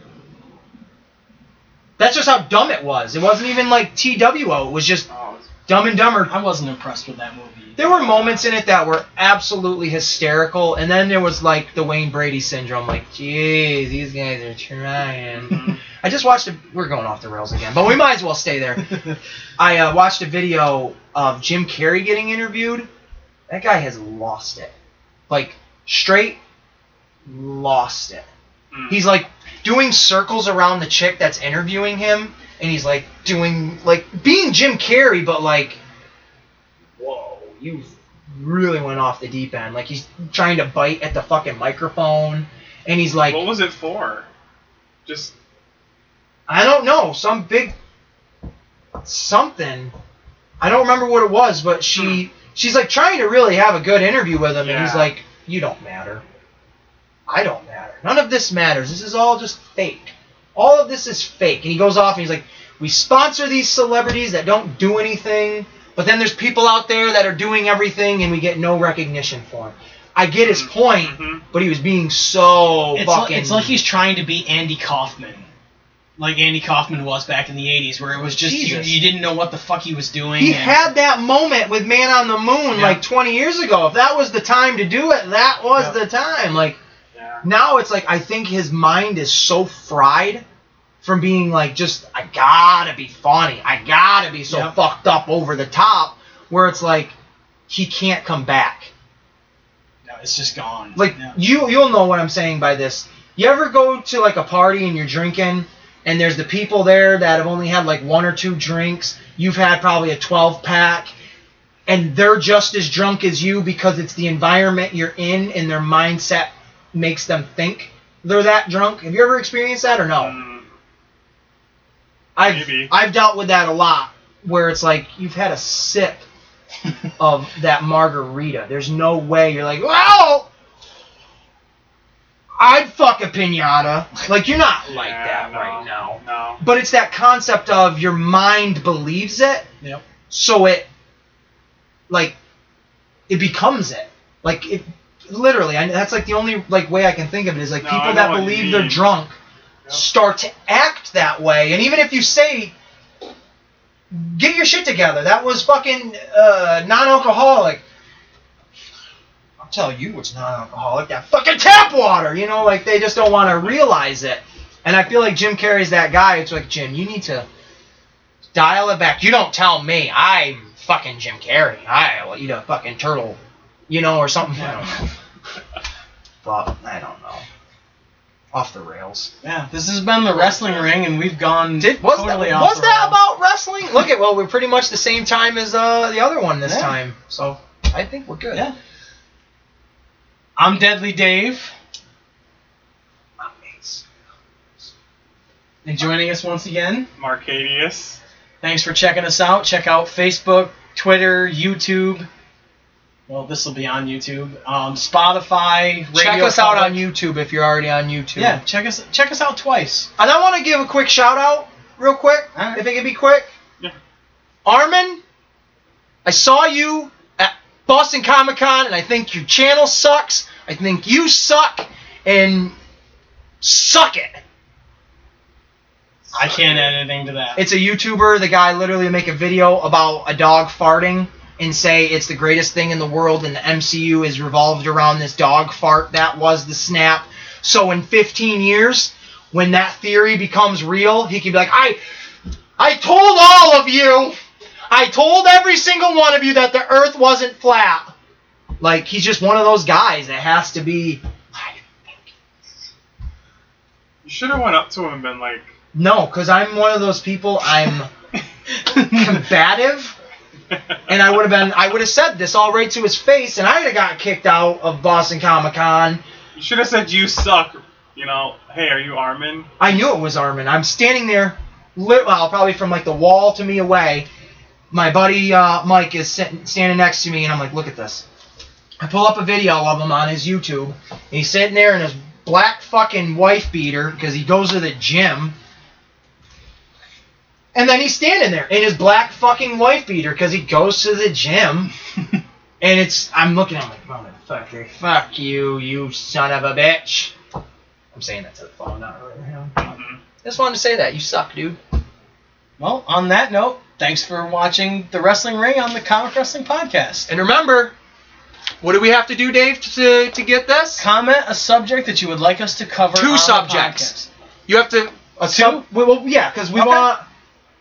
Speaker 4: That's just how dumb it was. It wasn't even like T-W-O. It was just
Speaker 3: [laughs] oh, it's-
Speaker 4: Dumb and Dumber.
Speaker 2: [laughs] I wasn't impressed with that movie.
Speaker 4: There were moments in it that were absolutely hysterical, and then there was like the Wayne Brady syndrome. Like, jeez, these guys are trying. I just watched. A, we're going off the rails again, but we might as well stay there. I uh, watched a video of Jim Carrey getting interviewed. That guy has lost it. Like straight lost it.
Speaker 3: mm.
Speaker 4: He's like doing circles around the chick that's interviewing him, and he's like doing like being Jim Carrey, but like, whoa, you really went off the deep end. Like he's trying to bite at the fucking microphone, and he's like,
Speaker 3: what was it for? Just
Speaker 4: I don't know, some big something. I don't remember what it was, but she she's like trying to really have a good interview with him, and he's
Speaker 3: Yeah.
Speaker 4: like, "You don't matter. I don't matter. None of this matters. This is all just fake. All of this is fake." And he goes off and he's like, "We sponsor these celebrities that don't do anything, but then there's people out there that are doing everything, and we get no recognition for them." I get his point,
Speaker 3: Mhm.
Speaker 4: but he was being so
Speaker 2: It's,
Speaker 4: fucking.
Speaker 2: like, it's like he's trying to be Andy Kaufman. Like Andy Kaufman was back in the 80s, where it was just you,
Speaker 4: Jesus.
Speaker 2: you didn't know what the fuck he was doing.
Speaker 4: He
Speaker 2: and-
Speaker 4: had that moment with Man on the Moon
Speaker 2: Yeah.
Speaker 4: like 20 years ago. If that was the time to do it, that was
Speaker 3: Yeah.
Speaker 4: the time. Like
Speaker 3: yeah.
Speaker 4: now it's like I think his mind is so fried from being like just I gotta be funny. I gotta be so
Speaker 2: Yeah.
Speaker 4: fucked up over the top where it's like he can't come back.
Speaker 2: No, it's just gone.
Speaker 4: Like
Speaker 2: Yeah.
Speaker 4: you you'll know what I'm saying by this. You ever go to like a party and you're drinking and there's the people there that have only had like one or two drinks. You've had probably a 12 pack and they're just as drunk as you because it's the environment you're in and their mindset makes them think they're that drunk. Have you ever experienced that or no?
Speaker 3: Mm.
Speaker 4: I've
Speaker 3: Maybe.
Speaker 4: I've dealt with that a lot, where it's like you've had a sip
Speaker 3: [laughs]
Speaker 4: of that margarita. There's no way you're like, well, I'd fuck a pinata. Like you're not like
Speaker 3: Yeah,
Speaker 4: that
Speaker 3: no,
Speaker 4: right now.
Speaker 3: No.
Speaker 4: But it's that concept of your mind believes it,
Speaker 2: Yep.
Speaker 4: so it like it becomes it. Like it literally. I, that's like the only like way I can think of it is like
Speaker 3: No, I
Speaker 4: people
Speaker 3: know
Speaker 4: that
Speaker 3: what you
Speaker 4: believe they're
Speaker 3: mean.
Speaker 4: drunk
Speaker 3: Yep.
Speaker 4: start to act that way. And even if you say, get your shit together, that was fucking uh, non alcoholic. I'll tell you what's non alcoholic, that fucking tap water! You know, like they just don't want to realize it. And I feel like Jim Carrey's that guy. It's like, Jim, you need to dial it back. You don't tell me. I'm fucking Jim Carrey. I will eat a fucking turtle you know, or something.
Speaker 9: I don't know. but I don't know. Off the rails.
Speaker 2: Yeah, this has been the wrestling ring, and we've gone
Speaker 4: Did, was
Speaker 2: totally
Speaker 4: that,
Speaker 2: off
Speaker 4: was
Speaker 2: the
Speaker 4: that
Speaker 2: rails.
Speaker 4: about wrestling? Look at well, we're pretty much the same time as uh, the other one this
Speaker 2: Yeah.
Speaker 4: time, so I think we're good.
Speaker 2: Yeah. I'm Deadly Dave, and joining us once again.
Speaker 3: Marcadius.
Speaker 2: Thanks for checking us out. Check out Facebook, Twitter, YouTube. Well, this will be on YouTube, um, Spotify. Radio
Speaker 4: Check us out
Speaker 2: Public.
Speaker 4: on YouTube if you're already on YouTube.
Speaker 2: Yeah, check us check us out twice.
Speaker 4: And I want to give a quick shout out, real quick,
Speaker 2: All right.
Speaker 4: if it could be quick.
Speaker 3: Yeah.
Speaker 4: Armin, I saw you at Boston Comic Con, and I think your channel sucks. I think you suck, and suck it.
Speaker 2: I can't add anything to that.
Speaker 4: It's a YouTuber. The guy literally make a video about a dog farting and say it's the greatest thing in the world, and the MCU is revolved around this dog fart. That was the snap. So in 15 years, when that theory becomes real, he can be like, I, I told all of you, I told every single one of you that the Earth wasn't flat. Like he's just one of those guys that has to be.
Speaker 3: You should have went up to him and been like,
Speaker 4: No, because I'm one of those people. I'm combative. and I would have been I would have said this all right to his face, and I'd have got kicked out of Boston Comic Con.
Speaker 3: you should have said, "You suck." You know, hey, are you Armin?
Speaker 4: I knew it was Armin. I'm standing there, lit, well, probably from like the wall to me away. My buddy uh, Mike is sitting, standing next to me, and I'm like, look at this. I pull up a video of him on his YouTube, and he's sitting there in his black fucking wife beater because he goes to the gym. And then he's standing there in his black fucking wife beater because he goes to the gym. and it's, I'm looking, I'm like, motherfucker, fuck you, you son of a bitch. I'm saying that to the phone, not really. you know. Just wanted to say that. You suck, dude.
Speaker 2: well, on that note, thanks for watching the Wrestling Ring on the Comic Wrestling Podcast.
Speaker 4: And remember, what do we have to do, Dave, to, to get this?
Speaker 2: Comment a subject that you would like us to cover.
Speaker 4: Two
Speaker 2: on the
Speaker 4: subjects.
Speaker 2: podcast.
Speaker 4: You have to. A sub, well, well, yeah, because we
Speaker 2: Okay.
Speaker 4: want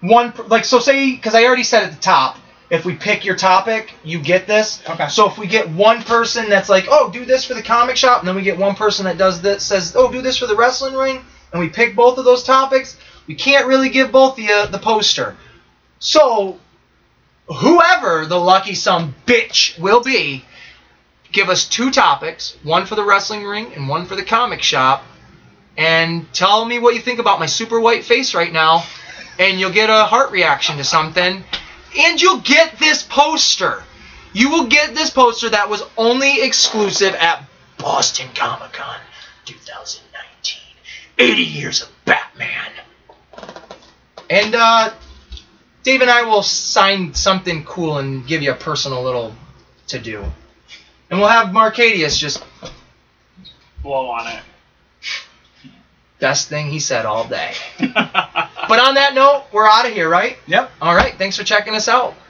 Speaker 4: one. per- Like, so say, because I already said at the top, if we pick your topic, you get this.
Speaker 2: Okay.
Speaker 4: So if we get one person that's like, oh, do this for the comic shop, and then we get one person that does this, says, oh, do this for the wrestling ring, and we pick both of those topics, we can't really give both of you the poster. So whoever the lucky some bitch will be, give us two topics, one for the wrestling ring and one for the comic shop, and tell me what you think about my super white face right now, and you'll get a heart reaction to something, and you'll get this poster. You will get this poster that was only exclusive at Boston Comic Con 2019. 80 years of Batman. And uh, Dave and I will sign something cool and give you a personal little to do. And we'll have Marcadius just
Speaker 3: Blow on it.
Speaker 4: best thing he said all day. But on that note, we're out of here, right?
Speaker 2: Yep.
Speaker 4: All right. Thanks for checking us out.